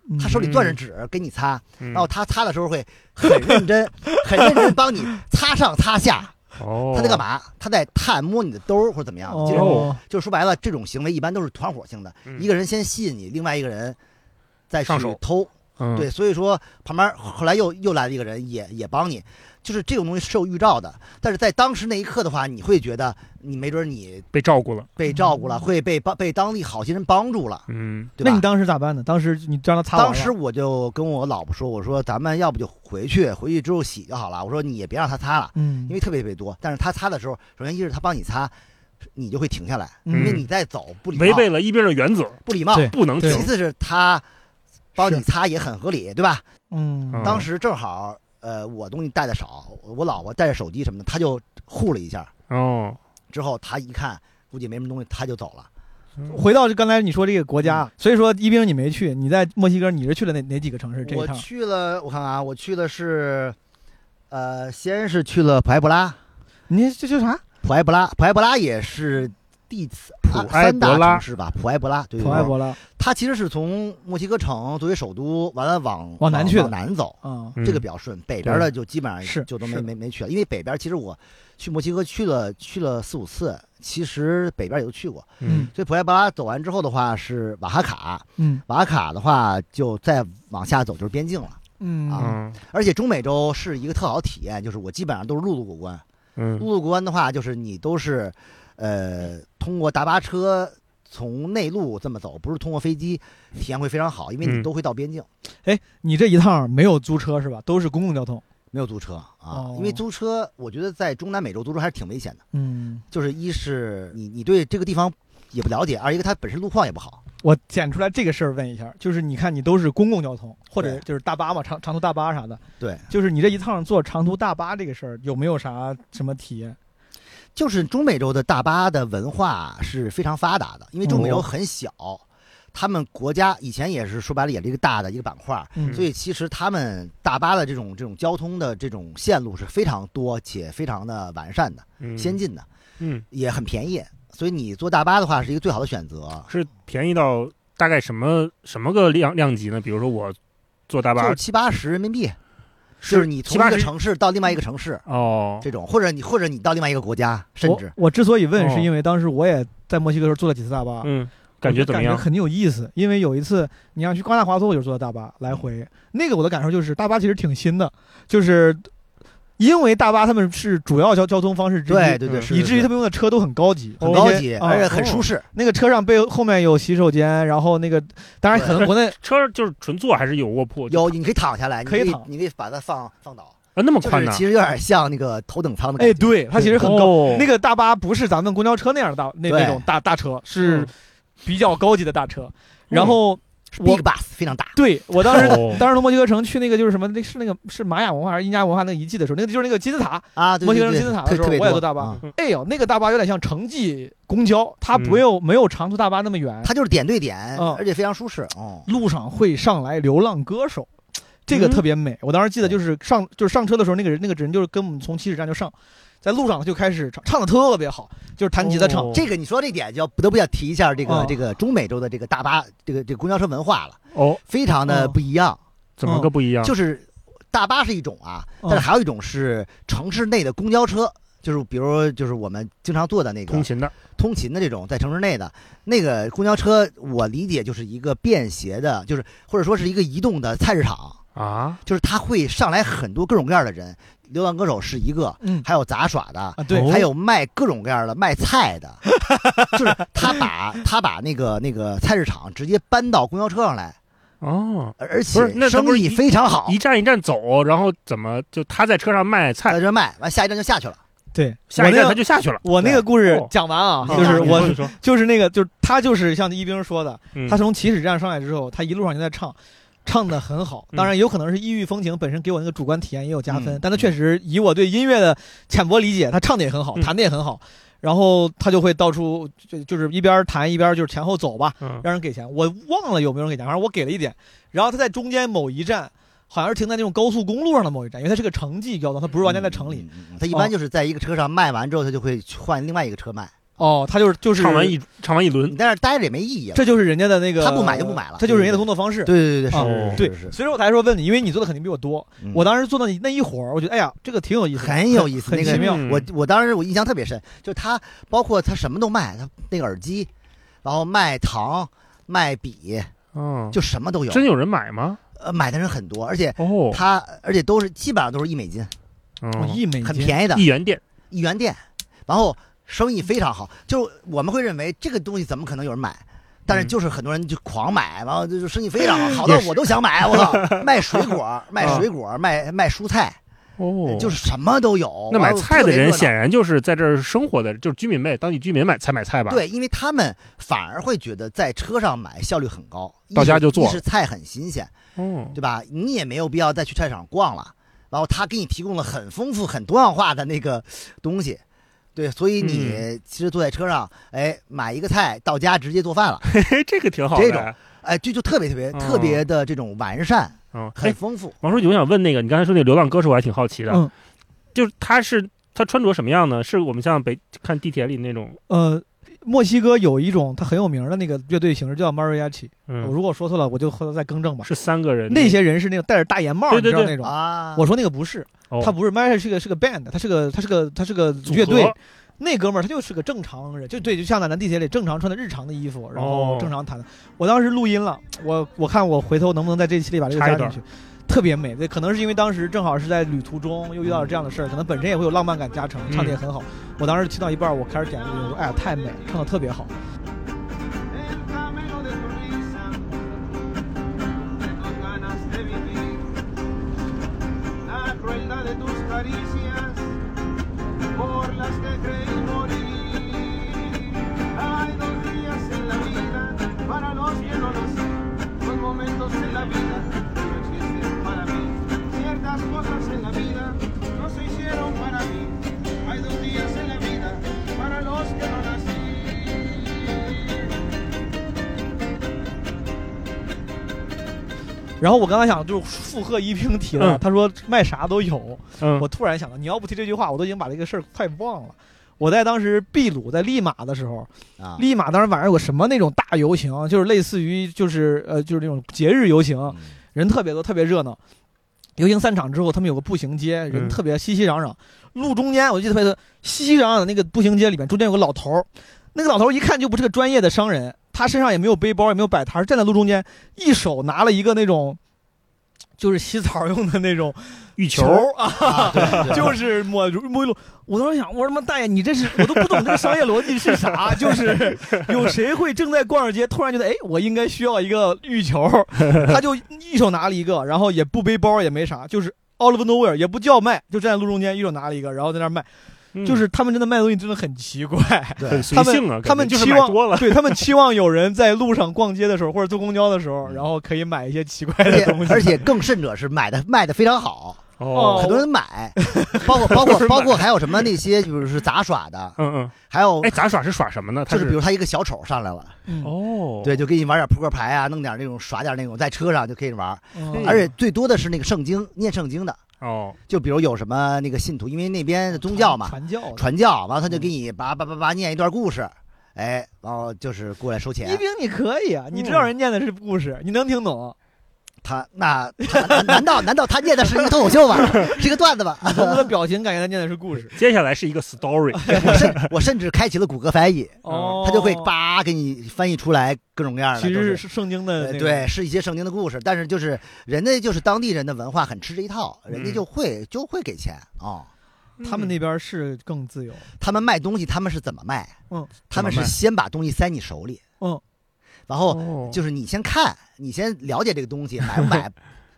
嗯他手里攥着纸给你擦，然然后他擦的时候会很认真，很认真帮你擦上擦下，哦，他在干？嘛？他在探摸你的兜儿或者怎么样？就是哦就说白了，这种行为一般都是团伙性的，嗯一个人先吸引你，另外一个人再去上手偷。嗯对，，所以说旁边后来又又来了一个人也也帮你，就是这种东西是有预兆的。但是在当时那一刻的话，你会觉得你没准你被照顾了，被照顾了，会被帮被当地好心人帮助了，嗯对嗯那你吧？当时咋办呢？当时你让他擦完了当时我就跟我老婆说，我说咱们要不就回去，回去之后洗就好了。我说你也别让他擦了，嗯，因为特别特别多。但是他擦的时候，首先一是他帮你擦，你就会停下来，因嗯为你在走不礼违貌，背了一边的原则，不礼貌。对不能对嗯其停。次是他帮你是擦也很合理，对吧？嗯嗯当时正好，呃，我东西带的少，我老婆带着手机什么的，他就护了一下。哦，之后他一看，估计没什么东西，他就走了。回到刚才你说这个国嗯家，所以说一冰你没去，你在墨西哥你是去了哪哪几个城市？这一我趟去了，我看看啊，我去的是，呃，先是去了普埃博拉，你这叫啥？普埃博拉，普埃博拉也是第次普啊埃三大博拉城市吧，普埃博拉，对，普埃博拉它其实是从墨西哥城作为首都，完了往往南去的往南走，啊，嗯这个比较顺。北边的就基本是上就都是没的没没去了，因为北边其实我去墨西哥去了去了四五次，其实北边也就去过。嗯所以普埃博拉走完之后的话是瓦哈卡，嗯瓦哈卡的话就再往下走就是边境了。嗯啊嗯而且中美洲是一个特好的体验，就是我基本上都是陆路过关。嗯陆路过关的话，就是你都是，呃，通过大巴车从内陆这么走，不是通过飞机，体验会非常好，因为嗯你都会到边境，你这一趟没有租车是吧？都是公共交通。没有租车啊，哦因为租车，我觉得在中南美洲租车还是挺危险的，嗯，就是一是你你对这个地方也不了解，二一个它本身路况也不好，我捡出来这个事儿问一下，就是你看你都是公共交通，或者对就是大巴嘛，长长途大巴啥的，对，就是你这一趟坐长途大巴这个事儿有没有啥什么体验？就是中美洲的大巴的文化是非常发达的，因为中美洲很小，哦他们国家以前也是说白了也是一个大的一个板块，嗯所以其实他们大巴的这种这种交通的这种线路是非常多且非常的完善的、嗯，先进的，嗯也很便宜。所以你坐大巴的话是一个最好的选择，是便宜到大概什么什么个量量级呢？比如说我坐大就巴是七八十人民币，就是你七从八一个十城市到另外一个城市哦，这种，或者你或者你到另外一个国家，甚至我我之所以问，哦是因为当时我也在墨西哥时候坐了几次大巴，嗯，感觉怎么感样觉？很有意思，因为有一次你要去瓜纳华托，我就是坐的大巴来回。那个我的感受就是，大巴其实挺新的，就是因为大巴他们是主要交交通方式之一，对对对，嗯是以至于他是们用的车都很高级，很那高些级，啊而且很舒哦适。那个车上背后面有洗手间，然后那个当然可能对国内车就是纯坐还是有卧铺？有你可以躺下来，你可以以躺你可以把它放放倒，啊，那么就宽是呢？其实有点像那个头等舱的感哎，觉。对，它其实很高。哦那个大巴不是咱们公交车那样的大那对嗯那种大大车，是嗯比较高级的大车。然后是我，big bus 非常大，对我当时哦当时从墨西哥城去那个就是什么，那是那个是玛雅文化还是印加文化那个遗迹的时候，那个就是那个金字塔。啊，对墨西对哥对金字塔的特时候特别我也多坐大巴嗯哎呦，那个大巴有点像城际公交，它嗯不有没有长途大巴那么远，它就是点对点，嗯而且非常舒适。哦，路上会上来流浪歌手。这个嗯特别美，我当时记得就是上就是上车的时候，那个人那个人就是跟我们从起始站就上，在路上就开始唱，唱的特别好，就是弹吉他唱哦，这个你说这点就要不得不要提一下这个、哦这个中美洲的这个大巴这个这个公交车文化了，哦，非常的哦不一样。怎么个不一样？嗯就是大巴是一种啊，嗯但是还有一种是城市内的公交车，就是比如就是我们经常坐的那个通勤的通勤的这种在城市内的那个公交车，我理解就是一个便携的，就是或者说是一个移动的菜市场，啊，就是它会上来很多各种各样的人，流浪歌手是一个，嗯还有杂耍的，啊对哦还有卖各种各样的卖 <laughs> 菜的，就是他把他把那个那个菜市场直接搬到公交车上来，哦，而而不是那且他不生是意一非常好一，站一站走，然后怎么就他在车上卖菜在，这卖完下一站就下去了。对，下一站他我那个就下去了。我那个故事哦讲完啊，嗯就是嗯我你说就是那个就是他就是像一冰说的，你他说，从起始站上来之后，他一路上就在唱，唱的很好。嗯当然，有可能是异域风情本身给我那个主观体验也有加分，嗯但他确实以我对音乐的浅薄理解，他唱的也很好，嗯弹的也很好。然后他就会到处就就是一边弹一边就是前后走吧，嗯让人给钱。我忘了有没有人给钱，反正我给了一点。然后他在中间某一站，好像是停在那种高速公路上的某一站，因为它是个城际交通，它不是完全在城里。嗯，嗯嗯他一哦般就是在一个车上卖完之后，他就会去换另外一个车卖。哦，他就是就是唱完一唱完一你轮，在那儿待着也没意义了。这就是人家的那个，他不买就不买了这就是人家的工作方式。对对对对，是、啊哦 <laughs> 是对是是所以说我才说问你，因为你做的肯定比我多。嗯我当时做到那一会儿，我觉得哎呀，这个挺有意思的，很有意思很那个奇妙。嗯我我当时我印象特别深，就是他包括他什么都卖，他那个耳机，然后卖糖、卖笔，嗯，就什么都有。真有人买吗？呃，买的人很多，而且哦，他而且都是基本上都是一美金，哦嗯一美金很便宜的一元店，一元店，然后生意非常好。就是我们会认为这个东西怎么可能有人买？但是嗯就是很多人就狂买，完了就就生意非常好，好到我都想买。<laughs> 我操，卖水果，卖水果，卖卖蔬菜，嗯哦，呃就是什么都有。那买完了菜的特别热人闹显然就是在这儿生活的，就是居民呗，当地居民买才买菜吧？，对，因为他们反而会觉得在车上买效率很高，一到家是就做一是菜很新鲜，哦，对吧？你也没有必要再去菜市场逛了。然后他给你提供了很丰富、很多样化的那个东西，对，所以嗯你其实坐在车上，哎，买一个菜到家直接做饭了，嘿嘿， <laughs> 这个挺好的。这种哎，这就特别特别、特哦别的这种完善，嗯，很哎，丰富。王书记，我想问那个，你刚才说那流浪歌手，我还挺好奇的，嗯就是他是他穿着什么样呢？是我们像北看地铁里那种呃，墨西哥有一种它很有名的那个乐队形式叫 mariachi，我嗯，如果说错了，我就后头再更正吧。是三个人那些人是那个戴着大檐帽，对你知道对对那种。啊，我说那个不是，哦他不是 mariachi 是个是个 band，他是个他是个他是个组乐队合。那哥们儿他就是个正常人，就对，就像在咱地铁里正常穿的日常的衣服，然哦后正常弹的。我当时录音了，我我看我回头能不能在这一期里把这个插加一段进去，特别美。对，可能是因为当时正好是在旅途中，又遇到了这样的事儿，可能本身也会有浪漫感加成，嗯唱的也很好。我当时听到一半，我开始点这个，我说哎呀太美，了，唱的特别好。 el camino de tu risa, de tus ganas de vivir, la crueldad de tus caricias, por las que creí morir. Hay dos días en la vida para los que no lo sé, dos momentos en la vida que no existen para mí. Ciertas cosas en la vida no se hicieron para mí. Hay dos días en la vida para los que no nací. 然后我刚才想就是附和一平提了，嗯他说卖啥都有，嗯我突然想到，你要不提这句话，我都已经把这个事儿快忘了。我在当时秘鲁在利马的时候，啊，利马当时晚上有个什么那种大游行，就是类似于就是呃就是那种节日游行，嗯人特别多，特别热闹。游行散场之后，他们有个步行街，人特别熙熙攘攘。路中间，我记得特别多，熙熙攘攘的那个步行街里面，中间有个老头儿，那个老头儿一看就不是个专业的商人，他身上也没有背包，也没有摆摊儿，站在路中间，一手拿了一个那种。就是洗澡用的那种玉球儿啊，啊对 <laughs> 对就是抹如沐浴露。我当时想，我他妈大爷，你这是我都不懂这个商业逻辑是啥？就是有谁会正在逛着街，突然觉得哎，我应该需要一个浴球，他就一手拿了一个，然后也不背包，也没啥，就是 all of nowhere，也不叫卖，就站在路中间，一手拿了一个，然后在那儿卖。嗯就是他们真的卖东西真的很奇怪，很对，随他性啊，们他们感觉就是期买望多了，对他们期望有人在路上逛街的时候或者坐公交的时候，嗯然后可以买一些奇怪而的且东西。而且更甚者是买的卖的非常好，哦很多人买，包括包括包括还有什么那些就是杂耍的，嗯嗯，还有哎，杂耍是耍什么呢？他哦就是比如他一个小丑上来了，嗯哦，对，就给你玩点扑克牌啊，弄点那种耍点那种在车上就可以玩，嗯而且最多的是那个圣经念圣经的，哦，就比如有什么那个信徒，因为那边宗教嘛，传教的。传教，完了他就给你叭叭叭叭念一段故事，哎，然后就是过来收一钱。冰，你可以啊，你知道人念的是故事，你能听懂。他那他难难道难道他念的是一个脱口秀吧， <laughs> 是一个段子吧？从他的表情感觉他念的是故事。接下来是哦一个 story， <laughs> 我甚我甚至开启了谷歌翻译，哦，嗯他就会，叭给你翻译出来各种各样的。其都实是是圣经的呃那个。对，是一些圣经的故事，但是就是人家就是当地人的文化很吃这一套，人家嗯就会就会给钱啊、他们那边是更自由。他们卖东西，他们是怎么卖？嗯，他们怎么是卖先把东西塞你手里，嗯，然后哦就是你先看，你先了解这个东西，买不买？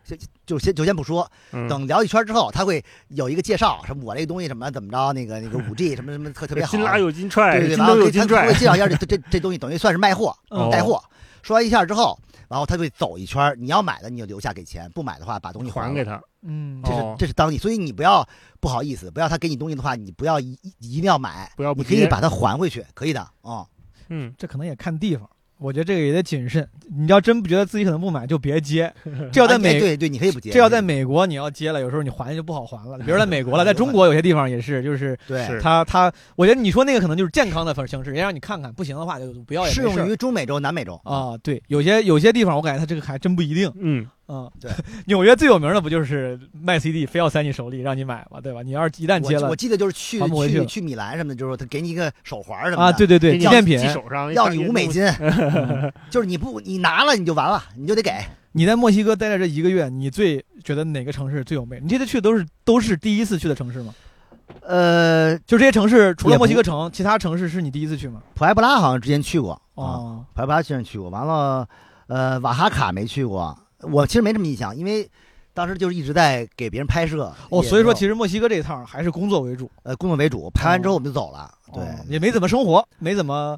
就就先就先不说，嗯等聊一圈之后，他会有一个介绍，什么我这个东西什么怎么着，那个那个五 G 什么什么特特别好，金拉有金踹，对对对，金然后兜有给金他他拽会，介绍一下这这这这东西，等于算是 <laughs> 卖货嗯带货。说完一下之后，然后他会走一圈儿，你要买的你就留下给钱，不买的话把东西还了给。他。嗯，这哦是这是当地，所以你不要不好意思，不要他给你东西的话，你不要一一一定要买，不要不你可以接把它还回去，可以的啊。嗯，这可能也看地方。我觉得这个也得谨慎。你要真不觉得自己可能不买，就别 <laughs> 接。这要在哎哎美，对对，你可以不接，这要在你美国，你要接了，有时候你还就不好还了。比如 <laughs> 在美国了，在中国有些地方也是，就是对是他他，我觉得你说那个可能就是健康的方形式，人家让你看看，不行的话就不要也适没事用儿于中美洲、南美洲。啊。对，有些有些地方我感觉他这个还真不一定。嗯，嗯，对，纽约最有名的不就是卖 CD 非要塞你手里让你买嘛，对吧？你要是一旦接我了我记得就是去还不回去去了去米兰什么的，就是他给你一个手环什么的啊，对，对给对，你纪念品系，手上要你五美， <laughs> 金，嗯就是你不你拿了你就完了，你就得给。你在墨西哥待了这一个月，你最觉得哪个城市最有魅力？你这次去的都是都是第一次去的城市吗？呃，就这些城市，除了也不墨西哥城，其他城市是你第一次去吗？普埃布拉好像之前去过啊，哦，普埃布拉之前去过，完了，呃，瓦哈卡没去过，我其实没什么印象，因为当时就是一直在给别人拍摄。哦，所以说其实实墨西哥这一趟还是工作为主，呃工作为主，拍完之后我们就走了。对、哦也没怎么生活，没怎么。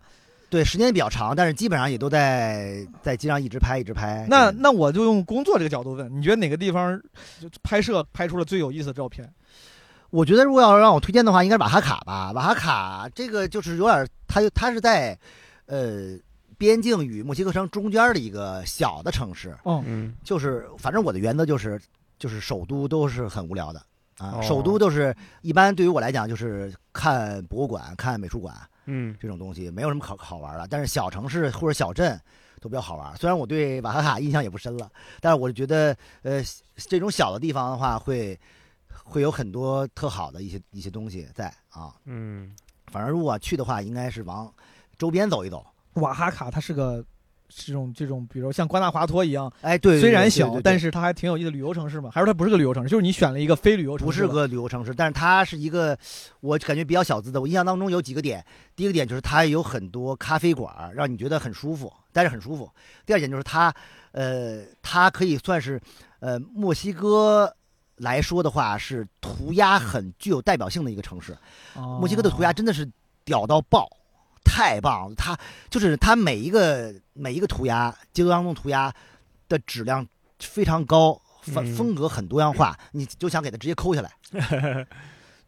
对，时间比较长，但是基本上也都在在街上一直拍一直拍。那对那我就用工作这个角度问，你觉得哪个地方就拍摄拍出了最有意思的照片？我觉得如果要让我推荐的话，应该是瓦哈卡吧。瓦哈卡这个就是有点，它它是在呃边境与墨西哥城中间的一个小的城市。嗯就是反正我的原则就是，就是首都都是很无聊的啊，哦首都都是一般对于我来讲就是看博物馆、看美术馆，嗯这种东西没有什么可好玩的。但是小城市或者小镇都比较好玩。虽然我对瓦哈卡印象也不深了，但是我觉得，呃，这种小的地方的话会，会有很多特好的一些一些东西在啊。嗯反正如果去的话，应该是往周边走一走。瓦哈卡它是个这种这种，比如像瓜纳华托一样，哎，对，对虽然对小对对，对但是它还挺有意思的旅游城市嘛。还是它不是个旅游城市，就是你选了一个非旅游城不市是吧，个旅游城市，但是它是一个我感觉比较小资的。我印象当中有几个点，第一个点就是它有很多咖啡馆儿，让你觉得很舒服，待着很舒服。第二点就是它，呃，它可以算是，呃，墨西哥。来说的话，是涂鸦很具有代表性的一个城市。哦墨西哥的涂鸦真的是屌到爆，太棒了！它就是它每一个每一个涂鸦，街头当中涂鸦的质量非常高，风嗯风格很多样化，你就想给它直接抠下来。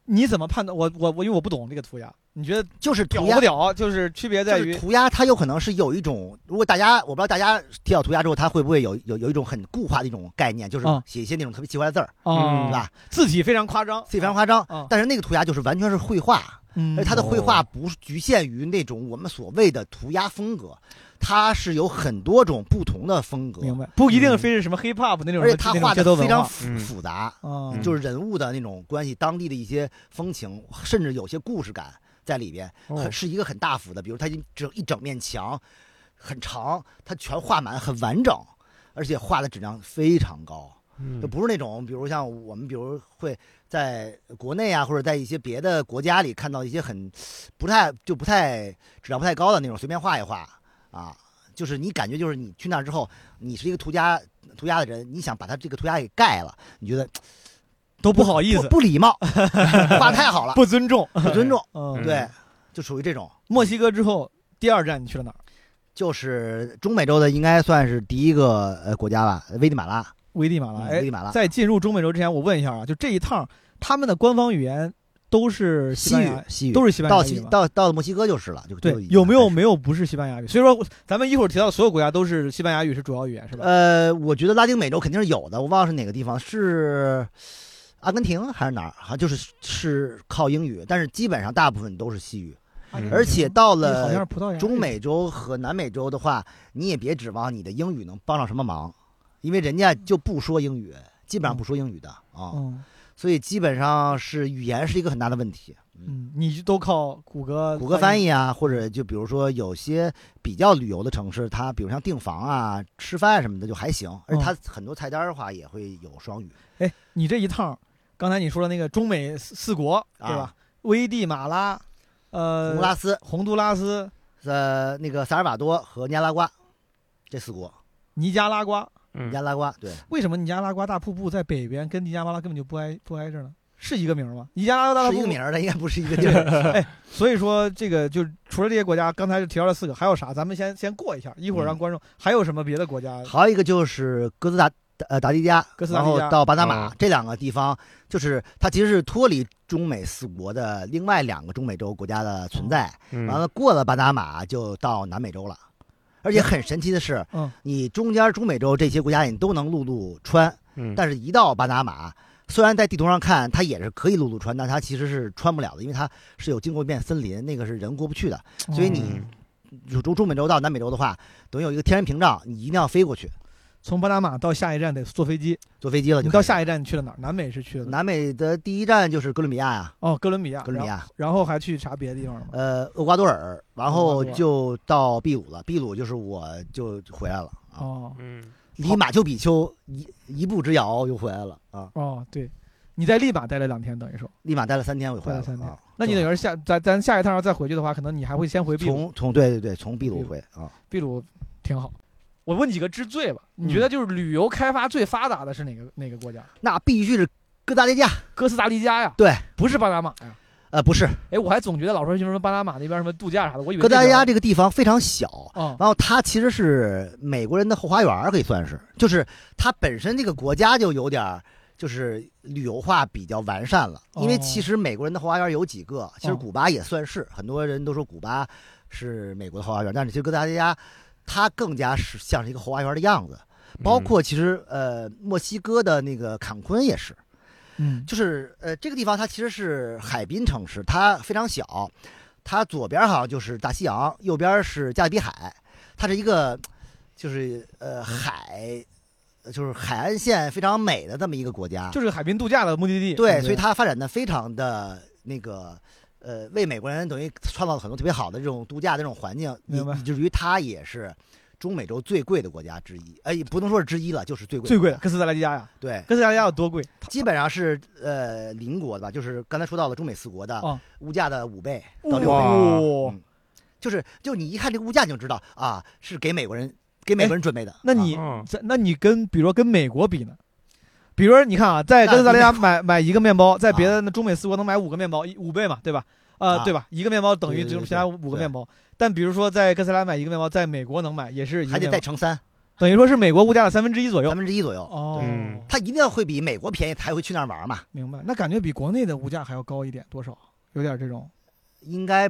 你怎么判断？我我我，因为我不懂这个涂鸦，你觉得就是屌涂鸦不，屌？就是区别在就于是涂鸦，它有可能是有一种，如果大家我不知道大家提到涂鸦之后，它会不会有有有一种很固化的一种概念，就是嗯写一些那种特别奇怪的字儿，啊对吧？字体非常夸张，非常夸张嗯。但是那个涂鸦就是完全是绘画，嗯而它的绘画不是局限于那种我们所谓的涂鸦风格，它是有很多种不同的风格，明白，不一定嗯非是什么 hip hop 那种，而且它那种画街头的文非常化复嗯复杂，啊，嗯就是人物的那种关系，当地的一些风情，甚至有些故事感在里边，哦很是一个很大幅的。比如它一整一整面墙，很长，它全画满，很完整，而且画的质量非常高，嗯就不是那种，比如像我们，比如会在国内啊，或者在一些别的国家里看到一些很不太就不太质量不太高的那种，随便画一画啊。就是你感觉就是你去那儿之后，你是一个涂鸦涂鸦的人，你想把它这个涂鸦给盖了，你觉得都哦不好意思，不 <laughs> 礼貌，画太好了，不尊重。不尊重，嗯，嗯对，就属于这种。墨西哥之后第二站你去了哪儿？就是中美洲的，应该算是第一个呃国家吧，危地马拉，危地马拉。嗯哎危地，马拉。在进入中美洲之前，我问一下啊，就这一趟他们的官方语言都是西西班语牙，，西语都是西班牙到语西吗到到了墨西哥啊就是了，就对就已，经有没有开始没有不是西班牙语？所以说，咱们一会儿提到的所有国家都是西班牙语是主要语言，是吧？呃，我觉得拉丁美洲肯定是有的，我忘了是哪个地方，是阿根廷还是哪儿？好像就是是靠英语，但是基本上大部分都是西语。嗯而且到哎好像是了葡萄牙语中美洲和南美洲的话，你也别指望你的英语能帮上什么忙，因为人家就不说英语，基本上不说英语的啊。嗯所以基本上是语言是一个很大的问题。嗯，你都靠谷歌谷歌翻译啊，或者就比如说有些比较旅游的城市，它比如像订房啊、吃饭什么的就还行，而且哦它很多菜单儿的话也会有双语。哎，你这一趟，刚才你说的那个中美四四国，对啊吧？危地马拉，呃，洪都拉斯、洪都拉斯、呃，那个萨尔瓦多和尼加拉瓜这四国，尼加拉瓜。尼嗯加拉瓜对，为什么尼加拉瓜大瀑布在北边，跟尼加拉瓜根本就不挨不挨着呢？是一个名儿吗？尼加拉瓜大是瀑一个布名。儿的，应该不是一个 <laughs> 地儿。对，哎，所以说这个就是除了这些国家，刚才就提到了四个，还有啥？咱们先先过一下，一会儿让嗯观众还有什么别的国家？还有一个就是哥斯达呃达黎加，哥斯达然黎加后到巴拿马、哦这两个地方，就是它其实是脱离中美四国的另外两个中美洲国家的存在。嗯完了，过了巴拿马就到南美洲了，而且很神奇的是，嗯你中间中美洲这些国家你都能陆路穿，嗯但是一到巴拿马，虽然在地图上看它也是可以陆路穿，但它其实是穿不了的，因为它是有经过一遍森林，那个是人过不去的。所以你嗯有中中美洲到南美洲的话，等于有一个天然屏障，你一定要飞过去，从巴拿马到下一站得坐飞机，坐飞机了就你开始。到下一站你去了哪儿？南美是去了哪儿南美的第一站就是哥伦比亚呀、哦，哥伦比亚，哥伦比然后，亚，然后还去啥别的地方了吗？呃，厄瓜多尔，然厄瓜后多尔就到秘鲁了，秘鲁就是我就回来了啊。哦嗯离马丘比丘一一步之遥就回来了啊！哦，对，你在利马待了两天，等于说，立马待了三天，我就回来待了三天啊。那你等于是下咱咱下一趟要再回去的话，可能你还会先回秘鲁，从从对对对，从秘秘鲁鲁回啊。秘鲁挺好。我问几个之最吧，你觉嗯得就是旅游开发最发达的是哪个哪个国家？那必须是哥达黎加，哥斯达黎加呀，对，不是巴拿马呀。呃，不是哎，我还总觉得老说什么巴拿马那边什么度假啥的，我以为哥达那黎边加这个地方非常小，哦然后它其实是美国人的后花园儿，可以算是，就是它本身这个国家就有点儿就是旅游化比较完善了，因为哦其实美国人的后花园有几个，其实哦古巴也算是，很多人都说古巴是美国的后花园，但是其实哥达黎加它更加是像是一个后花园的样子，嗯包括其实呃墨西哥的那个坎昆也是，嗯就是呃这个地方它其实是海滨城市，它非常小，它左边好像就是大西洋，右边是加勒比海，它是一个就是呃海，呃就是海岸线非常美的这么一个国家。就是嗯海滨度假的目的地。对，不所以它发展的非常的那个，呃，为美国人等于创造了很多特别好的这种度假的这种环境，以明白以至于它也是中美洲最贵的国家之一。哎，不能说是之一了，就是最贵最贵的的国家。哥斯达黎加呀，对，哥斯达黎加有多贵？基本上是呃邻国的吧，就是刚才说到了中美四国的、哦物价的五倍到六倍，哇嗯就是就你一看这个物价你就知道啊，是给美国人给美国人准备的。哎那啊你嗯在那你跟比如说跟美国比呢？比如说你看啊，在哥斯达黎加买买一个面包，在别的那中美四国能买五个面包，一五倍嘛，对吧？呃，啊对吧？一个面包等于对对就对是其他五个面包。但比如说在哥斯达黎加买一个面包，在美国能买也是一个啊还得面再包，乘三，等于说是美国物价的三分之一左右三。分之一左右。哦，嗯它一定要会比美国便宜才会去那儿玩嘛，明白。那感觉比国内的物价还要高一点，多少？有点这种。应该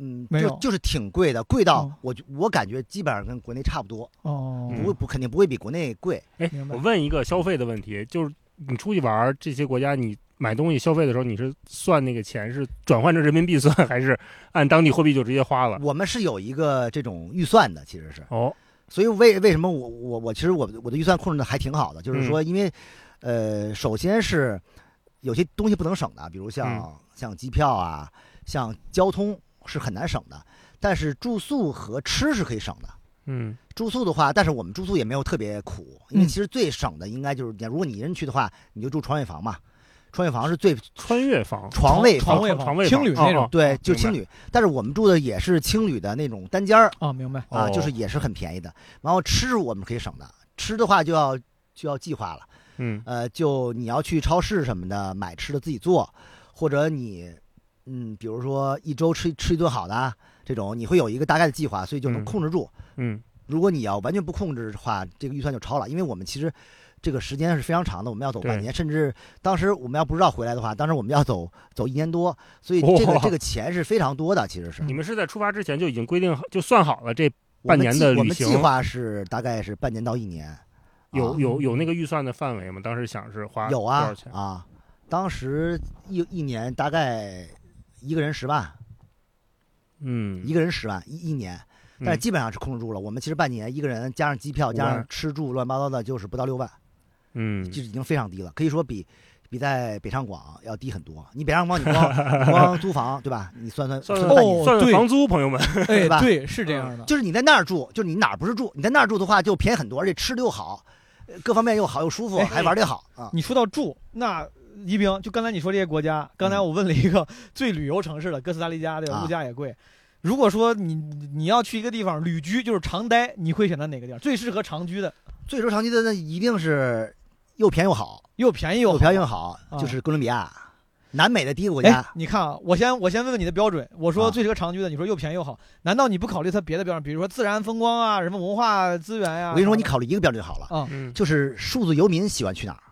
嗯没就有就是挺贵的，贵到嗯我就我感觉基本上跟国内差不多，哦，不会不肯定不会比国内贵。哎明白我问一个消费的问题，就是你出去玩儿这些国家，你买东西消费的时候，你是算那个钱是转换成人民币算，还是按当地货币就直接花了？我们是有一个这种预算的，其实是。哦，所以为为什么我我我其实我我的预算控制的还挺好的，就是说因为，呃，首先是有些东西不能省的，比如像、像机票啊，像交通是很难省的，但是住宿和吃是可以省的。嗯住宿的话，但是我们住宿也没有特别苦，因为嗯其实最省的应该就是，如果你一人去的话，你就住床位房嘛，床位房是最穿越房哦床位床房，位床位青旅那种哦对，就明青白旅，但是我们住的也是青旅的那种单间儿，啊， <laughs> 明白。啊，就哦是也是很便宜的。然后吃我们可以省的，吃的话就要就要计划了。嗯呃，就你要去超市什么的买吃的自己做，或者你嗯，比如说一周吃吃一顿好的啊这种，你会有一个大概的计划，所以就能嗯控制住。嗯如果你要完全不控制的话，这个预算就超了，因为我们其实。这个时间是非常长的，我们要走半对年，甚至当时我们要不知道回来的话，当时我们要走走一年多，所以这个、哇这个钱是非常多的，其实是你们是在出发之前就已经规定好，就算好了这我半们年计的我旅们计行划是大概是半年到一年，有、啊有有那个预算的范围吗？当时想是花有多啊少钱？啊，当时一一年大概一个人十万，嗯，一个人十万一一年，嗯但是基本上是控制住了。我们其实半年一个人加上机票五加上万吃住乱七八糟的，就是不到六万，嗯就是已经非常低了，可以说比。比在北上广要低很多。你北上广，你光你光租房，对吧？你算算算算算半年哦算算对房租，朋友们，哎对，吧嗯对，是这样的。就是你在那儿住，就是你哪儿不是住？你在那儿住的话，就便宜很多，而且吃的又好，呃各方面又好又舒服，哎还玩的也好啊。你说到住，那宜宾就刚才你说这些国家，刚才我问了一个 <laughs> 最旅游城市的哥斯达黎加，对吧？嗯啊物价也贵。如果说你你要去一个地方旅居，就是长待，你会选择哪个地方？最适合长居的，最受长期的那一定是又便宜又好，又便宜又又好便宜又好，啊就是哥伦比亚，南美的第一个国哎家。，你看啊，我先我先问问你的标准。我说啊最适合长居的，你说又便宜又好，难道你不考虑它别的标准，比如说自然风光啊，什么文化资源呀、我跟你说，你考虑一个标准就啊好了，嗯就是数字游民喜欢去哪儿。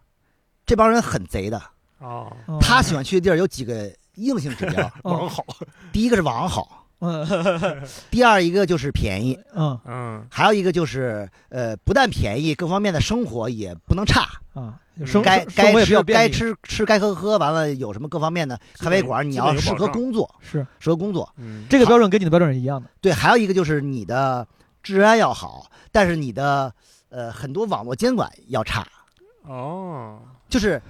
这帮人很贼的，哦，嗯他喜欢去的地儿有几个硬性指标，哦网好，第一个是网好，嗯第二一个就是便宜，嗯嗯还有一个就是呃，不但便宜，各方面的生活也不能差，啊，生该生生活该也比吃较便该利吃吃该喝喝，完了有什么各方面的咖啡馆，你基本要有适保合障工作，是适合工作，嗯，这个标准跟你的标准是一样的。对，还有一个就是你的治安要好，但是你的呃很多网络监管要差，哦，就是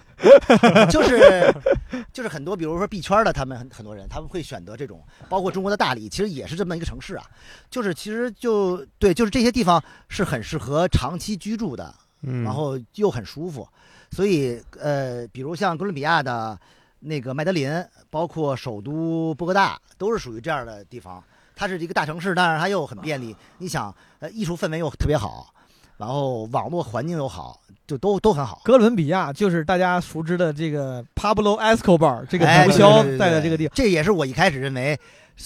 就是 <laughs> 就是很多比如说币圈的他们很很多人他们会选择这种，包括中国的大理其实也是这么一个城市啊，就是其实就对，就是这些地方是很适合长期居住的，嗯，然后又很舒服，所以呃，比如像哥伦比亚的那个麦德林，包括首都波哥大，都是属于这样的地方。它是一个大城市，但是它又很便利。你想，呃，艺术氛围又特别好，然后网络环境又好，就都都很好。哥伦比亚就是大家熟知的这个 Pablo Escobar 这个哎毒对枭对对带的对这个地方，这也是我一开始认为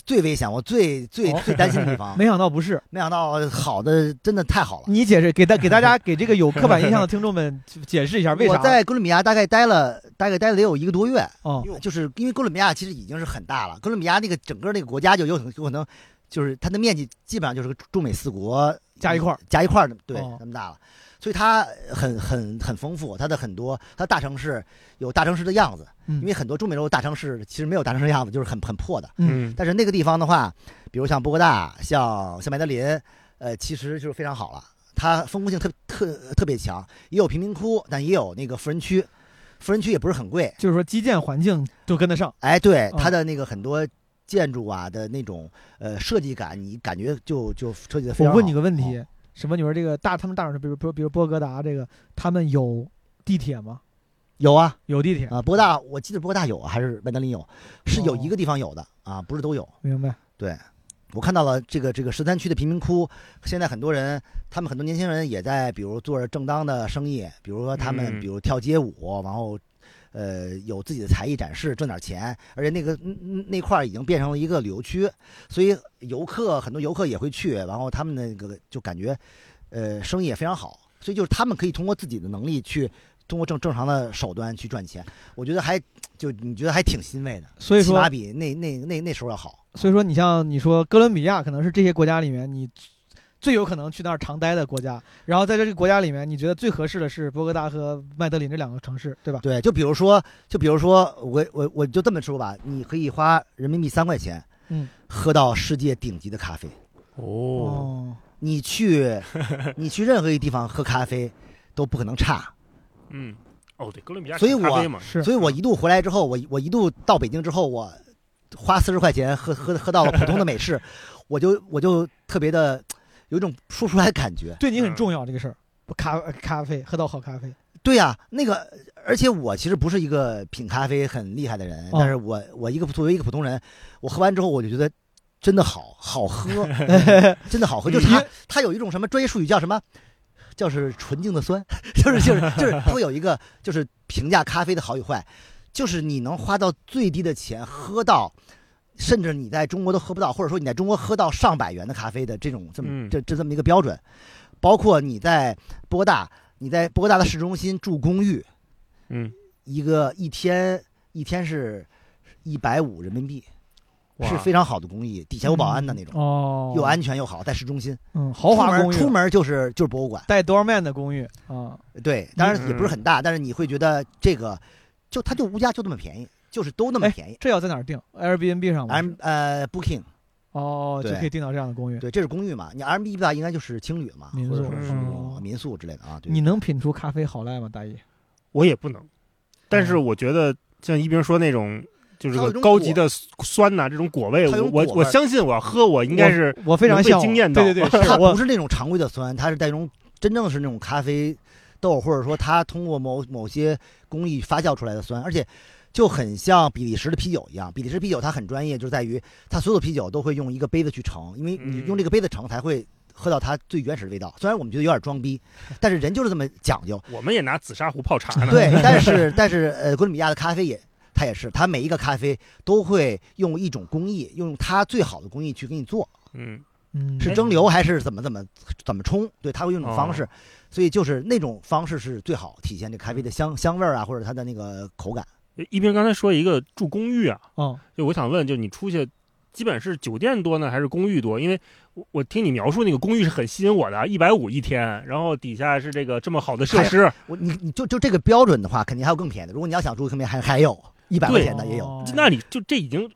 最危险、我最最哦最担心的地方。没想到不是。没想到好的真的太好了。你解释给大给大家给这个有刻板印象的听众们解释一下为啥？我在哥伦比亚大概待了大概待了得有一个多月，哦就是因为哥伦比亚其实已经是很大了，哥伦比亚那个整个那个国家就有可能有可能就是它的面积基本上就是个中美四国嗯加一块儿，加一块儿那么对哦那么大了，所以它很很很丰富，它的很多它大城市有大城市的样子，嗯因为很多中美洲大城市其实没有大城市的样子，就是很很破的。嗯，但是那个地方的话，比如像波哥大，像像麦德林，呃，其实就是非常好了。它丰富性特特特别强，也有贫民窟，但也有那个富人区，富人区也不是很贵。就是说基建环境都跟得上。哎，对嗯它的那个很多建筑啊的那种呃设计感，你感觉就就设计的非我常好。问你个问哦题，什么？你说这个大他们大城市，比如比如比如波哥达这个，他们有地铁吗？有啊有地铁，啊，波哥大我记得波哥大有啊，还是麦德林有，是有哦一个地方有的啊，不是都有。明白？我看到了这个这个十三区的贫民窟，现在很多人，他们很多年轻人也在，比如做着正当的生意，比如说他们嗯比如跳街舞，然后，呃，有自己的才艺展示，挣点钱，而且那个嗯嗯那块儿已经变成了一个旅游区，所以游客很多游客也会去，然后他们那个就感觉，呃，生意也非常好，所以就是他们可以通过自己的能力去。通过正正常的手段去赚钱，我觉得还就你觉得还挺欣慰的，所以起说码，比那那那那时候要好。所以说，你像你说哥伦比亚，可能是这些国家里面你最有可能去那儿常待的国家。然后在这个国家里面，你觉得最合适的是波哥大和麦德林这两个城市，对吧？对，就比如说，就比如说，我我我就这么说吧，你可以花人民币三块钱，嗯，喝到世界顶级的咖啡。哦，，<laughs> 你去，你去任何一个地方喝咖啡都不可能差。嗯，哦，对，哥伦比亚所以产咖我啡嘛，是嗯所以我一度回来之后，我我一度到北京之后，我花四十块钱喝喝喝到了普通的 <laughs> 美式，我就我就特别的有一种说不出来的感觉。对你很重要这个事儿。咖咖啡喝到好咖 <laughs> 啡，对呀、那个，而且我其实不是一个品咖啡很厉害的人，哦但是我我一个作为一个普通人，我喝完之后我就觉得真的好好喝，真嗯的好喝，就是它它有一种什么专业术语叫什么？就是纯净的酸， <laughs> 就是就是就是它会有一个就是评价咖啡的好与坏，就是你能花到最低的钱喝到，甚至你在中国都喝不到，或者说你在中国喝到上百元的咖啡的这种这么嗯这这这么一个标准，包括你在波大，你在波大的市中心住公寓，嗯，一个一天一天是一百五人民币，哇嗯是非常好的公寓，底下有保安的那种，哦，又安全又好，在市中心。嗯豪华公寓，出门出门就是就是博物馆，带 doorman 的公寓啊，对，当然也不是嗯很大，但是你会觉得这个就它就物价就这么便宜，就是都那么哎便宜。这要在哪儿订？Airbnb 上吗？ M 呃 Booking 哦，就对可以订到这样的公寓。对，这是公寓嘛？你 R M B 吧应该就是青旅嘛，民或者宿说是嗯那种民宿之类的啊。对你能品出咖啡好赖吗，大爷？我也不能，但是我觉得像一冰说那种。就是哦它有个一种高级的酸呐、这种果味，它有我我种果味我相信我要喝，我应该是我非常能被向往惊艳到对 <laughs> 对对，它是不我是那种常规的酸，它是带一种真正是那种咖啡豆，或者说它通过某某些工艺发酵出来的酸，而且就很像比利时的啤酒一样。比利时啤酒它很专业，就在于它所有的啤酒都会用一个杯子去盛，因为你嗯用这个杯子盛才会。喝到它最原始的味道，虽然我们觉得有点装逼，但是人就是这么讲究。我们也拿紫砂壶泡茶呢。对，但是但是呃，哥伦比亚的咖啡也，它也是，它每一个咖啡都会用一种工艺，用它最好的工艺去给你做。嗯，嗯是蒸馏还是怎么怎么怎么冲？对，它会用这种方式，所以就是那种方式是最好体现这咖啡的香香味儿啊，或者它的那个口感。一冰刚才说一个住公寓啊，哦，就我想问，就你出去基本是酒店多呢，还是公寓多？因为我我听你描述那个公寓是很吸引我的，啊一百五一天，然后底下是这个这么好的设施，我你你就就这个标准的话，肯定还有更便宜的。如果你要想住更便宜，还还有一百块对钱的也有。哦那你就这已经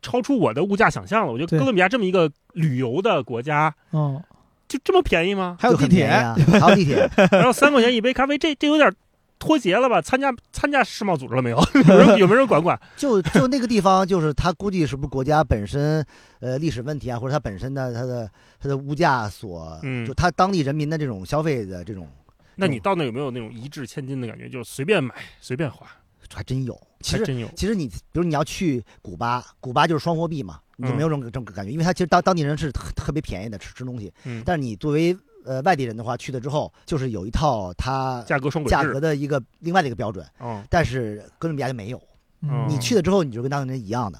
超出我的物价想象了。我觉得对哥伦比亚这么一个旅游的国家，哦，？就这么便宜吗还有地就很铁便宜，啊，还有地铁，然后三块钱一杯咖啡，这这有点脱节了吧？参加参加世贸组织了没有？ <laughs> 有人有没有人管管？就就那个地方，就是它估计是不是国家本身呃历史问题啊，或者它本身的它的它的物价所，嗯就它当地人民的这种消费的这种那你到那有没有那种一掷千金的感觉？就是随便买随便花，还真有。其还实真有。其实你，比如你要去古巴，古巴就是双货币嘛，你就没有这种这种感觉，因为它其实当当地人是特特别便宜的吃吃东西，嗯，但是你作为呃外地人的话，去了之后就是有一套它价格双轨价制格，的一个另外的一个标准，嗯但是哥伦比亚就没有，哦你去了之后你就跟当地人一样的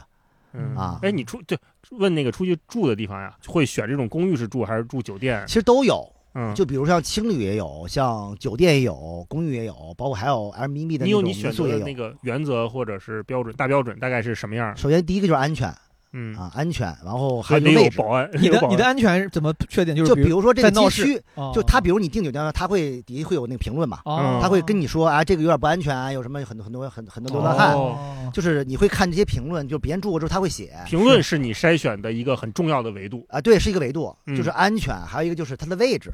嗯啊，哎，你出就问那个出去住的地方呀，会选这种公寓式住还是住酒店其？实都有，嗯，就比如像青旅也有，像酒店也有，公寓也有，包括还有 M B B 的你那种你民选宿择也的那有。个原则或者是标准大标准大概是什么样儿？首先第一个就是安全，嗯，啊，安全，然后还还有得一个位有置。保安，<laughs> 你有的保你的安，安全是怎么确定？就是就比比如如说这在个闹街市区，哦就他比如你订酒店的时候，他会底下会有那个评论嘛，嗯哦他会跟你说啊，这个有点不安全啊，有什么很多很多很很多流浪汉，哦就是你会看这些评论，就别人住过之后他会写评论是你筛选的一个很重要的维度。啊，对，是一个维度，嗯就是安全，还有一个就是它的位置，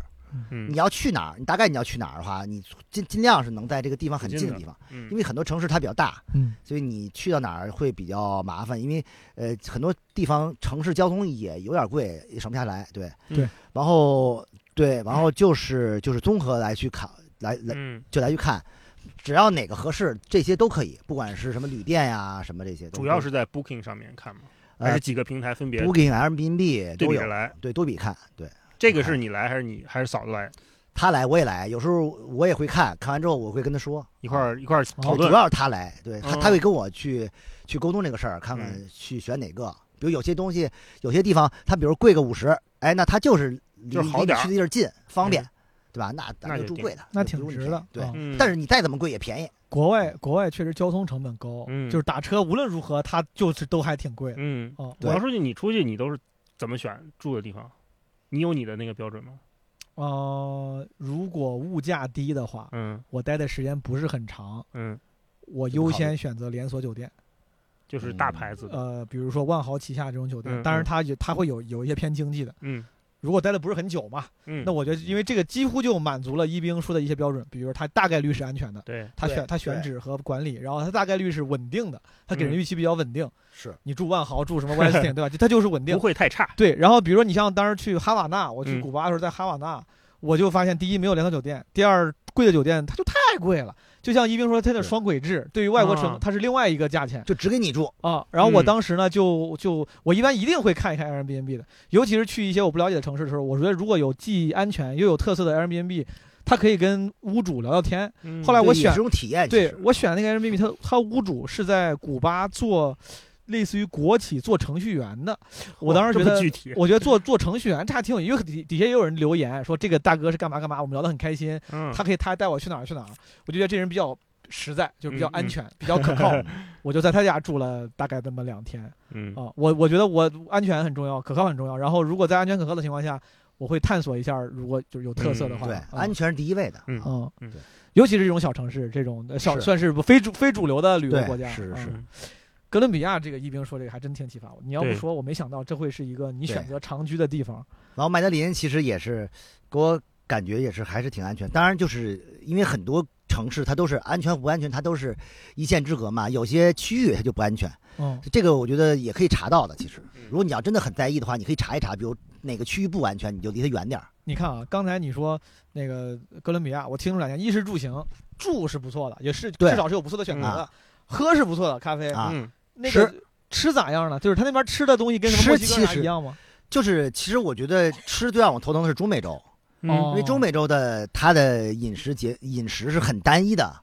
嗯你要去哪儿，你大概你要去哪儿的话，你尽尽量是能在这个地方很附近近的的地方，因嗯为很多城市它比较大，嗯所以你去到哪儿会比较麻烦，因为呃很多地方城市交通也有点贵，也省不下来。对嗯对，然后对，然后就是就是综合来去看，来来嗯，就来去看，只要哪个合适，这些都可以，不管是什么旅店呀、什么这些都可以，主要是在 Booking 上面看嘛，还呃是几个平台分别 Booking、对 Airbnb 都比有啊着，来？对都比看，对这个是你来还是你还是嫂子来？他来我也来，有时候我也会看看完之后我会跟他说一块儿一块儿哦讨哦主论。要是他来，对他、嗯他会跟我去去沟通这个事儿，看看去选哪个。比如有些东西，有些地方他比如贵个五十，哎，那他就是离就是好离你点儿去的地儿近，方便，嗯对吧？那咱那就就住定贵的，那就挺不用值你的便宜对啊，嗯，但是你再怎么贵也便宜，国外国外确实交通成本高，嗯就是打车无论如何它就是都还挺贵的。嗯，哦我对要说句，你出去你都是怎么选住的地方？你有你的那个标准吗？呃，如果物价低的话，嗯我待的时间不是很长，嗯，我怎么优考虑先选择连锁酒店，就是大牌子的。呃，比如说万豪旗下这种酒店，嗯当然嗯它也它会有有一些偏经济的。嗯如果待的不是很久嘛，嗯，那我觉得因为这个几乎就满足了一冰说的一些标准，比如它大概率是安全的，对，它对选它选对址和管理，然后它大概率是稳定的，它给人嗯预期比较稳定。是你住万豪住什么 Westin <laughs> 对吧？就它就是稳定不。会太差。对，然后比如说你像当时去哈瓦那，我去嗯古巴的时候在哈瓦那，我就发现第一没有连锁酒店，第二贵的酒店它就太贵了，就像一冰说它的是双轨制，对于外国城啊它是另外一个价钱。就只给你住。啊，然后我嗯当时呢，就就我一般一定会看一看 Airbnb 的，尤其是去一些我不了解的城市的时候，我觉得如果有既安全又有特色的 Airbnb，它可以跟屋主聊聊天。嗯后来我对选也是种体哎验，其对实我选那个 Airbnb，它它屋主是在古巴做类似于国企做程序员的，我当时这觉么得具体，我觉得做做程序员这还挺有意思，因为底底下也有人留言说这个大哥是干嘛干嘛，我们聊得很开心，嗯，他可以他带我去哪儿去哪儿，我就觉得这人比较实在，就比较嗯安嗯全，比较 <laughs> 可靠，我就在他家住了大概那么两天。嗯啊，我我觉得我安全很重要，可靠很重要。然后如果在安全可靠的情况下，我会探索一下，如果就是有特色的话，嗯对啊、安全是第一位的。嗯嗯，嗯对尤其是这种小城市，这种呃小是算是不非主非主流的旅游对国家，是啊是嗯哥伦比亚这个一兵说这个还真挺启发我。你要不对说，我没想到这会是一个你选对择长居的地方。然后麦德林其实也是给我感觉也是还是挺安全，当然就是因为很多城市它都是安全不安全，它都是一线之隔嘛，有些区域它就不安全。嗯，这个我觉得也可以查到的。其实嗯，如果你要真的很在意的话，你可以查一查，比如哪个区域不安全，你就离它远点儿。你看啊，刚才你说那个哥伦比亚，我听出两件，衣食住行，住是不错的，也是对至少是有不错的选择嗯的，喝是不错的，咖啡啊嗯那个吃咋样呢？就是他那边吃的东西跟什么吃墨西哥其啥实一样吗？就是其实我觉得吃最让我头疼的是中美洲，嗯因为中美洲的它的饮食节饮食是很单一的。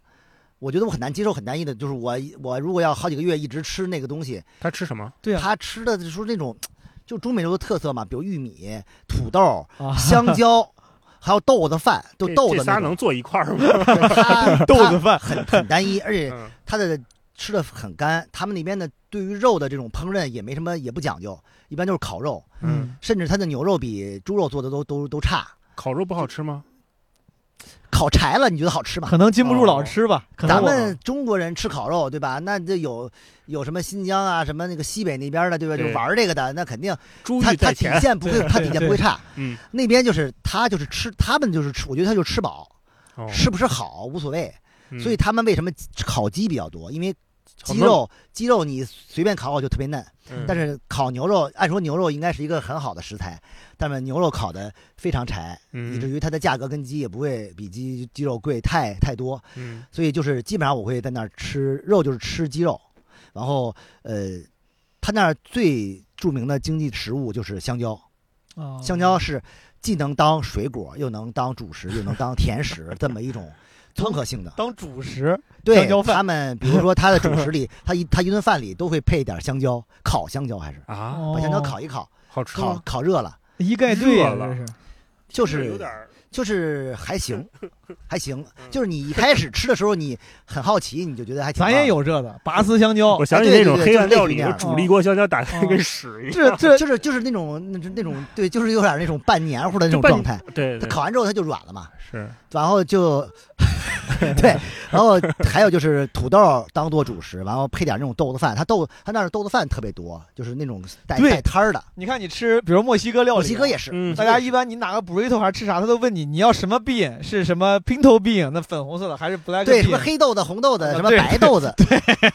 我觉得我很难接受很单一的，就是我我如果要好几个月一直吃那个东西，他吃什么？对啊，它吃的就是那种，就中美洲的特色嘛，比如玉米、土豆、啊香蕉，还有豆子饭，就这豆这子仨那能种，坐一块儿吗？对 <laughs> 它豆子饭它很很单一，而且嗯它的吃的很干，他们那边的对于肉的这种烹饪也没什么，也不讲究，一般就是烤肉，嗯，甚至它的牛肉比猪肉做的都都都差。烤肉不好吃吗？烤柴了，你觉得好吃吗可？能禁不住老哦吃吧。可能咱我们中国人吃烤肉，对吧？那这有有什么新疆啊，什么那个西北那边的，对吧？就对玩这个的，那肯定猪他欲他在底前，线不会，对他底线不会差。嗯，那边就是他就是吃，他们就是吃，我觉得他就吃饱，哦吃不吃好无所谓。嗯所以他们为什么烤鸡比较多？因为好鸡弄肉鸡肉你随便烤烤就特别嫩，嗯但是烤牛肉，按说牛肉应该是一个很好的食材，但是牛肉烤的非常柴，以至嗯于它的价格跟鸡也不会比鸡鸡肉贵太太多，嗯所以就是基本上我会在那儿吃肉，就是吃鸡肉，然后呃，他那儿最著名的经济食物就是香蕉，啊香蕉是既能当水果，又能当主食，又能当甜食这么 <laughs> 一种。综合性的，当主食，对香蕉饭他们，比如说他的主 <laughs> 食里，他一他一顿饭里都会配一点香蕉，烤香蕉还是啊，把香蕉哦烤一烤，好吃烤吗？烤热了，一概对呀热了这是就这是有点儿就是还 <laughs> 行，还行，嗯就是你一开始吃的时候你很好奇，你就觉得还挺。咱也，有这个拔丝香蕉我，想起对那种对黑对暗就料类似理，那就样煮了一锅香蕉，打开嗯跟屎一样。这 <laughs> 这就是就是那种那那种对，就是有点那种半黏糊的那就种半状态。对它对，烤完之后它就软了嘛，是然后就 <laughs> 对，然后还有就是土豆当做主食，然后配点那种豆子饭。它豆它那儿豆子饭特别多，就是那种带对带摊儿的。你看你吃，比如墨西哥料理，啊墨西哥也是，嗯大家一般你哪个 burrito 还是吃啥，他都问你你要什么 bean，是什么 pinto bean，那粉红色的还是 black 对什么 bean，黑豆子、红豆子、啊什么对白豆子， <laughs>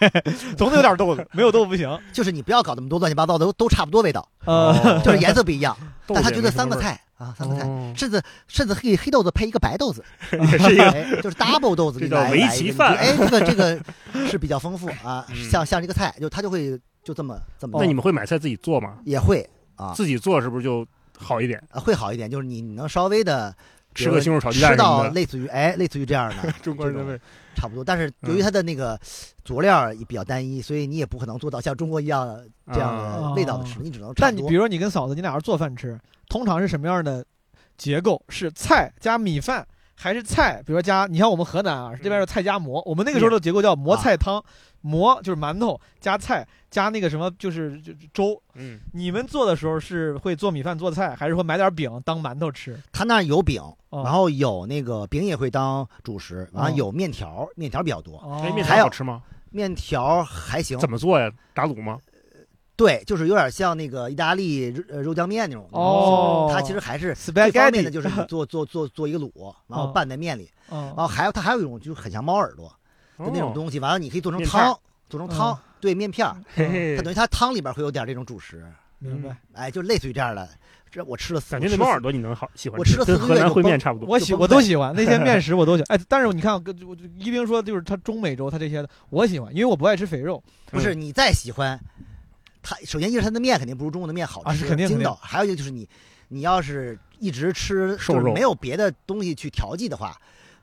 总得有点豆子，没有豆腐不行。就是你不要搞那么多乱七八糟的，都都差不多味道，呃，就是颜色不一样。 <laughs> 豆但他姐觉没得什三么个味儿菜啊，三个菜，哦甚至甚至黑黑豆子配一个白豆 <laughs> 子，也是一个哎，就是 double 豆子这给你叫来围来一棋个你饭觉得哎，这个这个是比较丰富啊， <laughs> 嗯像像这个菜，就他就会就这么这么，那你们会买菜自己做吗？也会啊自己做是不是就好一点？啊会好一点，就是你你能稍微的比吃如个西红柿炒鸡蛋吃什么到的，类似于哎类似于这样的中国人的味儿。差不 <laughs> 多，但是由嗯于它的那个佐料也比较单一，所以你也不可能做到像中国一样这样啊的味道的吃，你只能差但哦你不多比如说你跟嫂子，你俩要是做饭吃，通常是什么样的结构？是菜加米饭，还是菜？比如说加，你像我们河南啊，这嗯边是菜加馍，我们那个时候的结构叫啊馍菜汤，馍就是馒头加菜加那个什么就是就就粥。嗯，你们做的时候是会做米饭做菜，还是会买点饼当馒头吃？他那儿有饼，哦然后有那个饼也会当主食，然后有面条，面条比较多，哦哎，面还条有好吃吗？面条还行。怎么做呀？打卤吗？对，就是有点像那个意大利肉呃肉酱面那种。哦它其实还是最方便 spaghetti 的就是你做做做做一个卤，然后哦拌在面里，然哦后还有它还有一种就是很像猫耳朵的那种哦东西，完了你可以做成面片儿哦汤，做成汤，对面片儿， <laughs> 嘿嘿嗯它等于它汤里边会有点这种主食，明白。哎，就类似于这样的。这我吃了四，感觉我那吃了猫耳四朵你能好喜欢我吃吃了跟四个河月南就烩面崩差不多。我喜就我崩都溃喜欢那些面食，我都喜欢。哎，但是你看，跟我一冰说就是他中美洲他这些的，我喜欢，因为我不爱吃肥肉。不嗯是你再喜欢，它首先一是它的面肯定不如中国的面好吃，啊是肯定肯筋定道。还有一个就是你，你要是一直吃瘦就是肉没有别的东西去调剂的话，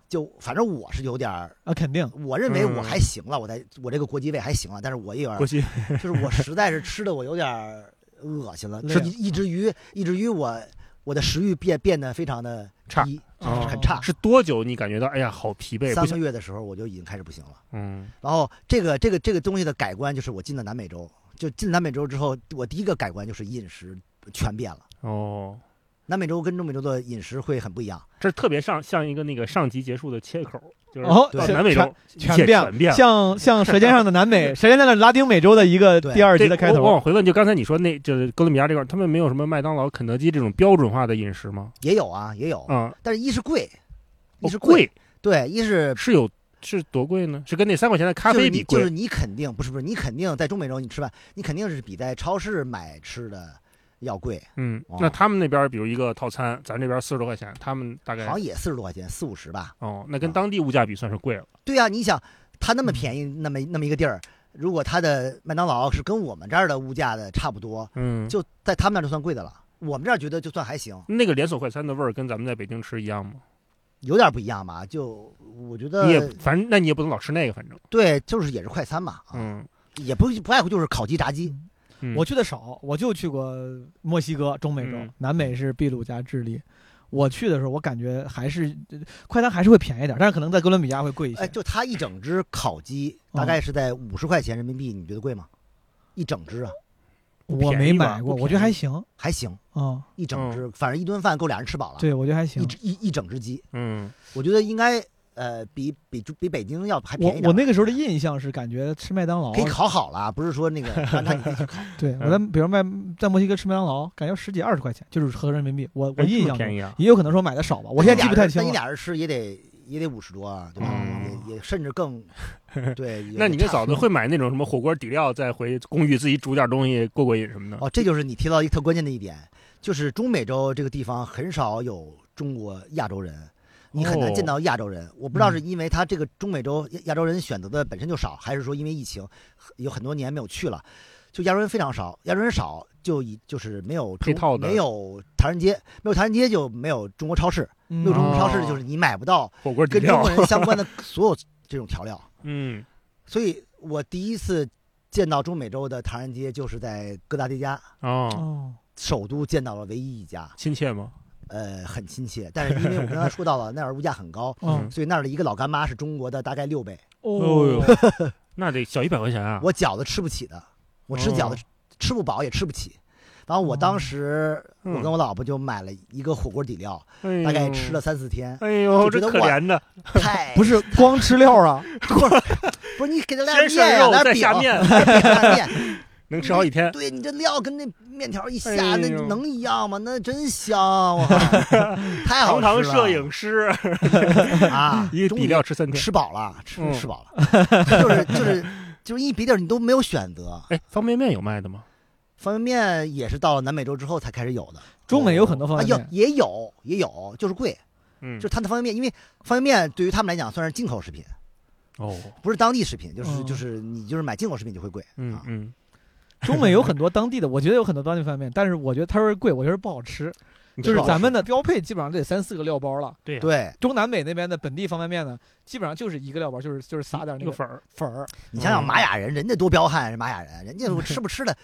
就反正我是有点儿，啊，肯定我认为我嗯还行了，我在我这个国际胃还行了，但是我也有点过儿， <laughs> 去就是我实在是吃的我有点儿恶心了，是以以至于以至于我我的食欲变变得非常的差低，哦很差。是多久你感觉到哎呀好疲惫，不三个想月的时候我就已经开始不行了。嗯然后这个这个这个东西的改观就是我进了南美洲，就进南美洲之后，我第一个改观就是饮食全变了。哦，南美洲跟中美洲的饮食会很不一样，这特别上像一个那个上集结束的切口，就是哦到对南美洲全一切变全变了。 <laughs> 像像《舌尖上的南美》《舌尖上的拉丁美洲》的一个对第二集这的开我我头，往回问，就刚才你说那就是哥伦比亚这块儿，他们没有什么麦当劳、肯德基这种标准化的饮食吗？也有啊，也有，啊，但是一是贵，一哦是贵，对，一是是有是多贵呢？是跟那三块钱的咖就是啡你比就是贵？你肯定不是不是你肯定在中美洲你吃饭，你肯定是比在超市买吃的要贵，嗯哦，那他们那边儿比如一个套餐，咱这边四十多块钱，他们大好嗯概像也四十多块钱，四五十吧。哦，那跟当地物价比算是贵了。对啊呀、你想它那么便嗯宜，那么那么一个地儿，如果它的麦当劳是跟我们这儿的物价的差不多，嗯，就在他们那儿就算贵的了。我们这儿觉得就算还行，那个连锁快餐的味儿跟咱们在北京吃一样吗？有点不一样吧？就我觉你也得反正那你也不能老吃那个，反正对，就是也是快餐嘛，啊嗯，也不不外乎就是烤鸡、炸鸡。嗯我去的少，我就去过墨西哥、中美洲嗯，南美是秘鲁加智利。我去的时候，我感觉还是呃快餐还是会便宜点，但是可能在哥伦比亚会贵一哎，些。就它一整只烤鸡嗯大概是在五十块钱人民币，你觉得贵吗？一整只啊，我便宜没吧买过，不我觉得便宜还行啊、还行，嗯一整只，反正一顿饭够俩人吃饱了。对我觉得还行啊一。只一一整只鸡，嗯我觉得应该呃比比比北京要还我便宜点我那个啊时候的印象是感觉吃麦当劳可以烤好了，啊不是说 <laughs> 那个让它你自己烤。嗯对，我在比如卖在墨西哥吃麦当劳，感觉十几二十块钱，就是合人民币。我我哎这印么象中便宜啊，也有可能说买的少吧，我现在记不太那清你了。嗯俩人吃也得也得五十多啊，对吧？嗯也也甚 <laughs> 至更对。也那你跟差嫂子会买那种什么火锅底料，再回公寓自己煮点东西过过瘾什么的？哦，这就是你提到一个特关键的一点，就是中美洲这个地方很少有中国亚洲人，你很哦难见到亚洲人。我不知道嗯是因为他这个中美洲亚亚洲人选择的本身就少，还是说因为疫情有很多年没有去了，就亚洲人非常少，亚洲人少就以就是没有配中套的没有唐人街，没有唐人街就没有中国超市，嗯没有中国超市哦就是你买不到火锅底跟中料国，人相 <laughs> 关的所有这种调料。嗯，所以我第一次见到中美洲的唐人街就是在哥大迪加。哦，哦，首都见到了唯一一家，亲切吗？呃很亲切，但是因为我刚才说到了那儿物价很高，嗯，所以那儿的一个老干妈是中国的大概六倍，哦哦，呦，那得小一百块钱啊！我饺子吃不起的，我吃饺子哦吃不饱也吃不起。然后我当时，嗯我跟我老婆就买了一个火锅底料，哎呦，大概吃了。三四天 <laughs> 哎呦，这就觉得可哇怜的， <laughs> 太不是光吃料 <laughs> 啊，不是你给他来先点涮面呀，肉，来再点饼下， <laughs> 面，来点面，能吃好几天。对你这料跟那面条一哎呦下，那能一样吗？那真香，啊我靠， <laughs> 太好堂吃堂了！摄影师，啊， <laughs> 一个终底于料吃三天。吃饱了，吃嗯吃饱了，就是就是就是一比点你都没有选择。哎，方便面有卖的吗？方便面也是到了南美洲之后才开始有的，中美有很多方啊，便有面，也有也有，就是贵，嗯，就是它的方便面，因为方便面对于他们来讲算是进口食品，哦，不是当地食品，就是嗯就是你就是买进口食品就会贵嗯啊。嗯，中美有很多当地的，我觉得有很多当地方便面，但是我觉得它是贵，我觉得不好吃。你就是说咱们的标配基本上得三四个料包了。对呀对中南美那边的本地方便面呢，基本上就是一个料包，就是就是撒点一那个个粉儿，粉儿。你想哦想玛雅人，人家多彪悍，玛雅人，人家吃不吃的，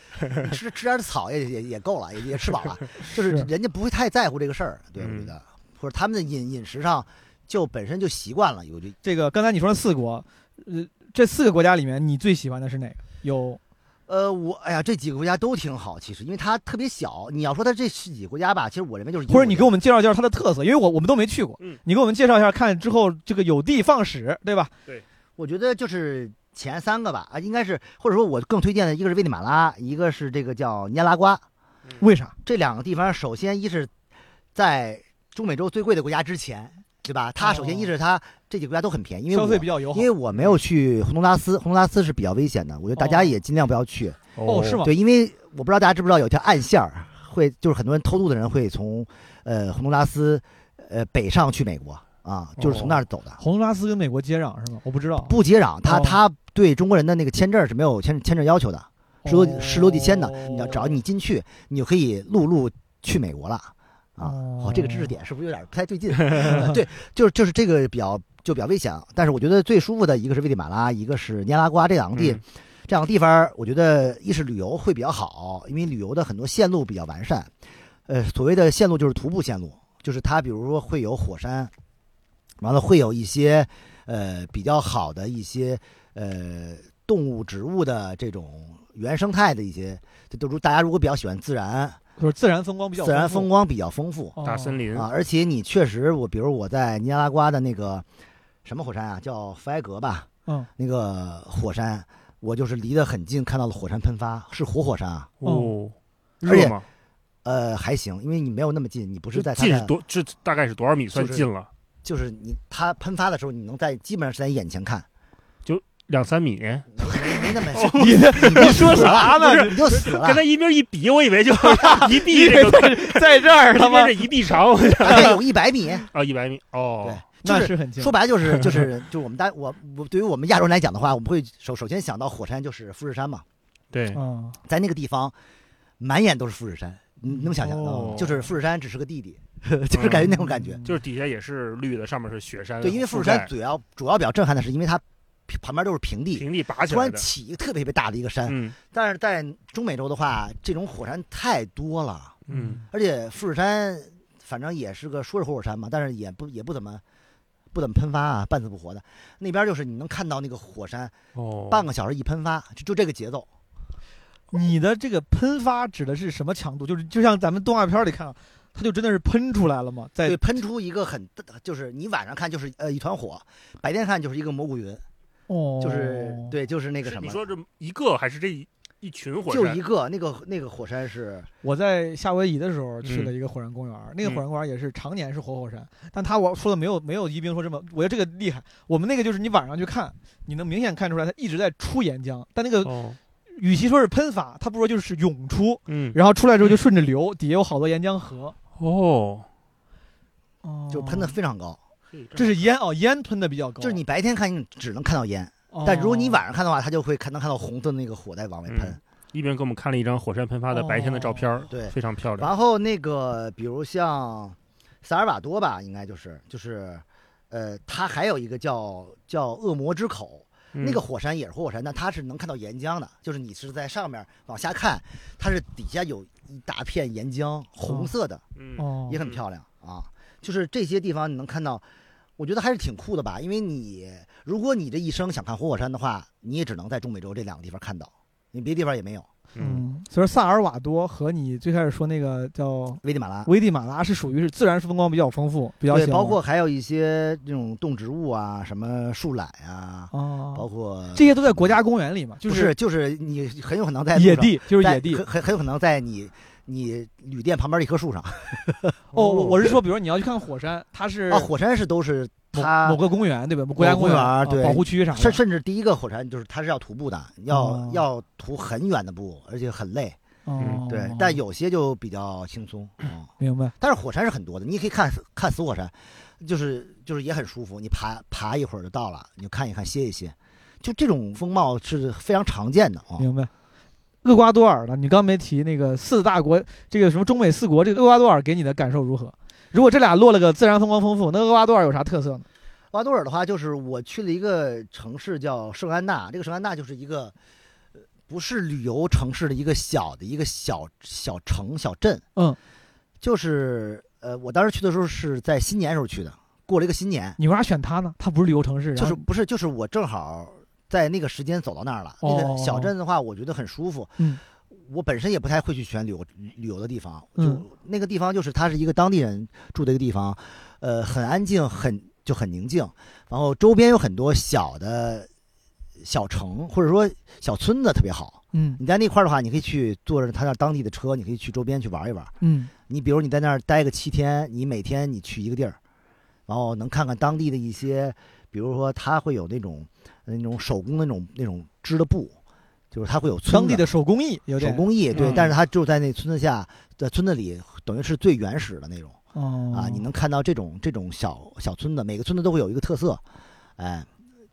吃吃点草也也也够了，也也吃 <laughs> 饱了，就是是人家不会太在乎这个事儿，对，我嗯觉得，或者他们的饮饮食上就本身就习惯了，我就这个刚才你说的四国，呃，这四个国家里面你最喜欢的是哪个？有呃，我哎呀，这几个国家都挺好，其实因为它特别小。你要说它这十几个国家吧，其实我认为就是或者你给我我们介绍介绍它的特色，因为我我们都没去过。嗯你给我们介绍一下，看之后这个有的放矢，对吧？我觉得就是前三个吧啊，应该是或者说我更推荐的一个是危地马拉，一个是这个叫尼加拉瓜。为啥？这两个地方，首先一是在中美洲最贵的国家之前，对吧？它首先一是它这几个国家都很便宜，因为哦消我费比较友好因为。我没有去洪都拉斯，洪都拉斯是比较危险的，我觉得大家哦也尽量不要去。哦，是吗？对，因为我不知道大家知不知道有一条暗线儿，会就是很多人偷渡的人会从呃洪都拉斯呃北上去美国啊，就是从那儿走的，洪都拉斯跟美国接壤是吗？我不知道。不接壤。他哦他对中国人的那个签证是没有签签证要求的，十哦多十多地签的，你要只要你进去，你就可以陆路去美国了啊。好，这个知识点是不是有点不太对劲？ <laughs> 对，就是就是这个比较就比较危险，啊但是我觉得最舒服的一个是危地马拉，一个是尼加拉瓜这两个地。嗯这两个地方儿，我觉得一是旅游会比较好，因为旅游的很多线路比较完善。呃，所谓的线路就是徒步线路，就是它比如说会有火山，完了会有一些呃比较好的一些呃动物、植物的这种原生态的一些，就就如大家如果比较喜欢自然，就是自然风光比较自然丰风光比较丰富富大 <laughs> 森林啊，而且你确实我比如我在尼加拉瓜的那个什么火山啊，叫弗埃格吧，嗯，那个火山，我就是离得很近，看到了火山喷发，是活火山啊。哦，而且热吗？呃，还行，因为你没有那么近，你不是在它近是的，多，这大概是多少米算就是近了？就是你它喷发的时候，你能在基本上是在眼前看，两三米，没那么近。你你说啥呢不是你就死了跟。他一边一比，我以为就 <laughs> 一臂因这 <laughs> 为个，在在这 <laughs> 儿他他妈妈这一臂长，我大概有一百米，啊，一百米哦对，，就那是是很近说。白了就是就是就是我们大我我对于我们亚洲人来讲的话，我们会首首先想到火山就是富士山嘛，对，嗯，在那个地方满眼都是富士山，你能想象到吗哦？就是富士山只是个弟弟， <laughs> 就是感觉那种感觉。就是底下也是绿的，上面是雪山覆盖，对，因为富士山主要主要比较震撼的是，因为它旁边都是平地，平地拔起突来然的，起一个特别特别大的一个山。嗯但是在中美洲的话，这种火山太多了，嗯，而且富士山反正也是个说是活火山嘛，但是也不也不怎么。不怎么喷发啊，半死不活的。那边就是你能看到那个火山，哦，半个小时一喷发，就就这个节奏。你的这个喷发指的是什么强度？就是就像咱们动画片里看到，它就真的是喷出来了吗？在对，喷出一个很大，就是你晚上看就是呃一团火，白天看就是一个蘑菇云，哦，就是对，就是那个是什你么，说这一个还是这一一群火就山一？个那个那个火山是我在夏威夷的时候去嗯了一个火山公园儿，那个嗯火山公园儿也是常年是活火山，但它我说的没有没有一冰说这么，我觉得这个厉害。我们那个就是你晚上去看，你能明显看出来它一直在出岩浆，但那个哦，与其说是喷发，它不如说就是涌出，嗯，然后出来之后就顺着流，底下有好多岩浆河，哦，哦就喷的非常高，这是烟哦，烟喷的比较高，就是你白天看你只能看到烟，哦，但如果你晚上看的话，它就会看能看到红色的那个火在往外喷嗯。一边给我们看了一张火山喷发的白天的照片儿，对非常漂亮。然后那个比如像萨尔瓦多吧，应该就是就是呃，它还有一个叫叫恶魔之口，那个嗯火山也是活火山，但它是能看到岩浆的，就是你是在上面往下看，它是底下有一大片岩浆，红色的，嗯哦也很漂亮啊。啊，就是这些地方你能看到，我觉得还是挺酷的吧。因为你如果你这一生想看活火山的话，你也只能在中美洲这两个地方看到，你别的地方也没有。嗯，嗯，所以说萨尔瓦多和你最开始说那个叫危地马拉，危地马拉是属于是自然风光比较丰富，比较对，喜欢包括还有一些这种动植物啊，什么树懒啊，包哦，括这些都在国家公园里嘛，就不是就是你很有可能在路野上，地，就是在野地。很很很有可能在你你旅店旁边的一棵树上。哦，我我是说，比如你要去看火山，它是啊，火山是都是某它某个公园对吧？国家某公园园啊对保护区啥甚的。甚至第一个火山就是它是要徒步的，要、哦要徒很远的步，而且很累。哦，对，但有些就比较轻松。嗯，明白。但是火山是很多的，你也可以看死看死火山，就是就是也很舒服。你爬爬一会儿就到了，你就看一看歇一歇，就这种风貌是非常常见的啊、明白。厄瓜多尔呢？你刚没提那个四大国，这个什么中美四国，这个厄瓜多尔给你的感受如何？如果这俩落了个自然风光丰富，那厄瓜多尔有啥特色呢？瓦多尔的话，就是我去了一个城市叫圣安娜，这个圣安娜就是一个。呃不是旅游城市的一个小的一个小小城小镇，嗯，就是呃，我当时去的时候是在新年时候去的，过了一个新年，你为啥选它呢？它不是旅游城市，然就后是不是就是我正好在那个时间走到那儿了。那哦个小镇的话，我觉得很舒服。嗯，我本身也不太会去选旅游旅游的地方，就嗯那个地方就是它是一个当地人住的一个地方，呃，很安静，很就很宁静。然后周边有很多小的小城或者说小村子特别好。嗯你在那块儿的话，你可以去坐着他那当地的车，你可以去周边去玩一玩。嗯你比如你在那儿待个七天，你每天你去一个地儿，然后能看看当地的一些，比如说他会有那种那种手工的那种那种织的布，就是他会有村子当地的手工艺有手点工艺，对，嗯但是他就在那村子下，在村子里等于是最原始的那种哦啊，你能看到这种这种小小村子，每个村子都会有一个特色，哎，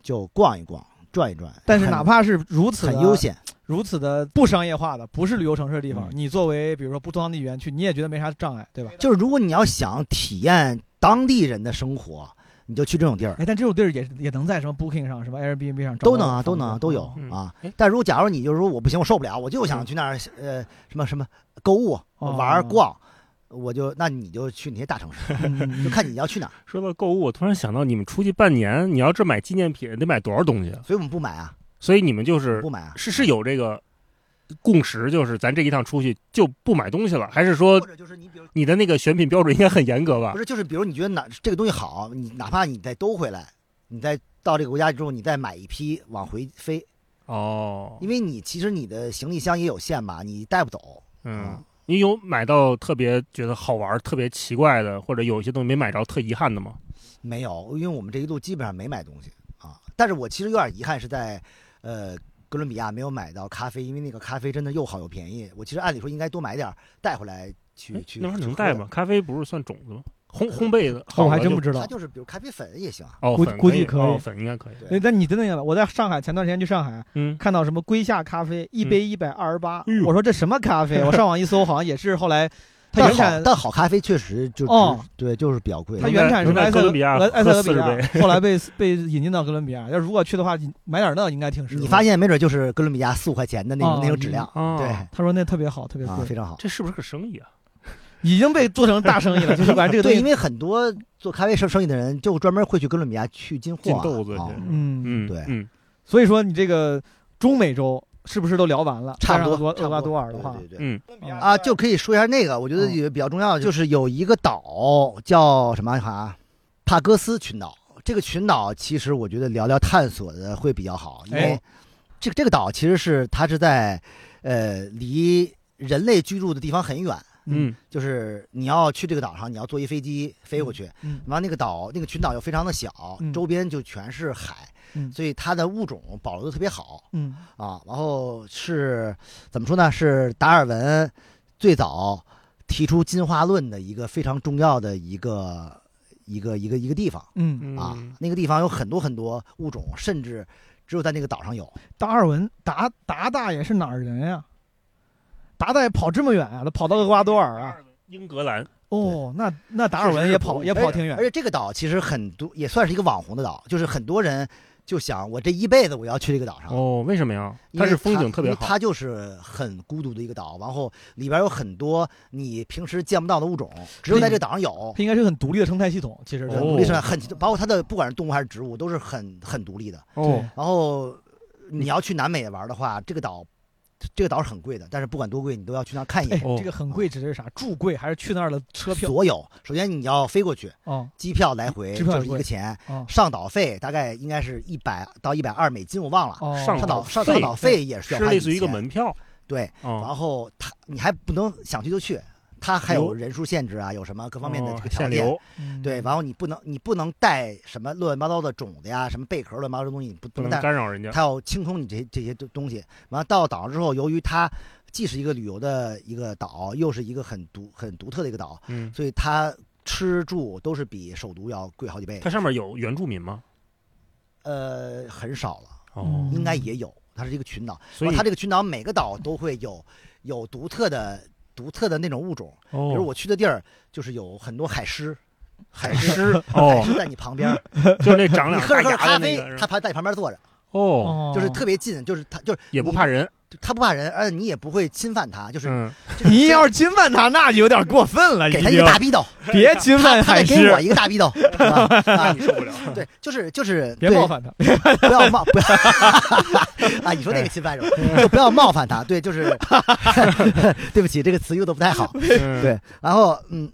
就逛一逛，转一转，但是很哪怕是如此的很悠闲，如此的不商业化的，不是旅游城市的地方，嗯你作为比如说不当地园区，你也觉得没啥障碍，对吧？就是如果你要想体验当地人的生活，你就去这种地儿。哎，但这种地儿也也能在什么 Booking 上、什么 Airbnb 上找都到能啊，房都子能啊，都有嗯啊哎。嗯但如果假如你就是说我不行，我受不了，我就想去那儿呃什么什么购物、哦玩儿逛，我就那你就去那些大城市， <laughs> 嗯就看你要去哪儿。说到购物，我突然想到，你们出去半年，你要这买纪念品得买多少东西啊？所以我们不买啊，所以你们就是不买啊，是是有这个共识，就是咱这一趟出去就不买东西了，还是说或者就是你比如你的那个选品标准应该很严格吧不？是就是比如你觉得哪这个东西好，你哪怕你再兜回来，你再到这个国家之后，你再买一批往回飞，哦，因为你其实你的行李箱也有限嘛，你带不走。嗯，你有买到特别觉得好玩、特别奇怪的，或者有一些东西没买着特遗憾的吗？没有，因为我们这一路基本上没买东西啊。但是我其实有点遗憾是在，呃，哥伦比亚没有买到咖啡，因为那个咖啡真的又好又便宜。我其实按理说应该多买点儿带回来去哎去。那玩意儿去能喝呃哦带的吗？？咖啡不是算种子吗？烘烘焙的， <laughs> 我好还了真就不知道它。就是比如咖啡粉也行啊。哦，估粉估计可可以哦粉应该可以。哎对，但你真的明白？我在上海前段时间去上海，啊嗯，看到什么龟下咖啡一嗯杯一百二十八哎，呦我说这什么咖 <laughs> 啡？我上网一搜，好像也是后来它但 <laughs> 原好产，但好咖啡确实就哦只对，就是比较贵。它原产是能在埃塞哥伦比亚埃呃塞俄比喝亚， <laughs> 后来被被引进到哥伦比亚。要如果去的话，买点那应该挺实惠。你发现没准就是哥伦比亚四五块钱的那种哦那种质量，哦，对他说那特别好，特别啊，非贵，常好。这是不是个生意啊？已经被做成大生意 <laughs> 了。就是把这个东对，因西，为很多做咖啡生生意的人就专门会去哥伦比亚去进货进啊、豆子啊去嗯，嗯，对嗯，所以说你这个中美洲是不是都聊完了？差不再多让厄瓜多尔的话对，对对。嗯嗯啊，就可以说一下那个，我觉得嗯也比较重要，就是有一个岛叫什么啥，帕戈斯群岛。这个群岛其实我觉得聊聊探索的会比较好，因为哎这个这个岛其实是它是在呃离人类居住的地方很远，嗯，就是你要去这个岛上，你要坐一飞机飞过去。嗯完，那个岛那个群岛又非常的小嗯，周边就全是海，嗯所以它的物种保留的特别好。嗯啊，然后是怎么说呢？是达尔文最早提出进化论的一个非常重要的一个一个一个一个地方嗯，啊。嗯那个地方有很多很多物种，甚至只有在那个岛上有。达尔文达达大爷是哪儿人呀？达大爷跑这么远啊，他跑到厄瓜多尔啊。英格兰，哦，那那达尔文也跑也跑挺而远，且这个岛其实很多也算是一个网红的岛，就是很多人就想我这一辈子我要去这个岛上。哦，为什么呀？啊因它为是风景它特别因为好。它就是很孤独的一个岛，然后里边有很多你平时见不到的物种，只有在这个岛上有。它应该是很独立的生态系统，其实是哦独立生态很，包括它的不管是动物还是植物，都是很很独立的。哦，然后你要去南美玩的话，这个岛，这个岛是很贵的，但是不管多贵，你都要去那儿看一哎眼。哦，这个很贵，指的是啥？住贵还是去那儿的车票？所有，首先你要飞过去，啊机票来回机票就是也一贵个钱，啊上岛费大概应该是一百到一百二美金，我忘了。哦，上上岛上费上岛费也是要是花类一似于一个千门票对，啊。然后它你还不能想去就去，它还有有人数限制啊，有什么各方面的哦这个条限件。流，嗯对，然后你不能你不能带什么乱七八糟的种子呀，什么贝壳乱七八糟的东西，你不不能能带，干扰人家。它要清空你这些这些东东西。完了到岛上之后，由于它既是一个旅游的一个岛，又是一个很独很独特的一个岛，嗯，所以它吃住都是比首都要贵好几倍它。上面有原住民吗？呃，很少了，哦嗯，应该也有，它是一个群岛，所以它这个群岛每个岛都会有有独特的独特的那种物种。哦，比如我去的地儿，就是有很多海狮，海海狮，狮海 <laughs> 哦，狮在你旁边儿，就是那长你两喝个大着喝着牙咖的那啡个，是吧它旁在旁边坐着，哦，哦，就是特别近，就是它就是也不怕人，它不怕人，而且你也不会侵犯它，就是嗯，就是你要是侵犯他，那就有点过分了，已给它一个经大 <laughs> 逼斗，别侵它犯它得海给我狮，一个大逼斗，是吧？那啊 <laughs> 你，受 <laughs> 不了。对，就 <laughs> 是就是别对冒犯他。不要冒，不要 <laughs> 啊！你说哎那个侵犯什么？就不要冒犯他。对，就是 <laughs> 对不起，这个词用的不太好。嗯，对，然后嗯，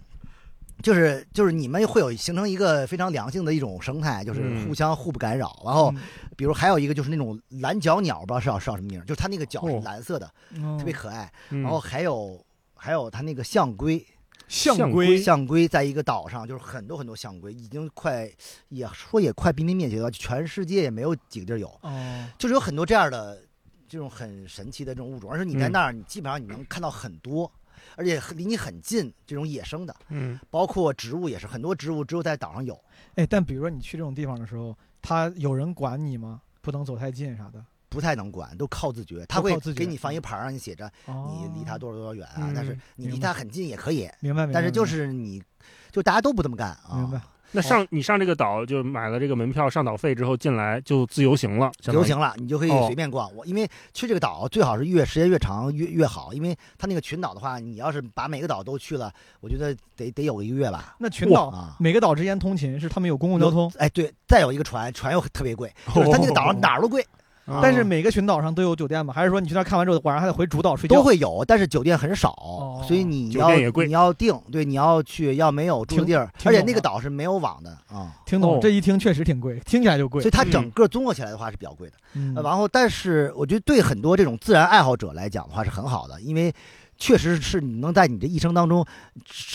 就是就是你们会有形成一个非常良性的一种生态，就是嗯互相互不干扰。然后嗯比如还有一个就是那种蓝角鸟，不知道是叫是叫什么名儿，就是它那个角是哦蓝色的，嗯特别可爱。嗯然后还有还有它那个象龟，象象龟龟，象龟在一个岛上，就是很多很多象龟，已经快也说也快濒临灭绝了，全世界也没有几个地儿有。哦，就是有很多这样的这种很神奇的这种物种，而且你在那儿，你基本上你能看到很多，而且很离你很近这种野生的，嗯，包括植物也是，很多植物只有在岛上有。哎，但比如说你去这种地方的时候，他有人管你吗？不能走太近啥的。不太能管，都靠自觉。他都靠会自觉给你放一牌儿，让你写着哦你离它多少多少远啊，嗯但是你离明白它很近也可以，明白明白，但是就明是你，就大家都不这么干白明白啊。。那上你上这个岛就买了这个门票，上岛费之后进来就自由行了，相当于游行了，你就可以哦随便逛。我因为去这个岛最好是越时间越长越越好，因为它那个群岛的话，你要是把每个岛都去了，我觉得得得有一个月吧。那群岛啊，每个岛之间通勤是他们有公共交通，哎，对，再有一个船，船又特别贵，就是它那个岛上哪儿都贵，哦，但是每个群岛上都有酒店吗？还是说你去那儿看完之后晚上还得回主岛睡觉？都会有，但是酒店很少，哦所以你酒要店也贵你要订，对，你要去，要没有住的地儿，挺而且懂那个了岛是没有网的啊，听懂哦了，这一听确实挺贵，听起来就贵所以。它嗯整个综合起来的话是比较贵的。嗯呃然后，但是我觉得对很多这种自然爱好者来讲的话是很好的，因为确实是你能在你这一生当中，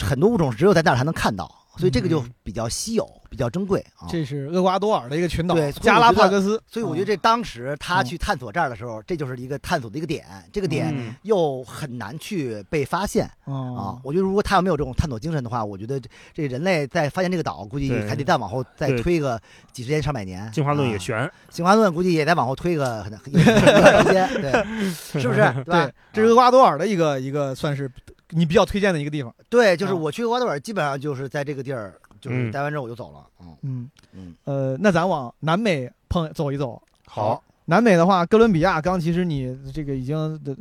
很多物种只有在那儿才能看到，所以这个就嗯比较稀有，比较珍贵啊。这是厄瓜多尔的一个群岛对，所以加我拉觉得帕戈斯。所以我觉得这当时他去探索这儿的时候，这就是一个探索的一个点，这个点嗯又很难去被发现啊啊。，我觉得如果他要没有这种探索精神的话，我觉得这这人类在发现这个岛，估计对还得再往后再对推个几十年上百年。进化论也啊，悬，进化论估计也得往后推个 <laughs> 很很很长时间，对，是 <laughs> 不是？对吧啊对？，这是厄瓜多尔的一个一个算是你比较推荐的一个地方。对，就是啊我去厄瓜多尔，基本上就是在这个地儿，就是嗯待完之后我就走了。嗯嗯，嗯，呃，那咱往南美碰走一走。好，南美的话，哥伦比亚刚其实你这个已经的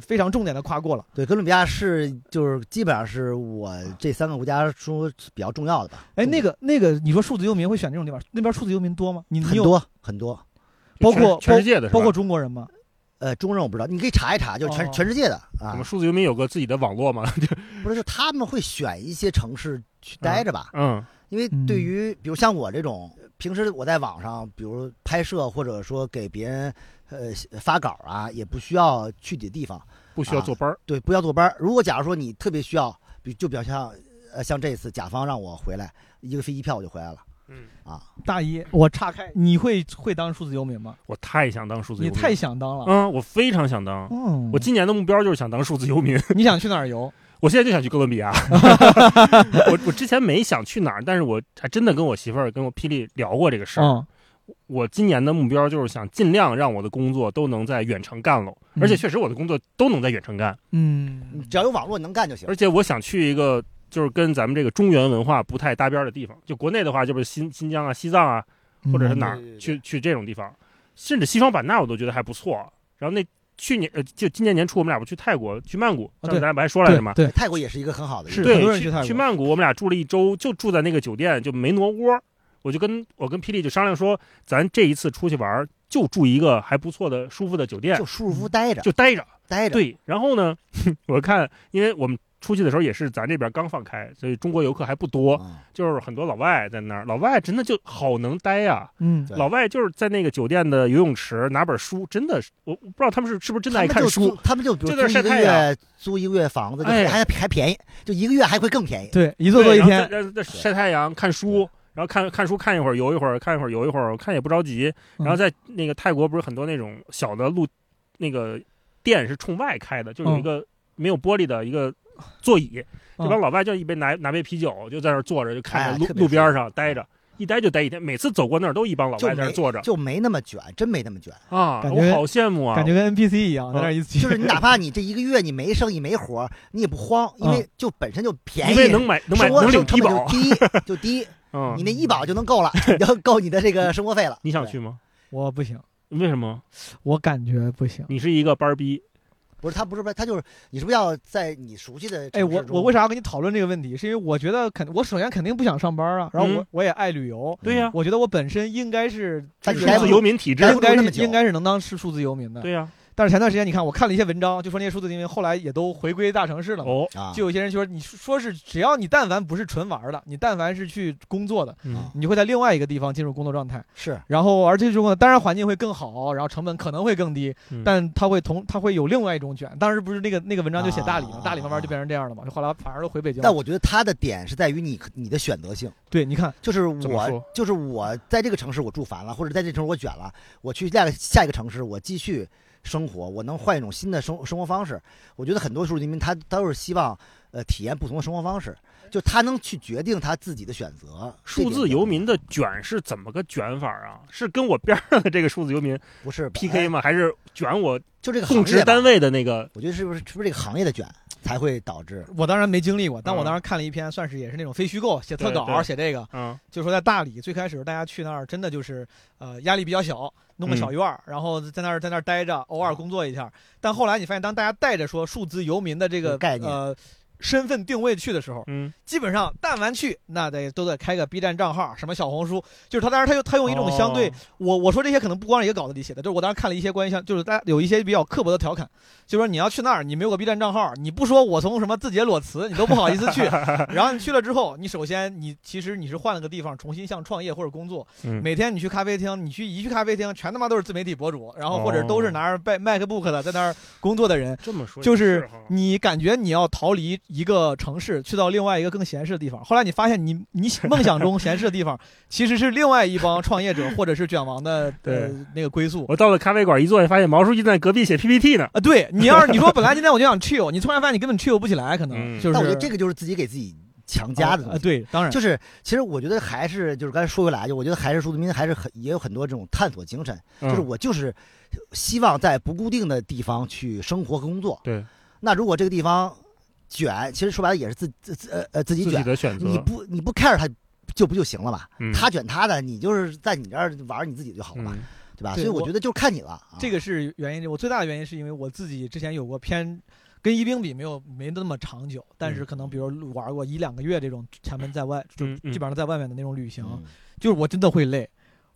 非常重点的跨过了。对，哥伦比亚是就是基本上是我这三个国家说比较重要的吧。哎，重那点个那个，你说数字游民会选这种地方？那边数字游民多吗？ <laughs> 你你很有多很多，包括全全世界的是吧，包括中国人吗？呃，中人我不知道，你可以查一查，就是全、哦全世界的我啊们，数字游民有个自己的网络 <laughs> 嘛，就不是，就他们会选一些城市去待着吧，嗯因为对于比如像我这种，平时我在网上，比如拍摄或者说给别人呃发稿啊，也不需要具体的地方，不啊需要坐班儿，对，不要坐班儿。如果假如说你特别需要，比就比较像呃像这次甲方让我回来，一个飞机票我就回来了嗯，啊，大一，我岔开，你会会当数字游民吗？我太想当数字游你民，太想当了。嗯，我非常想当。嗯我今年的目标就是想当数字游民，你想去哪儿游？我现在就想去哥伦比 <laughs> 亚。我我之前没想去哪儿，但是我还真的跟我媳妇儿、跟我霹雳聊过这个事儿。嗯，我今年的目标就是想尽量让我的工作都能在远程干喽，嗯而且确实我的工作都能在远程干，你嗯，只要有网络能干就行而。且我想去一个就是跟咱们这个中原文化不太搭边儿的地方，就国内的话就是新新疆啊、西藏啊，嗯或者是哪儿对对对去去这种地方，甚至西双版纳我都觉得还不错。然后那去年呃就今年年初我们俩不去泰国去曼谷，上哦对次咱不还说来对着吗？对，泰国也是一个很好的一个是对，很多人去去泰国曼谷，我们俩住了一周，就住在那个酒店，就没挪窝。我就跟我跟霹雳就商量说，咱这一次出去玩儿就住一个还不错的、舒服的酒店就，舒舒服服待着，嗯就待着。待着。对，然后呢， <laughs> 我看，因为我们出去的时候也是咱这边刚放开，所以中国游客还不多，嗯，就是很多老外在那儿。老外真的就好能待啊！嗯对老外就是在那个酒店的游泳池拿本书，真的是我我不知道他们是是不是真的爱他看们就书租，，他们就比如就租在一晒个太月，租一个月房子，就哎还还便宜，就一个月还会更便宜。对，一坐对，坐一然后天，在在在晒太阳、看书，然后看看书看一会儿，游一会儿，看一会儿游一会儿，我看也不着急。然后嗯在那个泰国不是很多那种小的路，那个店是冲外开的，就有一嗯个没有玻璃的一个座椅，这帮嗯老外就一杯拿拿杯啤酒就在那儿坐着，就哎看呀着路特别路边舒服嗯上待着。一待就待一天，每次走过那儿都一帮老就外在那儿没坐着就没那么卷，真没那么卷。啊，感我觉好羡慕啊！感觉跟 NPC 一样，在那儿一 <laughs> 起，就是你哪怕你这一个月你没生意没活儿，你也不慌，因为就本身就便宜，嗯因为能买能买生活能领成低本就保，低 <laughs> 就低，嗯你，那医保就能够了，你就够你的这个生活费了。你想对去？吗？ <laughs> 我不行，为什么？我感觉不行。你是一个班儿嗯逼，不是他不是不是他就是你是不是要在你熟悉的哎，城市我中我为啥要跟你讨论这个问题？是因为我觉得肯，我首先肯定不想上班啊，然后我、嗯我也爱旅游，对呀、我觉得我本身应该是但就是你该数不字游民体制该，应不能该那么是久应该是能当是数字游民的。对呀、但是前段时间你看，我看了一些文章，就说那些数字游民后来也都回归大城市了嘛。哦，啊就有些人说，你说是只要你但凡不是纯玩儿的，你但凡是去工作的，嗯你就会在另外一个地方进入工作状态。是然后而这种呢，当然环境会更好，然后成本可能会更低，嗯但它会同它会有另外一种卷。当时不是那个那个文章就写大理嘛，啊大理慢慢就变成这样了嘛，就后来反而都回北京了。但我觉得他的点是在于你你的选择性，对，你看，就是怎么说我就是我在这个城市我住烦了，或者在这城市我卷了，我去下个下一个城市我继续生活，我能换一种新的生生活方式。我觉得很多数字移民他都是希望呃体验不同的生活方式，就他能去决定他自己的选择。这数点字点游民的卷是怎么个卷法啊？是跟我边上的这个数字游民不是 PK 哎吗？还是卷我就这个供行职业吧单位的那个？我觉得是不是是不是这个行业的卷才会导致？我当然没经历过，但我嗯当时看了一篇，算是也是那种非虚构，写特对稿对写这个，嗯，就说在大理最开始大家去那儿真的就是呃压力比较小，弄嗯个小院儿，然后在那儿在那儿待着，偶啊尔工作一下。但后来你发现，当大家带着说数字游民的这这个个概念呃身份定位去的时候，嗯，基本上但凡去，那得都得开个 B 站账号，什么小红书，就是他当然他用他用一种相对、哦我我说这些可能不光是一个稿子里写的，就是我当时看了一些关于像就是大家有一些比较刻薄的调侃，就说你要去那儿，你没有个 B 站账号，你不说我从什么字节裸辞，你都不好 <laughs> 意思去。然后你去了之后，你首先你其实你是换了个地方，重新像创业或者工作，嗯每天你去咖啡厅，你去一去咖啡厅，全他妈都是自媒体博主，然后或者都是哦拿着 Mac Book 的在那儿工作的人，这么说就也是哈你感觉你要逃离一个城市，去到另外一个更闲适的地方。后来你发现你， <laughs> 你梦想中闲适的地方，其实是另外一帮创业者或者是卷 <laughs> 王的呃对那个归宿我到了咖啡馆一坐，发现毛书记在隔壁写 PPT 呢。啊。对你要是你说本来今天我就想 chill，你突然发现你根本 chill 不起来，可能嗯就是。但我觉得这个就是自己给自己强加啊的东啊，西。对，当然就是其实我觉得还是就是刚才说回来，就我觉得还是数字民还是很也有很多这种探索精神，嗯就是我就是希望在不固定的地方去生活和工作。对那如果这个地方卷，其实说白了也是自自自呃呃自己自己卷，的选你择，不你不 care 他就不就行了嘛？嗯他卷他的，你就是在你这儿玩你自己就好了嘛，嗯对吧？对所以我我觉得就是看你了。啊、这个是原因。我最大的原因是因为我自己之前有过偏，跟一冰比没有没那么长久，但是可能比如玩过一两个月这种前门在外，就嗯嗯基本上在外面的那种旅行，嗯就是我真的会累。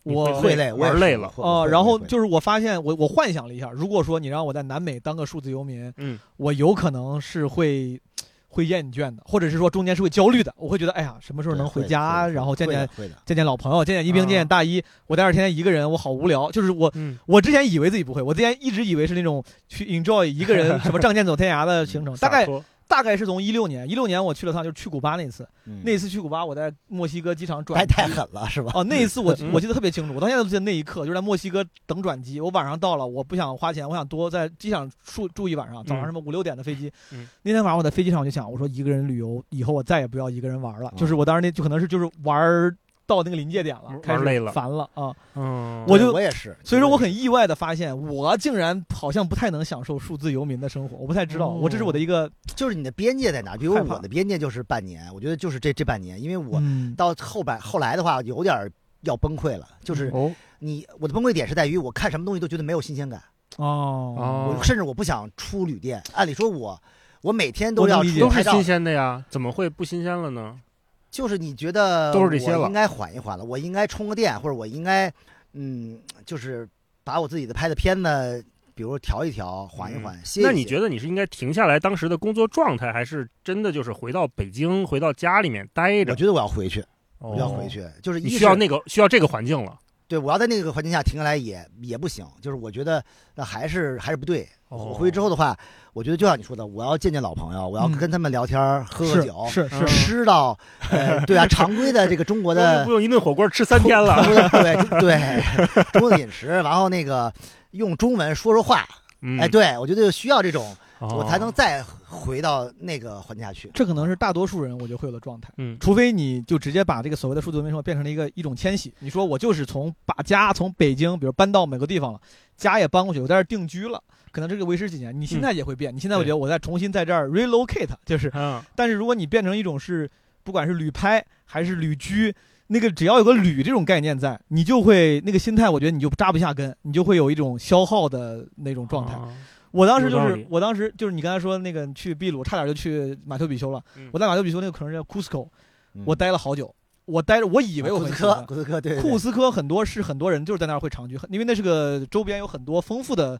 你我会会累，我也玩是累了会哦，会然后会就是我发现，我我幻想了一下，如果说你让我在南美当个数字游民，嗯，我有可能是会会厌倦的，或者是说中间是会焦虑的，我会觉得哎呀，什么时候对能会回的家，会的然后见会的见会的。见见老朋友，见见一冰，啊见见大一，我在这儿天天一个人，我好无聊。就是我嗯我之前以为自己不会，我之前一直以为是那种去 enjoy 一个人什么仗剑走天涯的行 <laughs> 程，洒大概脱大概是从一六年，一六年我去了趟，就是去古巴那次，嗯那次去古巴我在墨西哥机场转太太狠了是吧？ <laughs> 哦，那一次我嗯我记得特别清楚，我到现在都记得那一刻，就是在墨西哥等转机，我晚上到了，我不想花钱，我想多在机场住住一晚上，早上嗯什么五六点的飞机。嗯那天晚上我在飞机上我就想，我说一个人旅游以后我再也不要一个人玩了，<laughs> 啊就是我当时那就可能是就是玩儿到那个临界点了玩，开始累了烦了啊。嗯，我就我也是，所以说我我很意外的发现，我竟然好像不太能享受数字游民的生活，我不太知道，哦我这是我的一个就是你的边界在哪？比如害怕我的边界就是半年，我觉得就是这这半年，因为我嗯到后半后来的话，有点要崩溃了，就是嗯哦你我的崩溃点是在于我看什么东西都觉得没有新鲜感，哦，哦我，甚至我不想出旅店。按理说我我每天我都能要理出解都拍是照新，鲜的呀，怎么会不新鲜了呢？就是你觉得都是这些了我应该缓一缓了，我应该充个电，或者我应该嗯，就是把我自己的拍的片子，比如调一调，缓一缓，歇一歇。嗯那你觉得你是应该停下来当时的工作状态，还是真的就是回到北京，回到家里面待着哦我？觉得我要回去，我我要回，去，就是你一需要是那个需要这个环境了。对，我要在那个环境下停下来也也不行，就是我觉得那还是还是不对。哦我回去之后，后的话，我觉得就像你说的，我要见见老朋友，我要嗯跟他们聊天儿、喝喝是酒，是嗯是，吃到呃，对 <laughs> 啊，常规的这个中国那的就不用一顿火锅吃三天了。中国的 <laughs> 对对中国的饮食，然后那个用中文说说话，嗯哎，，对我觉得需要这种，我才能哦。再回到那个环境下去。这可能是大多数人我觉得会有的状态。嗯，除非你就直接把这个所谓的数字文明生活变成了一个一种迁徙，你说我就是从把家从北京，比如搬到某个地方了，家也搬过去，我在这儿定居了，可能这个维持几年，你心态也会变。你现在我觉得我再重新在这儿 relocate，就是，嗯，但是如果你变成一种是不管是旅拍还是旅居，那个只要有个旅这种概念在，你就会那个心态，我觉得你就扎不下根，你就会有一种消耗的那种状态。哦我当时就有道是理，我当时就是你刚才说那个你去秘鲁，差点就去马丘比丘了。嗯我在马丘比丘那个可能叫 Cusco，、嗯我待了好久。我待着，我以为我库很斯喜啊科，欢库斯科，对，对库对斯科很多是很多人就是在那儿会长居，很因为那是个周边有很多丰富的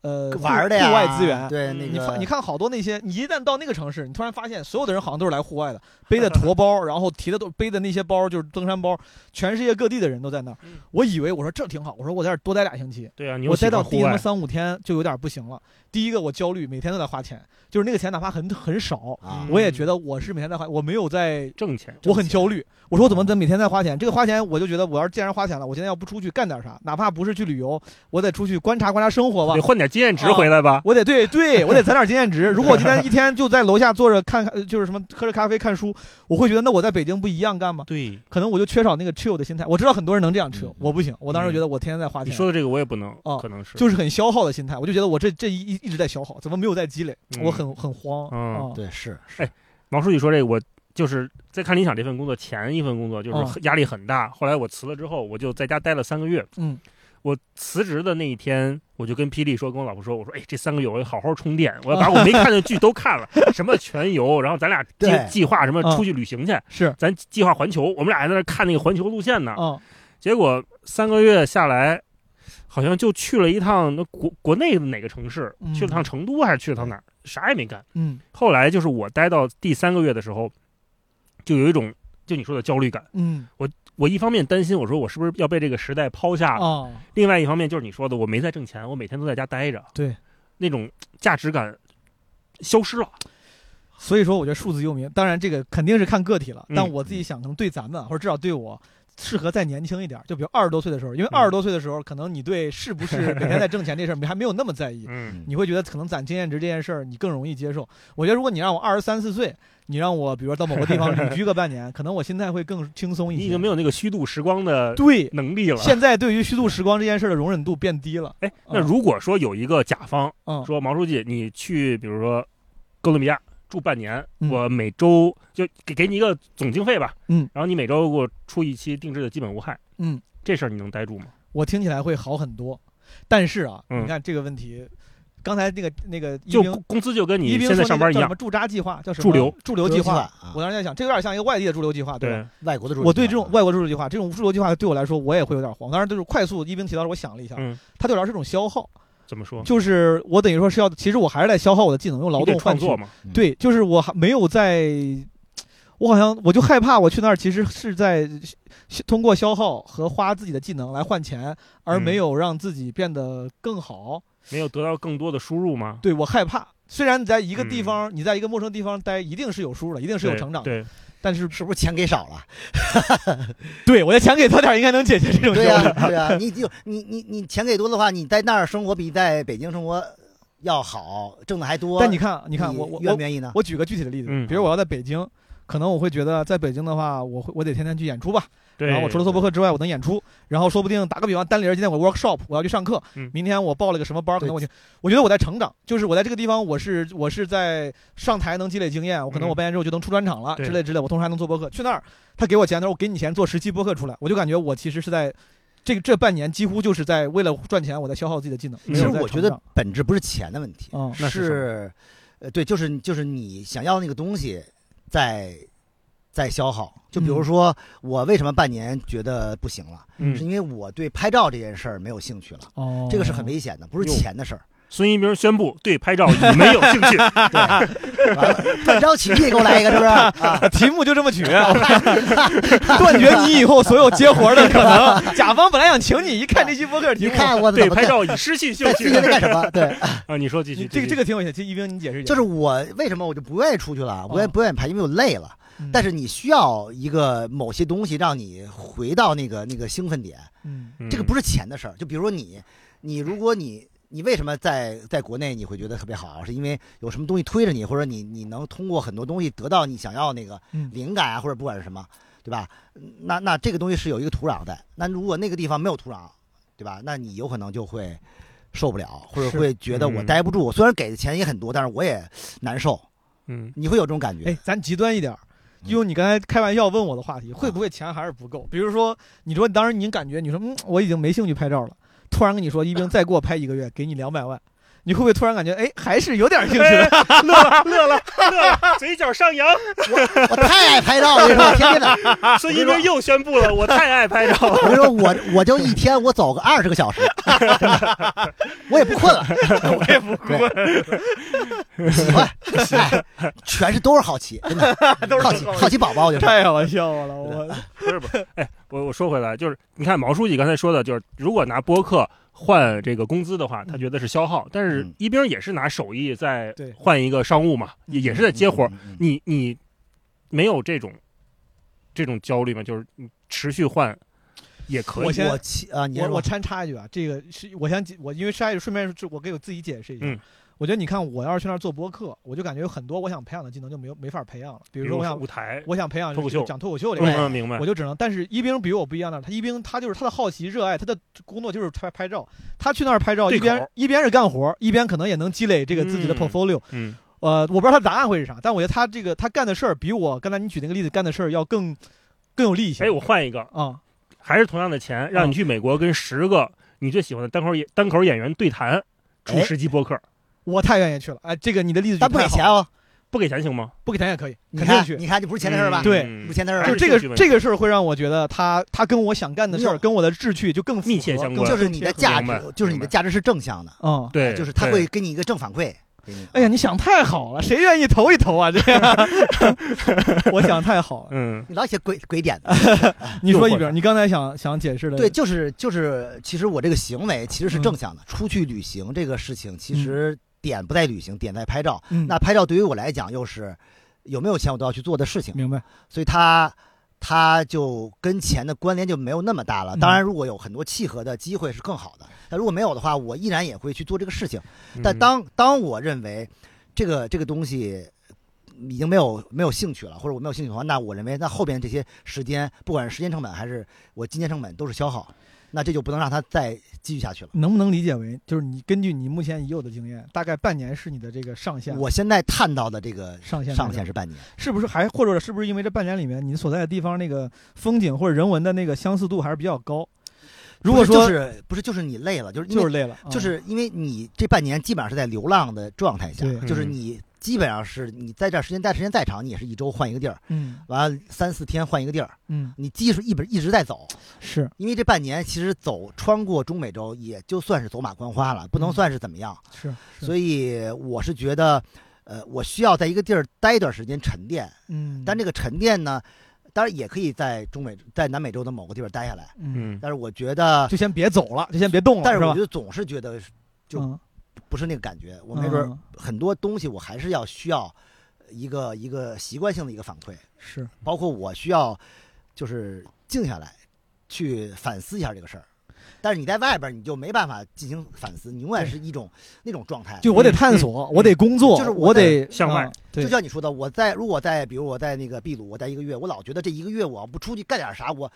呃玩儿的呀，户外资源。对那嗯你发个你看好多那些，你一旦到那个城市，你突然发现所有的人好像都是来户外的，背的驮包，然后提的都背的那些包就是登山包，全世界各地的人都在那儿嗯。我以为我说这挺好，我说我在这儿多待俩星期，对啊，你又我喜待欢到户第他妈外三五天就有点不行了。第一个我焦虑，每天都在花钱，就是那个钱哪怕很很少，啊，我也觉得我是每天在花，我没有在，嗯挣钱，啊我很焦虑。我说我怎么在每天在花钱？这个花钱我就觉得我要是既然花钱了，我现在要不出去干点啥，哪怕不是去旅游，我得出去观察观察生活吧得。换点经验值啊回来吧。我得对对，我得攒点经验值。如果我今天一天就在楼下坐着看，看，就是什么喝着咖啡看书，我会觉得那我在北京不一样干吗？对，可能我就缺少那个 chill 的心态。我知道很多人能这样 chill，嗯我不行。我当时觉得我天天在花你钱。说的这个我也不能哦，可能是就是很消耗的心态。我就觉得我这这一一直在消耗，怎么没有在积累？嗯我很很慌。嗯啊，对是是哎毛书记说这个，我就是在看理想这份工作前一份工作就是嗯很压力很大，后来我辞了之后，我就在家待了三个月。嗯，我辞职的那一天，我就跟霹雳说，跟我老婆说，我说，哎，这三个月我要好好充电，我要把我没看的剧都看了， <laughs> 什么全游，然后咱俩计对计划什么嗯出去旅行去，是咱计划环球，我们俩还在那看那个环球路线呢。啊，结果三个月下来，好像就去了一趟那国国内的哪个城市，嗯去了趟成都还是去了趟哪儿，啥也没干。嗯后来就是我待到第三个月的时候，就有一种就你说的焦虑感。嗯我一方面担心，我说我是不是要被这个时代抛下了；啊，另外一方面就是你说的，我没在挣钱，我每天都在家待着，对，那种价值感消失了。所以说我觉得数字游民，当然这个肯定是看个体了，嗯但我自己想，可能对咱们或者至少对我。适合再年轻一点，就比如二十多岁的时候，嗯因为二十多岁的时候，可能你对是不是每天在挣钱这事儿还没有那么在意，嗯，你会觉得可能攒经验值这件事儿你更容易接受。我觉得如果你让我二十三四岁，你让我比如说到某个地方旅居个半年，可能我心态会更轻松一些。你已经没有那个虚度时光的对能力了。现在对于虚度时光这件事儿的容忍度变低了。哎，那如果说有一个甲方嗯说，毛书记，你去比如说哥伦比亚住半年，嗯我每周就给给你一个总经费吧，嗯，然后你每周给我出一期定制的基本无害，嗯，这事儿你能待住吗？我听起来会好很多，但是啊，嗯你看这个问题，刚才那个那个一就冰工工资就跟一你冰现在说那上班个一叫什样么，驻扎计划叫什么驻留驻留计划划。啊我，当时在想，这有点像一个外地的驻留计划，对吧？对，外国的主流我对这种啊外国驻留计划，这种驻留计划对我来说，我也会有点慌。当然，就是快速一冰提到的时候，我想了一下，嗯，它对我来说是一种消耗，怎么说？就是我等于说是要，其实我还是在消耗我的技能，用劳你得动换创取作嘛，对，就是我还没有在，我好像我就害怕我去那儿，其实是在消通过消耗和花自己的技能来换钱，而没嗯有让自己变得更好。没有得到更多的输入吗？对我害怕，虽然你在一个地嗯方，你在一个陌生地方待，一定是有输入的，一定是有对成长的，对，但是是不是钱给少了？对我的钱给他点儿，应该能解决这 <laughs> 种对啊焦呀、虑。对呀、你就你你你钱给多的话，你在那儿生活比在北京生活要好，挣的还多。但你看，啊你看我我愿我不愿意呢？我举个具体的例子，嗯比如我要在北京。可能我会觉得，在北京的话，我会我得天天去演出吧。对然后我除了做播客之外，我能演出。然后说不定打个比方，单林儿今天我 workshop 我要去上课嗯，明天我报了个什么班儿，可对能我去，我觉得我在成长，就是我在这个地方，我是我是在上台能积累经验，我可嗯能我半年之后就能出专场了对之类之类，我同时还能做播客。去那儿他给我钱，他说我给你钱做十期播客出来，我就感觉我其实是在这这半年几乎就是在为了赚钱，我在消耗自己的技能。其其实有我觉得本质不是钱的问题，啊，嗯哦那是什么是，呃，对，就是就是你想要那个东西在在消耗。就比如嗯说，我为什么半年觉得不行了，嗯是因为我对拍照这件事儿没有兴趣了。哦这个是很危险的，不是哟钱的事儿。孙一鸣宣布对拍照已没有兴趣。完 <laughs> 了，断章取义，给我来一个，是不是？啊， <laughs> 题目就这么取，啊断绝你以后所有接活的可 <laughs> 能。甲方本来想请你，一看这期播客题你目，看我怎对么拍干，照已失去兴在自趣己在干什么？对，啊！你说继你续，嗯这个继这续个挺有意思。这一冰，你解释解释。就是我为什么我就不愿意出去了，不愿哦不愿意拍，因为我累了。嗯，但是你需要一个某些东西让你回到那个那个兴奋点，嗯这个不是是钱的事儿。就比如说你，你如果你你为什么在在国内你会觉得特别好，是因为有什么东西推着你，或者你你能通过很多东西得到你想要那个嗯灵感啊，或者不管是什么，对吧？那那这个东西是有一个土壤在，那如果那个地方没有土壤，对吧？那你有可能就会受不了，或是者会觉得我嗯待不住。虽然给的钱也很多，但是我也难受，嗯，你会有这种感觉。哎，咱极端一点儿。用你刚才开玩笑问我的话题，会不会钱还是不够？比如说，你说当时您感觉你说嗯，我已经没兴趣拍照了，突然跟你说一冰再给我拍一个月，给你两百万，你会不会突然感觉哎，还是有点兴趣了？乐了乐了乐了，嘴角上扬。我太爱拍照了，我跟你说，天天的。 <laughs> 孙一鸣又宣布了，我太爱拍照了。我跟你说，我我就一天我走个二十个小时，真的，我也不困了，我也不困，喜欢，哎全是都是好奇，真的，都好奇好奇宝宝，我就是，太好笑了，我不是不是，哎，我我说回来，就是你看毛书记刚才说的，就是如果拿播客换这个工资的话，他觉得是消耗，但是嗯一兵也是拿手艺在对换一个商务嘛，嗯也也是在接活儿。嗯，嗯嗯你你没有这种这种焦虑吗？就是你持续换也可我以。先我期啊，你先我说我掺插一句啊，这个是我想解我因为插一句，顺便是我给我自己解释一下。嗯我觉得你看，我要是去那儿做播客，我就感觉有很多我想培养的技能就没有没法培养了。比比如说，我想舞台，我想培养脱口秀讲脱口秀这个，嗯，明白我。就只能。但是一冰比我不一样的，他一冰他就是他的好奇、热爱，他的工作就是拍拍照。他去那儿拍照，对一口边一边是干活，一边可能也能积累这个自己的嗯 portfolio。嗯，呃，我不知道他答案会是啥，但我觉得他这个他干的事儿比我刚才你举那个例子干的事儿要更更有利一些。哎，我换一个，啊，还是同样的钱，让你去美国跟十个你最喜欢的单口演单口演员对谈，出哎十期播客，我太愿意去了。哎，这个你的例子但举不给太好钱了哦，不给钱行吗？不给钱也可以，你肯定看去。你看，这不是钱的事儿吧？对嗯不是钱的事儿还就吧，这兴趣个问题这个事儿会让我觉得他他跟我想干的事没儿，有跟我的志趣就更符合密切相关更就是你的价明白值，就是你的价值是正向的，嗯。对，哎就是他对会给你一个正反馈。给你嗯哎呀，，你想太好了，谁愿意投一投啊？这样， <laughs> 我想太好了。嗯，你老写鬼鬼点子，你说一诱惑遍，你刚才想想解释的，对，，就是就是，其实我这个行为其实嗯是正向的。出去旅行这个事情，其实点不在旅行，点在拍照。嗯，那拍照对于我来讲，又是有没有钱我都要去做的事情，明白，所以它它就跟钱的关联就没有那么大了。嗯当然，如果有很多契合的机会是更好的，那如果没有的话，我依然也会去做这个事情。但嗯当当我认为这个这个东西已经没有没有兴趣了，或者我没有兴趣的话，那我认为那后边这些时间，不管是时间成本还是我金钱成本，都是消耗，那这就不能让它再继续下去了。能不能理解为就是你根据你目前已有的经验，大概半年是你的这个上限，我现在看到的这个上限上限是半年，是不是还或者是不是因为这半年里面你所在的地方那个风景或者人文的那个相似度还是比较高？如果不是说就是不是就是你累了，就是因为就是累了，啊就是因为你这半年基本上是在流浪的状态下对，就是嗯你基本上是你在这儿时间待时间再长，你也是一周换一个地儿，嗯完了三四天换一个地儿，嗯你技术一本一直在走，是因为这半年其实走穿过中美洲，也就算是走马观花了，不能嗯算是怎么样。是，是所以我是觉得，呃，我需要在一个地儿待一段时间沉淀，嗯，但这个沉淀呢，当然也可以在中美在南美洲的某个地方待下来，嗯，嗯，但是我觉得，就先别走了，就先别动了，但是是我吧觉？得总是觉得就嗯不是那个感觉，我没准儿嗯很多东西我还是要需要一个一个习惯性的一个反馈，是包括我需要就是静下来去反思一下这个事儿。但是你在外边儿你就没办法进行反思，你永远对是一种那种状态。就我得探索，我得工作，就是我我得向外嗯就对，像你说的，我在如果在比如我在那个秘鲁，我待一个月，我老觉得这一个月我要不出去干点啥，我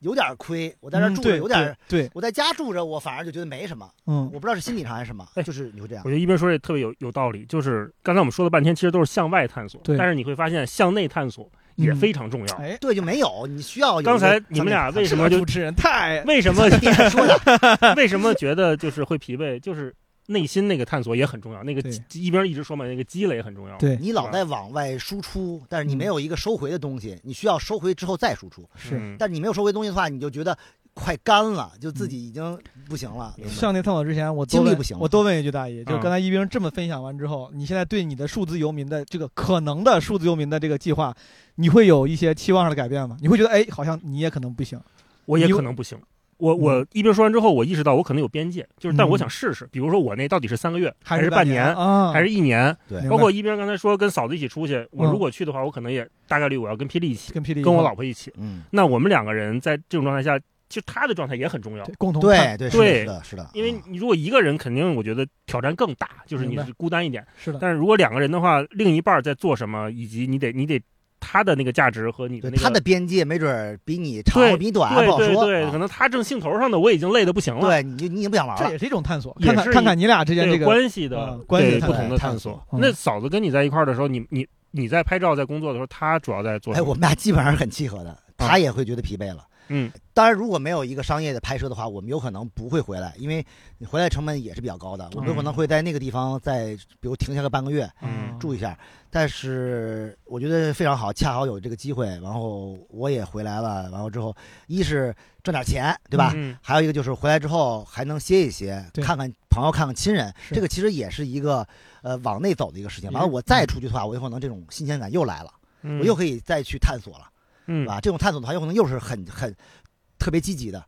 有点亏，我在这儿嗯住着对有点儿，对，对我在家住着我反而就觉得没什么，嗯我不知道是心理上还是什么哎，就是你会这样我。觉得一边说这特别有有道理，就是刚才我们说了半天，其实都是向外探索，对但是你会发现向内探索也嗯非常重要。哎，对，就没 <laughs> 有，你需要有一个刚才你们俩为什么就主持人太为什么 <laughs> 你也说 <laughs> 的，为什么觉得就是会疲惫？就是内心那个探索也很重要，那个对积一边一直说嘛，那个积累很重要。嗯对你老在往外输出，但是你没有一个收回的东西，你需要收回之后再输出。是嗯但你没有收回东西的话，你就觉得快干了，就自己已经不行了。明白上那探讨之前，我多精力问不行了我多问一句，大爷，就嗯刚才一冰这么分享完之后，你现在对你的数字游民的这个可能的数字游民的这个计划，你会有一些期望上的改变吗？你会觉得哎，好像你也可能不行，我也你可能不行。我我一边说完之后，我意识到我可能有边界，就是但嗯我想试试，比如说我那到底是三个月，还是半年年，啊？还是一年？对明白包括一边刚才说跟嫂子一起出去，我嗯如果去的话，我可能也大概率我要跟霹雳一起，跟霹雳跟我老婆婆一起。嗯，那我们两个人在这种状态下，其实她的状态也很重要。共同看对对对是的是的，是的，因为嗯你如果一个人，肯定我觉得挑战更大，就是你明白是孤单一点。是的，但是如果两个人的话，另一半在做什么，以及你得你得他的那个价值和你的对那个他的边界没准儿比你长对比你短对不好对说，对，啊可能他正兴头上的，我已经累得不行了。对你就你已经不想玩这了。也是一种探索，也看看是一看看你俩之间这个关系的嗯关系对的不探同的索探探索索。嗯那嫂子跟你在一块儿的时候，你你你在拍照在工作的时候，她主要在做哎，什我么？们俩基本上是很契合的，他也会觉得疲惫了。嗯，当然，如果没有一个商业的拍摄的话，我们有可能不会回来，因为你回来成本也是比较高的。我们有可能会在那个地方再，比如停下个半个月嗯住一下。但是我觉得非常好，恰好有这个机会，然后我也回来了，然后之后一是挣点钱，对吧？嗯还有一个就是回来之后还能歇一歇，对看看朋友，看看亲人，是这个其实也是一个呃往内走的一个事情。也完了，是我再出去的话，我有可能这种新鲜感又来了，嗯，我又可以再去探索了，嗯对吧？这种探索的话，有可能又是很很特别积极的，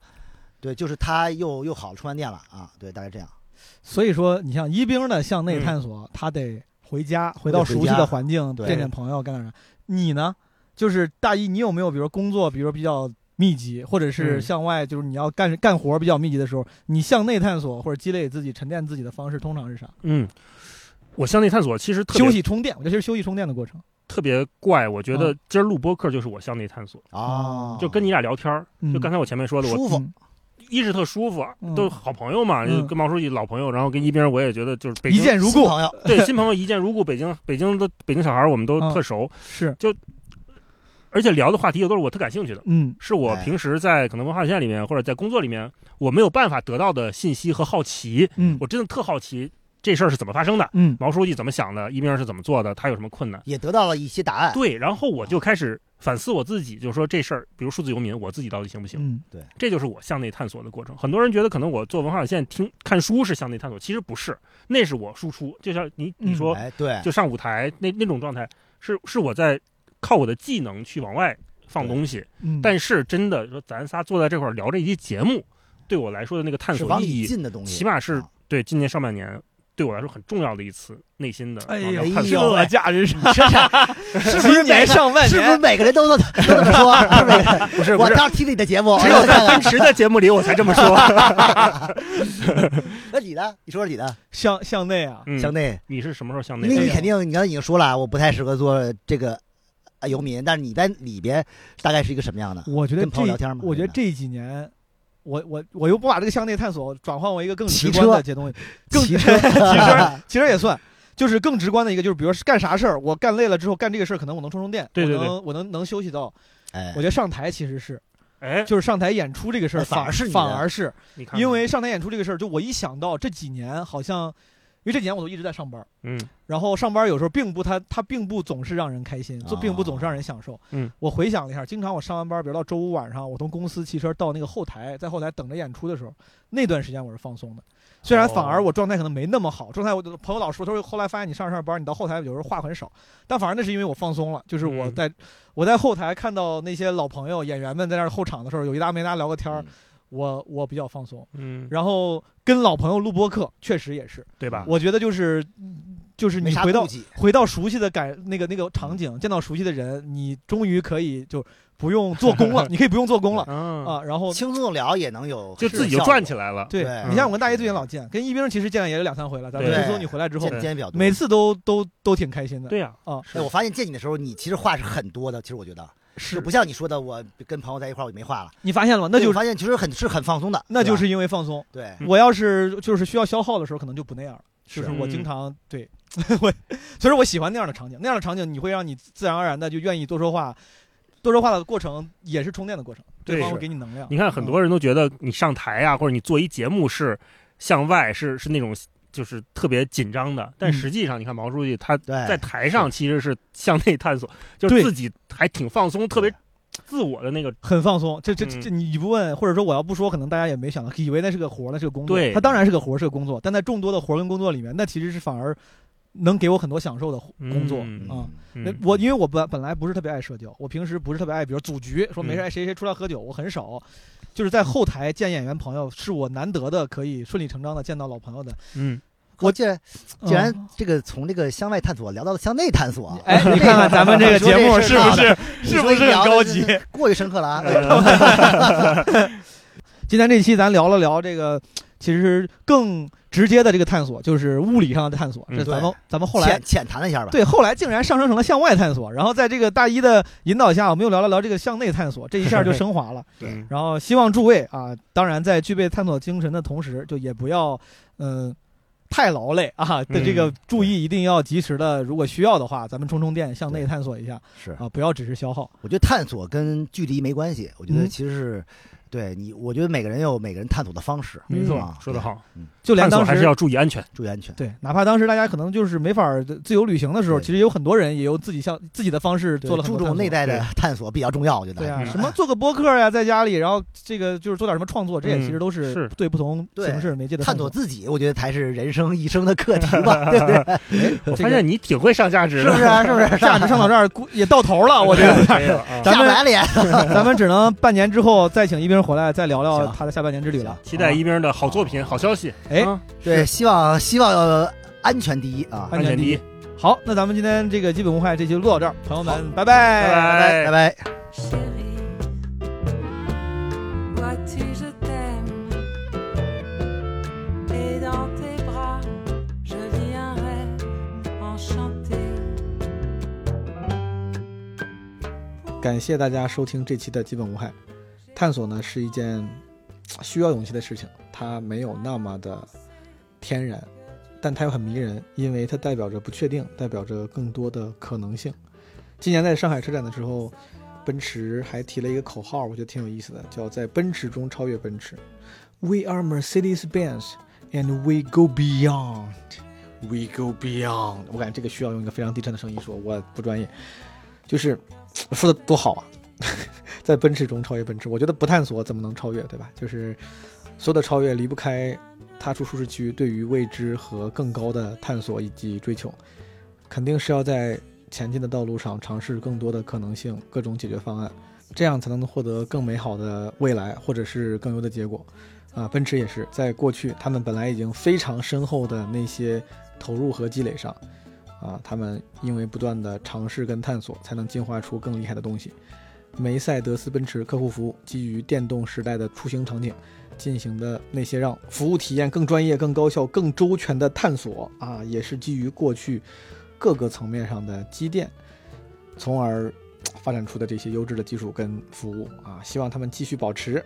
对，就是它又又好了，充完电了啊，对，大概这样。所以说，你像一兵的向内嗯探索，他得回家，回到熟悉回的家环境，对见见朋友，干点啥。你呢？就是大一，你有没有比如说工作，比如说比较密集，或者是嗯向外，就是你要干干活比较密集的时候，你向内探索或者积累自己、沉淀自己的方式，通常是啥？嗯，我向内探索其实特休别息充电，我觉得其实休息充电的过程，特别怪。我觉得嗯今儿录播客就是我向内探索，哦，就跟你俩聊天儿，嗯就刚才我前面说的，我舒服，嗯一是特舒服嗯，都是好朋友嘛，嗯就跟毛书记老朋友，然后跟一冰儿我也觉得就是北一京见如新故，朋友，对新朋友一见如故，北京北京的北京小孩儿我们都嗯特熟，是，而且聊的话题又都是我特感兴趣的。嗯，是我哎平时在可能文化线里面或者在工作里面，我没有办法得到的信息和好奇。嗯我真的特好奇这事儿是怎么发生的，嗯毛书记怎么想的，一鸣是怎么做的，他有什么困难？也得到了一些答案。对，然后我就开始反思我自己，就是说这事儿，比如数字游民，我自己到底行不行？嗯，这就是我向内探索的过程。很多人觉得可能我做文化有限听看书是向内探索，其实不是，那是我输出。就像你你嗯说，哎，对，就上舞台那那种状态，是是我在靠我的技能去往外放东西。嗯但是真的说，咱仨坐在这块儿聊这一期节目，对我来说的那个探是索往意里义，进的东西，起码是啊对今年上半年对我来说很重要的一次内心的哎往呀外探，哎索。呦这假人 <laughs> 是是不是是不是每年个上万是不是年，每个人都都 <laughs> 都这么说？是不是不是我当时听你的节目，哎只有在奔驰的节目里我才这么说。那你呢？你说说你的，向向内啊，嗯向内，你是什么时候向内因为探你索？肯定你刚才已经说了，我不太适合做这个呃游民，但是你在里边大概是一个什么样的？我觉得跟朋友这聊天嘛我觉得对吧这几年，我我我又不把这个向内探索转换为一个更直骑观的车这些 <laughs> 东西，更 <laughs> 骑其 <laughs> 实其实也算。就是更直观的一个，就是比如说干啥事儿，我干累了之后干这个事儿，可能我能充充电，对对对我能我能能休息到。哎我觉，得上台其实是，哎，就是上台演出这个事儿，哎反反而是你的反而是你看看，因为上台演出这个事儿，就我一想到这几年好像，因为这几年我都一直在上班，嗯然后上班有时候并不它它并不总是让人开心，就并不总是让人享受。啊嗯，我回想了一下，经常我上完班，比如到周五晚上，我从公司骑车到那个后台，在后台等着演出的时候，那段时间我是放松哦的。虽然反而我状态可能没那么好，状态我的朋友老说，他说后来发现你上着上着班，你到后台有时候话很少，但反而那是因为我放松了，就是我嗯在、我在后台看到那些老朋友演员们在那儿候场的时候，有一搭没一搭聊个天儿，嗯我我比较放松。嗯，然后跟老朋友录播课，确实也是，对吧？我觉得就是嗯就是没你啥回到顾忌。回到熟悉的感那个那个场景，见到熟悉的人，你终于可以就不用做工了，你可以不用做工了啊，啊。然后轻松聊也能有就自己就赚起来了。对对你像我跟大爷最近老见，跟一冰其实见了也有两三回了，咱们对自从你回来之后，见见比较多。每次都都都挺开心的。对呀，啊，哎，我发现见你的时候，你其实话是很多的。其实我觉得，就是不像你说的，我跟朋友在一块儿我就没话了。你发现了吗？那对就我是发现其实很是很放松的，那就对吧是因为放松。对嗯我要是就是需要消耗的时候，可能就不那样了。就是我经常对 <laughs> 我，所以说我喜欢那样的场景。那样的场景，你会让你自然而然的就愿意多说话，多说话的过程也是充电的过程，对方会是给你能量。你看，很多人都觉得你上台啊，或者你做一节目是向外，是是那种就是特别紧张的。但嗯实际上，你看毛书记他对，在台上其实是向内探索，就是对自己还挺放松，特别自我的那个。很放松，这这嗯这你不问，或者说我要不说，可能大家也没想到， <laughs> 以为那是个活儿，那是个工作。对它当然是个活儿，是个工作，但在众多的活儿跟工作里面，那其实是反而能给我很多享受的工作。嗯啊嗯，那嗯我因为我本本来不是特别爱社交，我平时不是特别爱，比如组局说没事嗯哎谁谁出来喝酒，我很少。就是在后台见演员朋友，是我难得的可以顺理成章的见到老朋友的。嗯，我既然既然嗯 <laughs> 这个从这个向外探索聊到了向内探索，哎，你看看咱们这个 <laughs> 说节这目事是儿不闹是的是不是很高级？嗯你说你聊得 <laughs> 过于深刻了啊！今天这期咱聊了聊这个，其实更直接的这个探索，就是物理上的探索。嗯这咱对们咱们后来浅浅谈了一下吧。对，后来竟然上升成了向外探索，然后在这个大一的引导下，我们又聊了聊这个向内探索，这一 <laughs> 下就升华了。对嗯然后希望诸位啊，当然在具备探索精神的同时，就也不要嗯、太劳累啊。对这个嗯注意一定要及时的，如果需要的话，咱们充充电，向内探索一下是，啊，不要只是消耗。我觉得探索跟距离没关系，我觉得嗯其实是对你，我觉得每个人有每个人探索的方式。没错嗯，说得，好，就连探索当还是时要注意安全。注意安全。对，哪怕当时大家可能就是没法儿自由旅行的时候，对其实有很多人也用自己向自己的方式对做了很注多重探索内在的 <laughs> 探索比较重要，我觉得。对啊，嗯什么做个播客呀、在家里，然后这个就是做点什么创作，这也嗯其实都是对不同对形式媒介的探索索。哎自己，我觉得才是人生一生的 <laughs> 课题吧，对不对？我发现你挺会上价值是的不，是啊？是 <laughs> 不是？价值上到这儿估也到 <laughs> 头了，我觉 <laughs> 得。可以了啊咱下们不来了也。咱们只能半年之后再请一冰回来，再聊聊行他的下半年之旅了。期待好吧啊一冰的好作品、好消息。哎啊对，希望希望呃安全第一啊！哎安全第一，好，那咱们今天这个基本无害这期就录到这儿，朋友们，拜拜拜拜拜。 Chérie, vois-tu, je t'aime. Et dans tes bras, je vis un rêve enchanté. 感谢大家收听这期的基本无害。探索呢是一件嘖需要勇气的事情，它没有那么的天然，但它又很迷人，因为它代表着不确定，代表着更多的可能性。今年在上海车展的时候，奔驰还提了一个口号，我觉得挺有意思的，叫在奔驰中超越奔驰。We are Mercedes-Benz and we go beyond. We go beyond。我感觉这个需要用一个非常低沉的声音说，我不专业，就是。说的多好啊！ <laughs> 在奔驰中超越奔驰，我觉得不探索怎么能超越，对吧？就是所有的超越离不开踏出舒适区，对于未知和更高的探索以及追求，肯定是要在前进的道路上尝试更多的可能性、各种解决方案，这样才能获得更美好的未来，或者是更优的结果。啊，奔驰也是，在过去他们本来已经非常深厚的那些投入和积累上，啊，他们因为不断的尝试跟探索，才能进化出更厉害的东西。梅赛德斯奔驰客户服务基于电动时代的出行场景进行的那些让服务体验更专业、更高效、更周全的探索啊，也是基于过去各个层面上的积淀，从而嘖发展出的这些优质的技术跟服务啊，希望他们继续保持。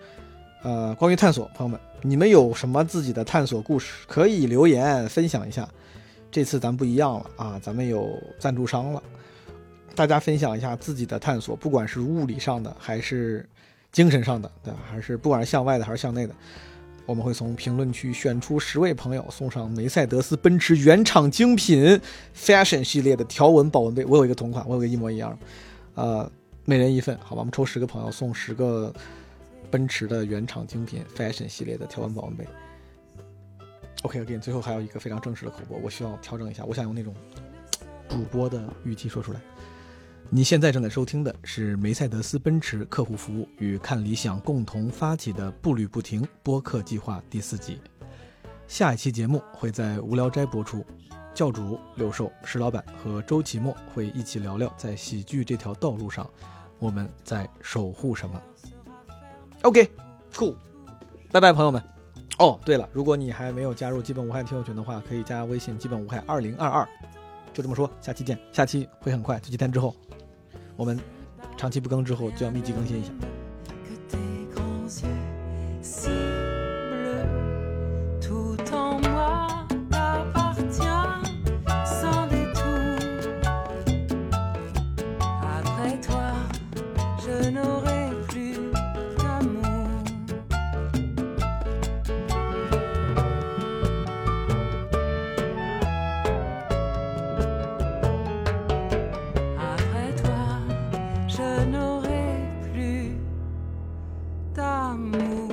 呃，关于探索，朋友们，你们有什么自己的探索故事，可以留言分享一下。这次咱不一样了啊，咱们有赞助商了，大家分享一下自己的探索，不管是物理上的还是精神上的，对吧？还是不管是向外的还是向内的，我们会从评论区选出十位朋友，送上梅赛德斯奔驰原厂精品 Fashion 系列的条纹保温杯，我有一个同款，我有个一模一样的，呃，每人一份，好吧？我们抽十个朋友送十个奔驰的原厂精品 Fashion 系列的条纹保温杯。OK，again，、最后还有一个非常正式的口播，我需要调整一下，我想用那种主播的语气说出来。你现在正在收听的是梅赛德斯奔驰客户服务与看理想共同发起的“步履不停”播客计划第四集。下一期节目会在无聊斋播出，教主六兽、石老板和周奇墨会一起聊聊在喜剧这条道路上，我们在守护什么。OK，cool，、拜拜，朋友们。哦，对了，如果你还没有加入基本无害听友群的话，可以加微信基本无害二零二二。就这么说，下期见。下期会很快，这几天之后，我们长期不更之后就要密集更新一下。 que tes grands yeux si bleus. Tout en moi t'appartient sans détour. Après toi, je n'aurai plus d'amour. Après toi, je n'aurai plus d'amour.